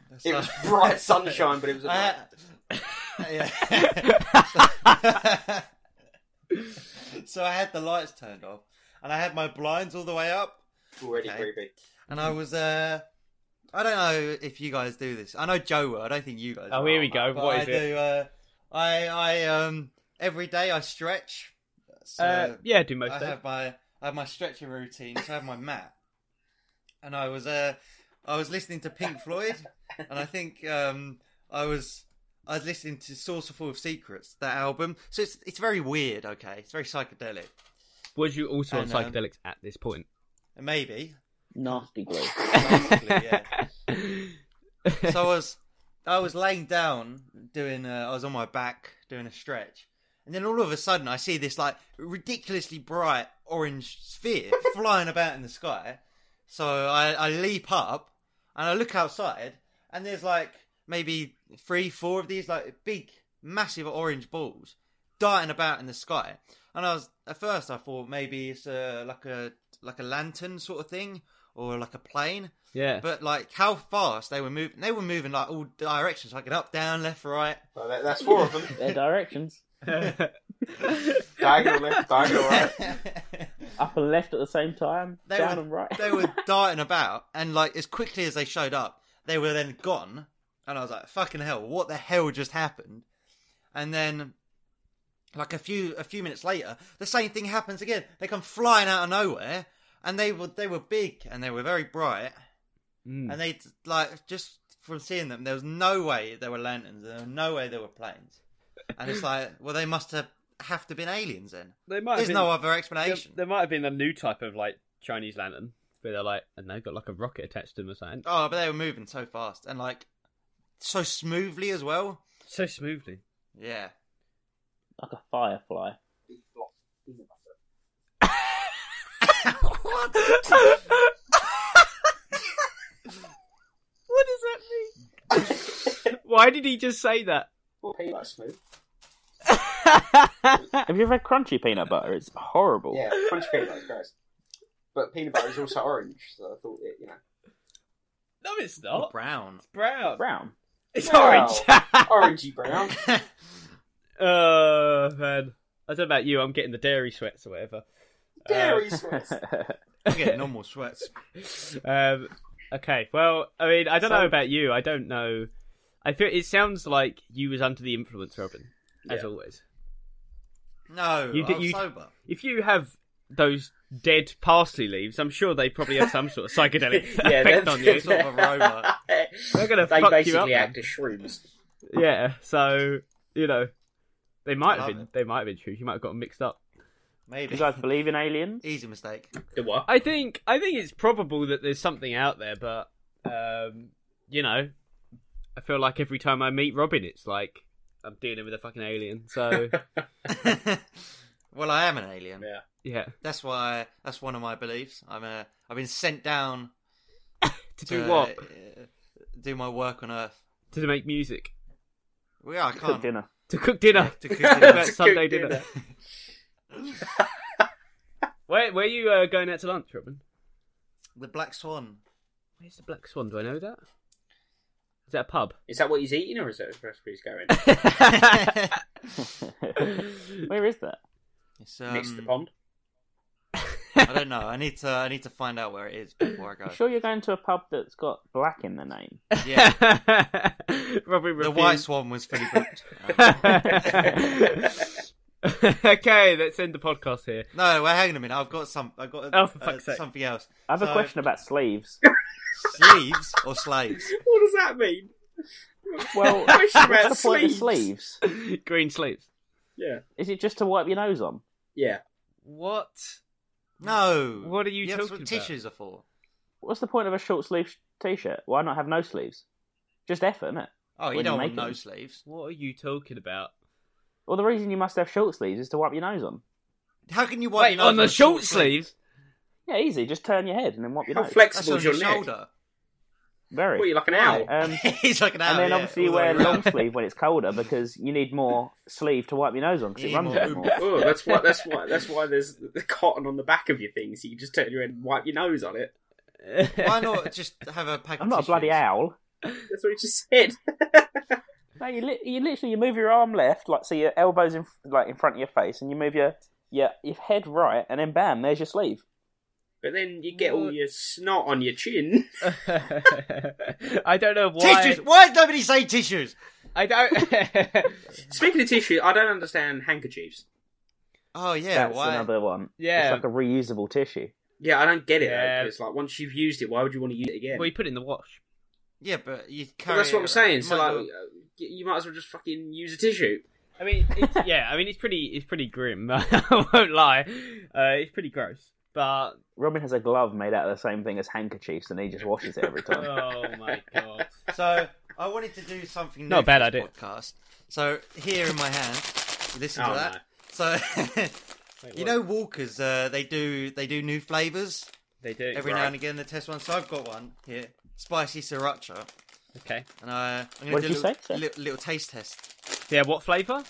[SPEAKER 2] was
[SPEAKER 4] so- Uh,
[SPEAKER 2] bright sunshine, but it was a
[SPEAKER 4] I
[SPEAKER 2] night.
[SPEAKER 4] had- Yeah. so I had the lights turned off, and I had my blinds all the way up,
[SPEAKER 2] already
[SPEAKER 4] okay.
[SPEAKER 2] creepy.
[SPEAKER 4] and I was uh I don't know if you guys do this. I know Joe will. I don't think you guys.
[SPEAKER 1] Oh,
[SPEAKER 4] will,
[SPEAKER 1] here we go.
[SPEAKER 4] But
[SPEAKER 1] What
[SPEAKER 4] I
[SPEAKER 1] is it?
[SPEAKER 4] do. Uh, I I um every day I stretch. So
[SPEAKER 1] Uh, yeah, do most
[SPEAKER 4] I
[SPEAKER 1] days.
[SPEAKER 4] have my I have my stretching routine. So I have my mat, and I was uh I was listening to Pink Floyd, and I think um I was. I was listening to Saucerful of Secrets, that album. So it's it's very weird, okay? It's very psychedelic.
[SPEAKER 1] Was you also on
[SPEAKER 4] And, um,
[SPEAKER 1] psychedelics at this point?
[SPEAKER 4] Maybe.
[SPEAKER 3] Nasty glue.
[SPEAKER 4] Possibly, yeah. so I was, I was laying down doing, uh, I was on my back doing a stretch, and then all of a sudden I see this like ridiculously bright orange sphere flying about in the sky. So I, I leap up and I look outside, and there's like maybe three, four of these like big, massive orange balls darting about in the sky. And I was at first I thought maybe it's uh, like a like a lantern sort of thing or like a plane.
[SPEAKER 1] Yeah.
[SPEAKER 4] But like how fast they were moving, they were moving like all directions, like an up, down, left, right.
[SPEAKER 5] So that, that's four of them.
[SPEAKER 3] Their directions.
[SPEAKER 5] diagonal left, diagonal right.
[SPEAKER 3] Up and left at the same time.
[SPEAKER 4] They
[SPEAKER 3] down
[SPEAKER 4] were-
[SPEAKER 3] and right.
[SPEAKER 4] they were darting about, and like as quickly as they showed up, they were then gone. And I was like, "Fucking hell! What the hell just happened?" And then, like a few a few minutes later, the same thing happens again. They come flying out of nowhere, and they were they were big and they were very bright,
[SPEAKER 1] Mm.
[SPEAKER 4] and they like just from seeing them, there was no way there were lanterns. There was no way there were planes. And it's like, well, they must have have to been aliens then.
[SPEAKER 1] They might have
[SPEAKER 4] There's
[SPEAKER 1] been,
[SPEAKER 4] no other
[SPEAKER 1] there,
[SPEAKER 4] explanation.
[SPEAKER 1] there might have been a new type of like Chinese lantern, but they're like, and they've got like a rocket attached to them or something.
[SPEAKER 4] Oh, but they were moving so fast and like so smoothly as well.
[SPEAKER 1] So smoothly.
[SPEAKER 4] Yeah.
[SPEAKER 3] Like a firefly.
[SPEAKER 4] what?
[SPEAKER 1] What does that mean? Why did he just say that?
[SPEAKER 2] Well, he likes smooth.
[SPEAKER 3] Have you ever had crunchy peanut butter? It's horrible.
[SPEAKER 2] Yeah, crunchy peanut butter is gross. But peanut butter is also orange, so I thought it, you know.
[SPEAKER 1] no, it's not.
[SPEAKER 4] Brown.
[SPEAKER 1] Brown.
[SPEAKER 3] Brown.
[SPEAKER 1] It's
[SPEAKER 2] Wow.
[SPEAKER 1] orange.
[SPEAKER 2] Orangey brown.
[SPEAKER 4] Uh,
[SPEAKER 1] oh man, I don't know about you. I'm getting the dairy sweats or whatever.
[SPEAKER 2] Dairy sweats.
[SPEAKER 4] I get normal sweats.
[SPEAKER 1] Um, okay. Well, I mean, I don't
[SPEAKER 3] So-
[SPEAKER 1] know about you. I don't know. I feel it sounds like you was under the influence, Robin, as
[SPEAKER 2] Yeah.
[SPEAKER 1] always.
[SPEAKER 4] No,
[SPEAKER 1] You
[SPEAKER 4] you
[SPEAKER 1] did-
[SPEAKER 4] I'm
[SPEAKER 1] you-
[SPEAKER 4] sober.
[SPEAKER 1] If you have those dead parsley leaves, I'm sure they probably have some sort of psychedelic
[SPEAKER 2] Yeah,
[SPEAKER 1] effect
[SPEAKER 2] that's-
[SPEAKER 1] on you.
[SPEAKER 4] Sort of aroma.
[SPEAKER 1] They're gonna fuck
[SPEAKER 2] they
[SPEAKER 1] you up.
[SPEAKER 2] basically
[SPEAKER 1] man.
[SPEAKER 2] act as shrooms.
[SPEAKER 1] Yeah. So you know, they might have
[SPEAKER 4] Love
[SPEAKER 1] been.
[SPEAKER 4] it.
[SPEAKER 1] They might have been true. You might have got mixed up.
[SPEAKER 4] Maybe.
[SPEAKER 3] You guys believe in aliens?
[SPEAKER 4] Easy mistake.
[SPEAKER 2] The what?
[SPEAKER 1] I think I think it's probable that there's something out there, but um, you know, I feel like every time I meet Robin, it's like I'm dealing with a fucking alien. So
[SPEAKER 4] well, I am an alien.
[SPEAKER 2] Yeah.
[SPEAKER 1] yeah,
[SPEAKER 4] That's why. That's one of my beliefs. I'm a. I've been sent down
[SPEAKER 1] to
[SPEAKER 4] to,
[SPEAKER 1] do what?
[SPEAKER 4] uh, do my work on Earth.
[SPEAKER 1] To make music,
[SPEAKER 4] We are. I
[SPEAKER 3] Cook
[SPEAKER 4] can't.
[SPEAKER 3] dinner.
[SPEAKER 1] to cook dinner.
[SPEAKER 4] to cook
[SPEAKER 1] What about
[SPEAKER 4] dinner.
[SPEAKER 2] To cook
[SPEAKER 1] Sunday dinner.
[SPEAKER 2] dinner.
[SPEAKER 1] Where where you uh, going out to lunch, Robin?
[SPEAKER 4] the Black Swan.
[SPEAKER 1] Where's the Black Swan? Do I know that? Is that a pub?
[SPEAKER 2] Is that what he's eating, or is that where he's going?
[SPEAKER 3] Where is that?
[SPEAKER 4] It's, um,
[SPEAKER 2] Next to the pond.
[SPEAKER 4] I don't know. I need to. I need to find out where it is before I
[SPEAKER 3] You
[SPEAKER 4] go.
[SPEAKER 3] sure you're going to a pub that's got black in the name?
[SPEAKER 4] Yeah.
[SPEAKER 1] Robin
[SPEAKER 4] The
[SPEAKER 1] refused.
[SPEAKER 4] White Swan was fully booked. Um,
[SPEAKER 1] okay, let's end the podcast here.
[SPEAKER 4] no, wait, hang on a minute. I've got some. I've got uh,
[SPEAKER 1] Oh, for fuck's sake.
[SPEAKER 4] something else.
[SPEAKER 3] I have a
[SPEAKER 4] So-
[SPEAKER 3] question about sleeves.
[SPEAKER 4] Sleeves or slaves?
[SPEAKER 2] What does that mean?
[SPEAKER 3] Well, what's
[SPEAKER 2] Question about
[SPEAKER 3] the point of
[SPEAKER 2] sleeves.
[SPEAKER 3] sleeves?
[SPEAKER 1] Green sleeves.
[SPEAKER 2] Yeah.
[SPEAKER 3] Is it just to wipe your nose on?
[SPEAKER 2] Yeah.
[SPEAKER 1] What?
[SPEAKER 4] No.
[SPEAKER 1] What are you
[SPEAKER 4] yeah, that's
[SPEAKER 1] talking
[SPEAKER 4] what
[SPEAKER 1] about?
[SPEAKER 4] tissues are for.
[SPEAKER 3] What's the point of a short sleeve t-shirt? Why not have no sleeves? Just effort, innit?
[SPEAKER 4] Oh, you
[SPEAKER 3] When
[SPEAKER 4] don't
[SPEAKER 3] you
[SPEAKER 4] want
[SPEAKER 3] make
[SPEAKER 4] no
[SPEAKER 3] them.
[SPEAKER 4] sleeves.
[SPEAKER 1] What are you talking about?
[SPEAKER 3] Well, the reason you must have short sleeves is to wipe your nose on.
[SPEAKER 4] How can you wipe
[SPEAKER 1] Wait,
[SPEAKER 4] your nose
[SPEAKER 1] on the
[SPEAKER 4] with a
[SPEAKER 1] short
[SPEAKER 4] sleeve?
[SPEAKER 1] sleeves?
[SPEAKER 3] Yeah, easy. Just turn your head and then wipe your
[SPEAKER 2] How
[SPEAKER 3] nose.
[SPEAKER 4] That's
[SPEAKER 2] flexible
[SPEAKER 4] on
[SPEAKER 2] is your
[SPEAKER 4] your
[SPEAKER 2] neck?
[SPEAKER 4] shoulder.
[SPEAKER 3] Very.
[SPEAKER 2] What, you like an owl?
[SPEAKER 3] Um,
[SPEAKER 4] He's like an owl.
[SPEAKER 3] and then
[SPEAKER 4] yeah,
[SPEAKER 3] obviously you
[SPEAKER 4] all the way
[SPEAKER 3] wear a long
[SPEAKER 4] around.
[SPEAKER 3] sleeve when it's colder because you need more sleeve to wipe your nose on because it
[SPEAKER 4] You
[SPEAKER 3] runs
[SPEAKER 4] need
[SPEAKER 3] a bit
[SPEAKER 4] more
[SPEAKER 3] more.
[SPEAKER 2] Oh, that's why. That's why. That's why there's the cotton on the back of your thing, so you just turn your head and wipe your nose on it.
[SPEAKER 4] Why not just have a pack? of
[SPEAKER 3] I'm not a bloody
[SPEAKER 4] tissues?
[SPEAKER 3] owl.
[SPEAKER 2] That's what he just said.
[SPEAKER 3] No, you, li- you literally you move your arm left, like so your elbows in f- like in front of your face, and you move your your, your head right, and then bam, there's your sleeve.
[SPEAKER 2] But then you get all your snot on your chin.
[SPEAKER 1] I don't know why.
[SPEAKER 4] Tissues. Why did nobody say tissues?
[SPEAKER 1] I don't.
[SPEAKER 2] Speaking of tissue, I don't understand handkerchiefs.
[SPEAKER 4] Oh yeah.
[SPEAKER 3] That's
[SPEAKER 4] why?
[SPEAKER 3] another one.
[SPEAKER 1] Yeah.
[SPEAKER 3] it's like a reusable tissue.
[SPEAKER 2] Yeah, I don't get it.
[SPEAKER 1] Yeah.
[SPEAKER 2] though, 'cause, like once you've used it, why would you want to use it again?
[SPEAKER 1] well, you put it in the wash.
[SPEAKER 4] Yeah, but you carry.
[SPEAKER 2] Well, that's what
[SPEAKER 4] it
[SPEAKER 2] I'm saying.
[SPEAKER 4] around.
[SPEAKER 2] So
[SPEAKER 4] You might
[SPEAKER 2] like,
[SPEAKER 4] as
[SPEAKER 2] uh,
[SPEAKER 4] well-
[SPEAKER 2] you might as well just fucking use a tissue.
[SPEAKER 1] I mean, it's, yeah. I mean, it's pretty. It's pretty grim. I won't lie. Uh, it's pretty gross. But
[SPEAKER 3] Robin has a glove made out of the same thing as handkerchiefs, and he just washes it every time.
[SPEAKER 1] oh my god.
[SPEAKER 4] So I wanted to do something. New
[SPEAKER 1] Not a bad
[SPEAKER 4] for this
[SPEAKER 1] idea.
[SPEAKER 4] Podcast. So here in my hand, you listen
[SPEAKER 2] Oh,
[SPEAKER 4] to that.
[SPEAKER 2] no.
[SPEAKER 4] So
[SPEAKER 1] Wait,
[SPEAKER 4] you
[SPEAKER 1] what?
[SPEAKER 4] know Walkers, uh, they do they do new flavors
[SPEAKER 1] they do
[SPEAKER 4] every
[SPEAKER 1] right.
[SPEAKER 4] now and again. They test one. So I've got one here, spicy sriracha,
[SPEAKER 1] Okay.
[SPEAKER 4] and I I'm gonna
[SPEAKER 3] What
[SPEAKER 4] do
[SPEAKER 3] did
[SPEAKER 4] a
[SPEAKER 3] you
[SPEAKER 4] little,
[SPEAKER 3] say, sir?
[SPEAKER 4] little, little taste test.
[SPEAKER 1] Yeah. What flavour?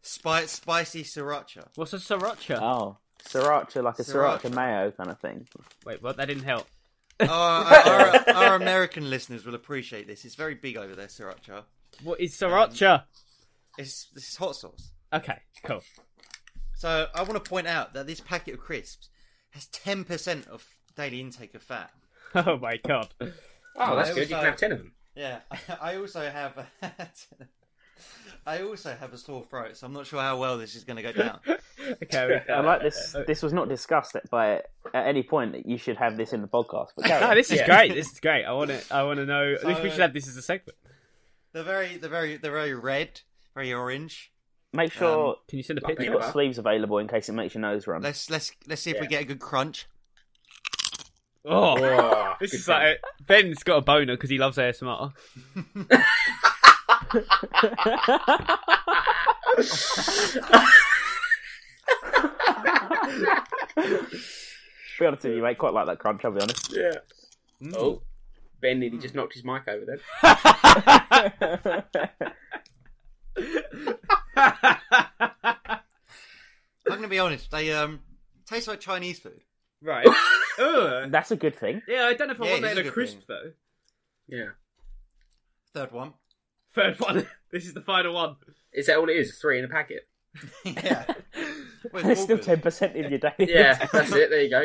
[SPEAKER 4] Spi- spicy sriracha.
[SPEAKER 1] What's a sriracha?
[SPEAKER 4] Uh,
[SPEAKER 3] Oh, sriracha, like a sriracha,
[SPEAKER 4] Sriracha.
[SPEAKER 3] mayo kind of thing.
[SPEAKER 1] Wait, what? That didn't help.
[SPEAKER 4] Oh, our, our, our American listeners will appreciate this. It's very big over there, sriracha.
[SPEAKER 1] What is
[SPEAKER 4] um,
[SPEAKER 1] sriracha?
[SPEAKER 4] It's this is hot sauce.
[SPEAKER 1] Okay, cool.
[SPEAKER 4] So I want to point out that this packet of crisps has ten percent of daily intake of fat.
[SPEAKER 1] Oh my god.
[SPEAKER 2] Oh, that's
[SPEAKER 4] It
[SPEAKER 2] good.
[SPEAKER 4] was
[SPEAKER 2] You can
[SPEAKER 4] like-
[SPEAKER 2] have ten of them.
[SPEAKER 4] Yeah, I also have. I also have a sore throat, so I'm not sure how well this is going to go down.
[SPEAKER 1] Okay, we-
[SPEAKER 3] I like this. This was not discussed at- by at any point that you should have this in the podcast. But carry
[SPEAKER 1] No,
[SPEAKER 3] on.
[SPEAKER 1] this is
[SPEAKER 2] Yeah.
[SPEAKER 1] great. This is great. I want to. I want to know. I think we
[SPEAKER 4] So-
[SPEAKER 1] should have this as a segment.
[SPEAKER 4] They're very, they're very, they're very red, very orange.
[SPEAKER 3] make sure
[SPEAKER 1] Can you send a
[SPEAKER 2] Like
[SPEAKER 1] picture?
[SPEAKER 2] peanut
[SPEAKER 3] you've got
[SPEAKER 2] butter.
[SPEAKER 3] sleeves available in case it makes your nose run.
[SPEAKER 4] Let's let's let's see if we
[SPEAKER 2] Yeah.
[SPEAKER 4] get a good crunch.
[SPEAKER 1] Oh,
[SPEAKER 2] Oh,
[SPEAKER 1] this
[SPEAKER 2] good
[SPEAKER 1] is like Ben's got a boner because he loves ASMR.
[SPEAKER 3] be honest with you, mate. Quite like that crunch. I'll be honest.
[SPEAKER 2] fun. Yeah. Oh, Ben nearly just knocked his mic over then.
[SPEAKER 4] I'm going to be honest. They um taste like Chinese food.
[SPEAKER 1] right. Ugh.
[SPEAKER 3] That's a good thing.
[SPEAKER 1] Yeah, I don't know if I
[SPEAKER 4] Yeah,
[SPEAKER 1] want
[SPEAKER 4] it
[SPEAKER 1] that in
[SPEAKER 4] is a
[SPEAKER 1] a
[SPEAKER 4] good
[SPEAKER 1] crisp
[SPEAKER 4] thing.
[SPEAKER 1] though.
[SPEAKER 2] Yeah.
[SPEAKER 4] Third one.
[SPEAKER 1] Third one. this is the final one.
[SPEAKER 2] Is that all it is? Three in a packet.
[SPEAKER 4] yeah. Well,
[SPEAKER 3] There's
[SPEAKER 4] all
[SPEAKER 3] still
[SPEAKER 4] good.
[SPEAKER 3] ten percent in your daily.
[SPEAKER 2] Yeah,
[SPEAKER 3] intake.
[SPEAKER 2] that's it. There you go.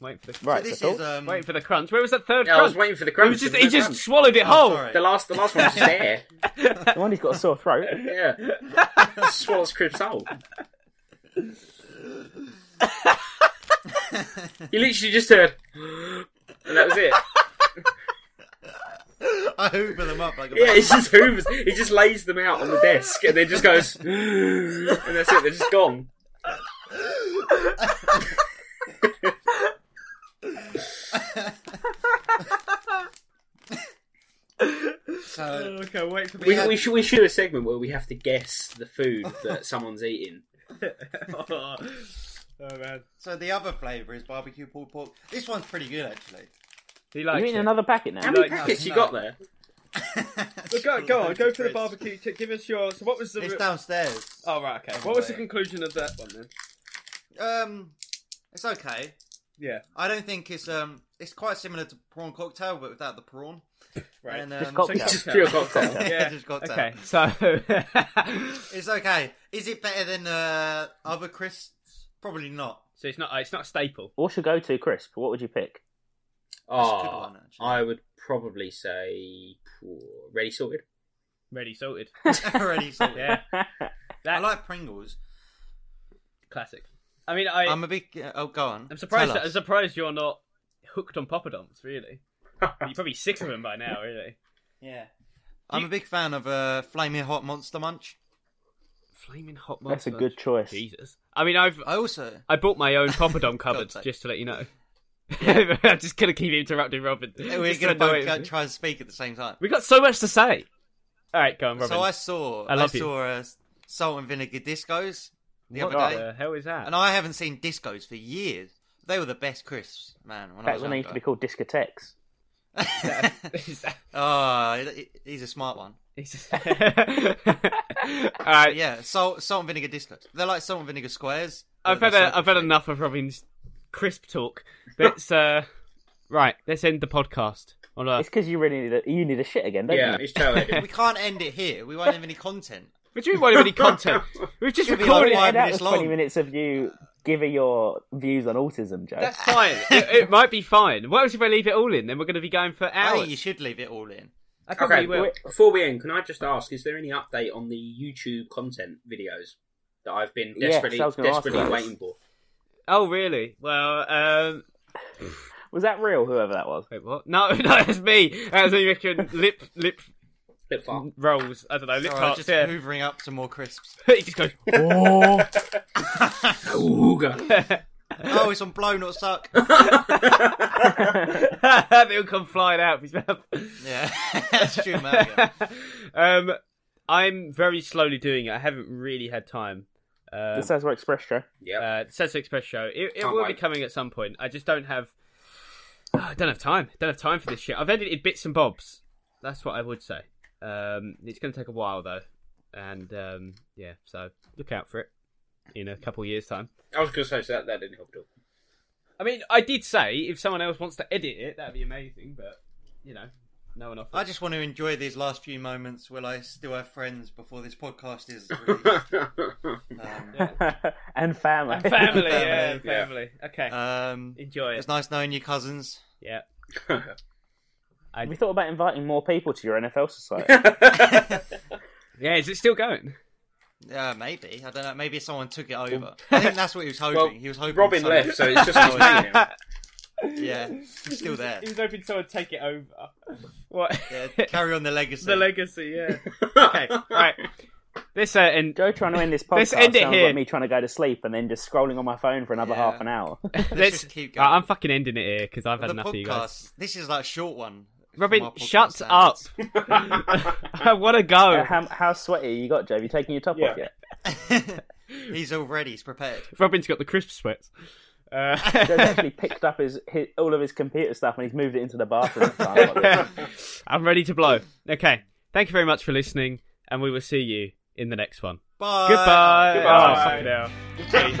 [SPEAKER 1] Wait for the
[SPEAKER 4] So
[SPEAKER 3] Right.
[SPEAKER 4] this
[SPEAKER 3] so-
[SPEAKER 4] is um.
[SPEAKER 1] wait for the crunch. Where was that third
[SPEAKER 2] Yeah, I was
[SPEAKER 1] crunch?
[SPEAKER 2] waiting for the
[SPEAKER 1] It
[SPEAKER 2] crunch.
[SPEAKER 1] was just
[SPEAKER 2] and
[SPEAKER 1] he
[SPEAKER 2] the
[SPEAKER 1] just
[SPEAKER 2] crunch.
[SPEAKER 1] swallowed it
[SPEAKER 4] I'm
[SPEAKER 1] whole.
[SPEAKER 4] sorry.
[SPEAKER 2] the last the last one was just there.
[SPEAKER 3] the one who's got a sore throat.
[SPEAKER 2] Yeah. Swallows Crib's whole. He literally just heard, and that was it.
[SPEAKER 4] I hoover them up like a
[SPEAKER 2] Yeah, he just hoovers. He just lays them out on the desk, and then just goes, and that's it. They're just gone.
[SPEAKER 4] so,
[SPEAKER 1] Okay, wait for me.
[SPEAKER 2] We, we should we should do a segment where we have to guess the food that someone's eating.
[SPEAKER 1] oh man,
[SPEAKER 4] so the other flavour is barbecue pulled pork. This one's pretty good actually.
[SPEAKER 1] he
[SPEAKER 3] You
[SPEAKER 1] likes
[SPEAKER 3] mean
[SPEAKER 1] it.
[SPEAKER 3] another packet now?
[SPEAKER 2] How many
[SPEAKER 1] Like,
[SPEAKER 2] packets you
[SPEAKER 4] no.
[SPEAKER 2] got there?
[SPEAKER 1] Well, go, go on, go for the
[SPEAKER 4] Crisps.
[SPEAKER 1] barbecue. T- give us your. So, what was the?
[SPEAKER 4] It's downstairs.
[SPEAKER 1] oh right, okay. What was the conclusion of that one then?
[SPEAKER 4] Um, it's okay.
[SPEAKER 1] Yeah,
[SPEAKER 4] I don't think it's um. It's quite similar to prawn cocktail, but without the prawn.
[SPEAKER 1] right.
[SPEAKER 4] And,
[SPEAKER 3] Just
[SPEAKER 4] um,
[SPEAKER 3] cocktail.
[SPEAKER 1] so-
[SPEAKER 2] Just pure cocktail.
[SPEAKER 1] Yeah.
[SPEAKER 4] Just cocktail.
[SPEAKER 1] okay, so
[SPEAKER 4] It's okay. Is it better than uh, other crisps? Probably not.
[SPEAKER 1] so it's not uh, it's not a staple.
[SPEAKER 3] What's your go-to crisp? What would you pick?
[SPEAKER 4] That's a good
[SPEAKER 2] Ah,
[SPEAKER 4] one, actually.
[SPEAKER 2] I would probably say phew, ready sorted.
[SPEAKER 1] Ready sorted.
[SPEAKER 4] Already sorted.
[SPEAKER 1] Yeah,
[SPEAKER 4] I
[SPEAKER 1] that
[SPEAKER 4] like Pringles.
[SPEAKER 1] classic. I mean, I
[SPEAKER 4] I'm
[SPEAKER 1] I'm,
[SPEAKER 4] a big. Oh, go on.
[SPEAKER 1] surprised.
[SPEAKER 4] Tell
[SPEAKER 1] That, I'm
[SPEAKER 4] us.
[SPEAKER 1] surprised you're not hooked on poppadoms. Really, you're probably sick of them by now. Really,
[SPEAKER 4] Yeah. I'm a big fan of uh, Flaming Hot Monster Munch.
[SPEAKER 1] flaming hot
[SPEAKER 3] That's
[SPEAKER 1] monster.
[SPEAKER 3] a good choice.
[SPEAKER 1] Jesus. I mean, I've
[SPEAKER 4] I also.
[SPEAKER 1] I bought my own poppadom cupboard
[SPEAKER 4] God's sake.
[SPEAKER 1] just to let you know. I'm just gonna keep interrupting Robin.
[SPEAKER 4] We're
[SPEAKER 1] Just to
[SPEAKER 4] going to both
[SPEAKER 1] annoy
[SPEAKER 4] go-
[SPEAKER 1] him.
[SPEAKER 4] try and speak at the same time.
[SPEAKER 1] We got so much to say. All right, go on, Robin.
[SPEAKER 4] So I saw.
[SPEAKER 1] I love you.
[SPEAKER 4] saw uh, salt and vinegar discos the
[SPEAKER 1] what
[SPEAKER 4] other day,
[SPEAKER 1] the hell is that?
[SPEAKER 4] and I haven't seen discos for years. They were the best crisps, man. When I
[SPEAKER 3] Back
[SPEAKER 4] was
[SPEAKER 3] when they used to be called discotheques.
[SPEAKER 4] younger.
[SPEAKER 1] Is that-
[SPEAKER 4] oh, he- he's a smart one.
[SPEAKER 1] is- All right,
[SPEAKER 4] Yeah, salt, salt and vinegar discos. They're like salt and vinegar squares.
[SPEAKER 1] I've
[SPEAKER 4] but
[SPEAKER 1] had
[SPEAKER 4] they're
[SPEAKER 1] a, I've had
[SPEAKER 4] circle-shaped.
[SPEAKER 1] enough of Robin's crisp talk. Let's uh, right, let's end the podcast on a.
[SPEAKER 3] It's because you really need a, you need a shit again, don't
[SPEAKER 2] Yeah,
[SPEAKER 3] you?
[SPEAKER 2] it's totally.
[SPEAKER 4] We can't end it here. We won't have any content.
[SPEAKER 1] What do you mean? Why do we need content? We've just
[SPEAKER 4] Should be like
[SPEAKER 1] recorded. it.
[SPEAKER 4] five
[SPEAKER 3] That was
[SPEAKER 4] minutes
[SPEAKER 3] twenty
[SPEAKER 4] long.
[SPEAKER 3] minutes of you giving your views on autism, Joe.
[SPEAKER 1] That's fine. it, it might be fine. What else if I leave it all in? Then we're going to be going for
[SPEAKER 4] I
[SPEAKER 1] hours.
[SPEAKER 4] think you should leave it all in.
[SPEAKER 1] I probably
[SPEAKER 2] Okay,
[SPEAKER 1] will.
[SPEAKER 2] before we end, can I just ask: Is there any update on the YouTube content videos that I've been
[SPEAKER 3] Yes, I
[SPEAKER 2] desperately,
[SPEAKER 3] was gonna ask
[SPEAKER 2] desperately
[SPEAKER 3] that.
[SPEAKER 2] waiting for?
[SPEAKER 1] Oh, really? Well, um,
[SPEAKER 3] Was that real? Whoever that was.
[SPEAKER 1] wait, what? No, no, it's me. That was me making lip lip
[SPEAKER 2] Flip farm.
[SPEAKER 1] rolls. I don't know, lip
[SPEAKER 4] Sorry,
[SPEAKER 1] tarts.
[SPEAKER 4] just
[SPEAKER 1] yeah,
[SPEAKER 4] hoovering up some more crisps.
[SPEAKER 1] he just goes. Oh.
[SPEAKER 2] Ooga.
[SPEAKER 4] Oh, it's on blow, not suck.
[SPEAKER 1] They'll come flying out of his mouth.
[SPEAKER 4] Yeah, that's true, man. yeah.
[SPEAKER 1] Um, I'm very slowly doing it. I haven't really had time. Um,
[SPEAKER 3] The Sazerac Express Joe.
[SPEAKER 2] Yep.
[SPEAKER 1] uh, Sensor Express show. It, it
[SPEAKER 2] Can't
[SPEAKER 1] will be
[SPEAKER 2] wait.
[SPEAKER 1] coming at some point. I just don't have. I don't have time. Don't have time for this shit. I've edited bits and bobs. That's what I would say. Um, it's going to take a while though, and um, yeah, so look out for it in a couple years time.
[SPEAKER 2] I was going to say so that that didn't help at all.
[SPEAKER 1] I mean, I did say if someone else wants to edit it, that'd be amazing. But you know, no one
[SPEAKER 4] I
[SPEAKER 1] offers.
[SPEAKER 4] just want to enjoy these last few moments while I still have friends before this podcast is released.
[SPEAKER 2] yeah,
[SPEAKER 4] um,
[SPEAKER 3] and family.
[SPEAKER 1] And family, yeah,
[SPEAKER 4] Family.
[SPEAKER 2] Yeah.
[SPEAKER 1] family. Okay,
[SPEAKER 4] um,
[SPEAKER 1] enjoy it.
[SPEAKER 4] it's nice knowing your cousins.
[SPEAKER 1] Yeah,
[SPEAKER 3] Have you thought about inviting more people to your NFL society?
[SPEAKER 1] yeah. Is it still going?
[SPEAKER 4] Yeah, maybe. I don't know. Maybe someone took it over. I think that's what he was hoping.
[SPEAKER 2] Well,
[SPEAKER 4] he was hoping.
[SPEAKER 2] Robin
[SPEAKER 4] someone-
[SPEAKER 2] left, so it's just me and him.
[SPEAKER 4] yeah, he's still there.
[SPEAKER 1] He's hoping someone take it over. What?
[SPEAKER 4] Yeah, carry on the legacy.
[SPEAKER 1] the legacy? Yeah. okay. All right. This uh, and
[SPEAKER 3] Joe trying to end this podcast
[SPEAKER 1] Let's end it
[SPEAKER 3] sounds
[SPEAKER 1] here.
[SPEAKER 3] like me trying to go to sleep and then just scrolling on my phone for another
[SPEAKER 4] Yeah.
[SPEAKER 3] half an hour.
[SPEAKER 1] let's.
[SPEAKER 4] just keep
[SPEAKER 1] Right,
[SPEAKER 4] going.
[SPEAKER 1] I'm fucking ending it here because I've had
[SPEAKER 4] the
[SPEAKER 1] enough of you guys.
[SPEAKER 4] podcast. This is like a short one. for my
[SPEAKER 1] Robin,
[SPEAKER 4] podcast
[SPEAKER 1] shut up.
[SPEAKER 4] standards.
[SPEAKER 1] I want to go.
[SPEAKER 3] Uh, how, how sweaty you got, Joe? Have you taken your top
[SPEAKER 2] Yeah.
[SPEAKER 3] off yet?
[SPEAKER 4] he's already. He's prepared.
[SPEAKER 1] Robin's got the crisp sweats. Uh,
[SPEAKER 3] Joe's actually picked up his, his all of his computer stuff and he's moved it into the bathroom. Time.
[SPEAKER 1] I'm ready to blow. Okay. Thank you very much for listening, and we will see you in the next one.
[SPEAKER 4] Bye.
[SPEAKER 1] Goodbye.
[SPEAKER 2] Goodbye.
[SPEAKER 1] Oh,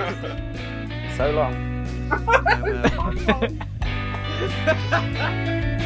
[SPEAKER 1] fucking hell.
[SPEAKER 3] so long.
[SPEAKER 4] Um,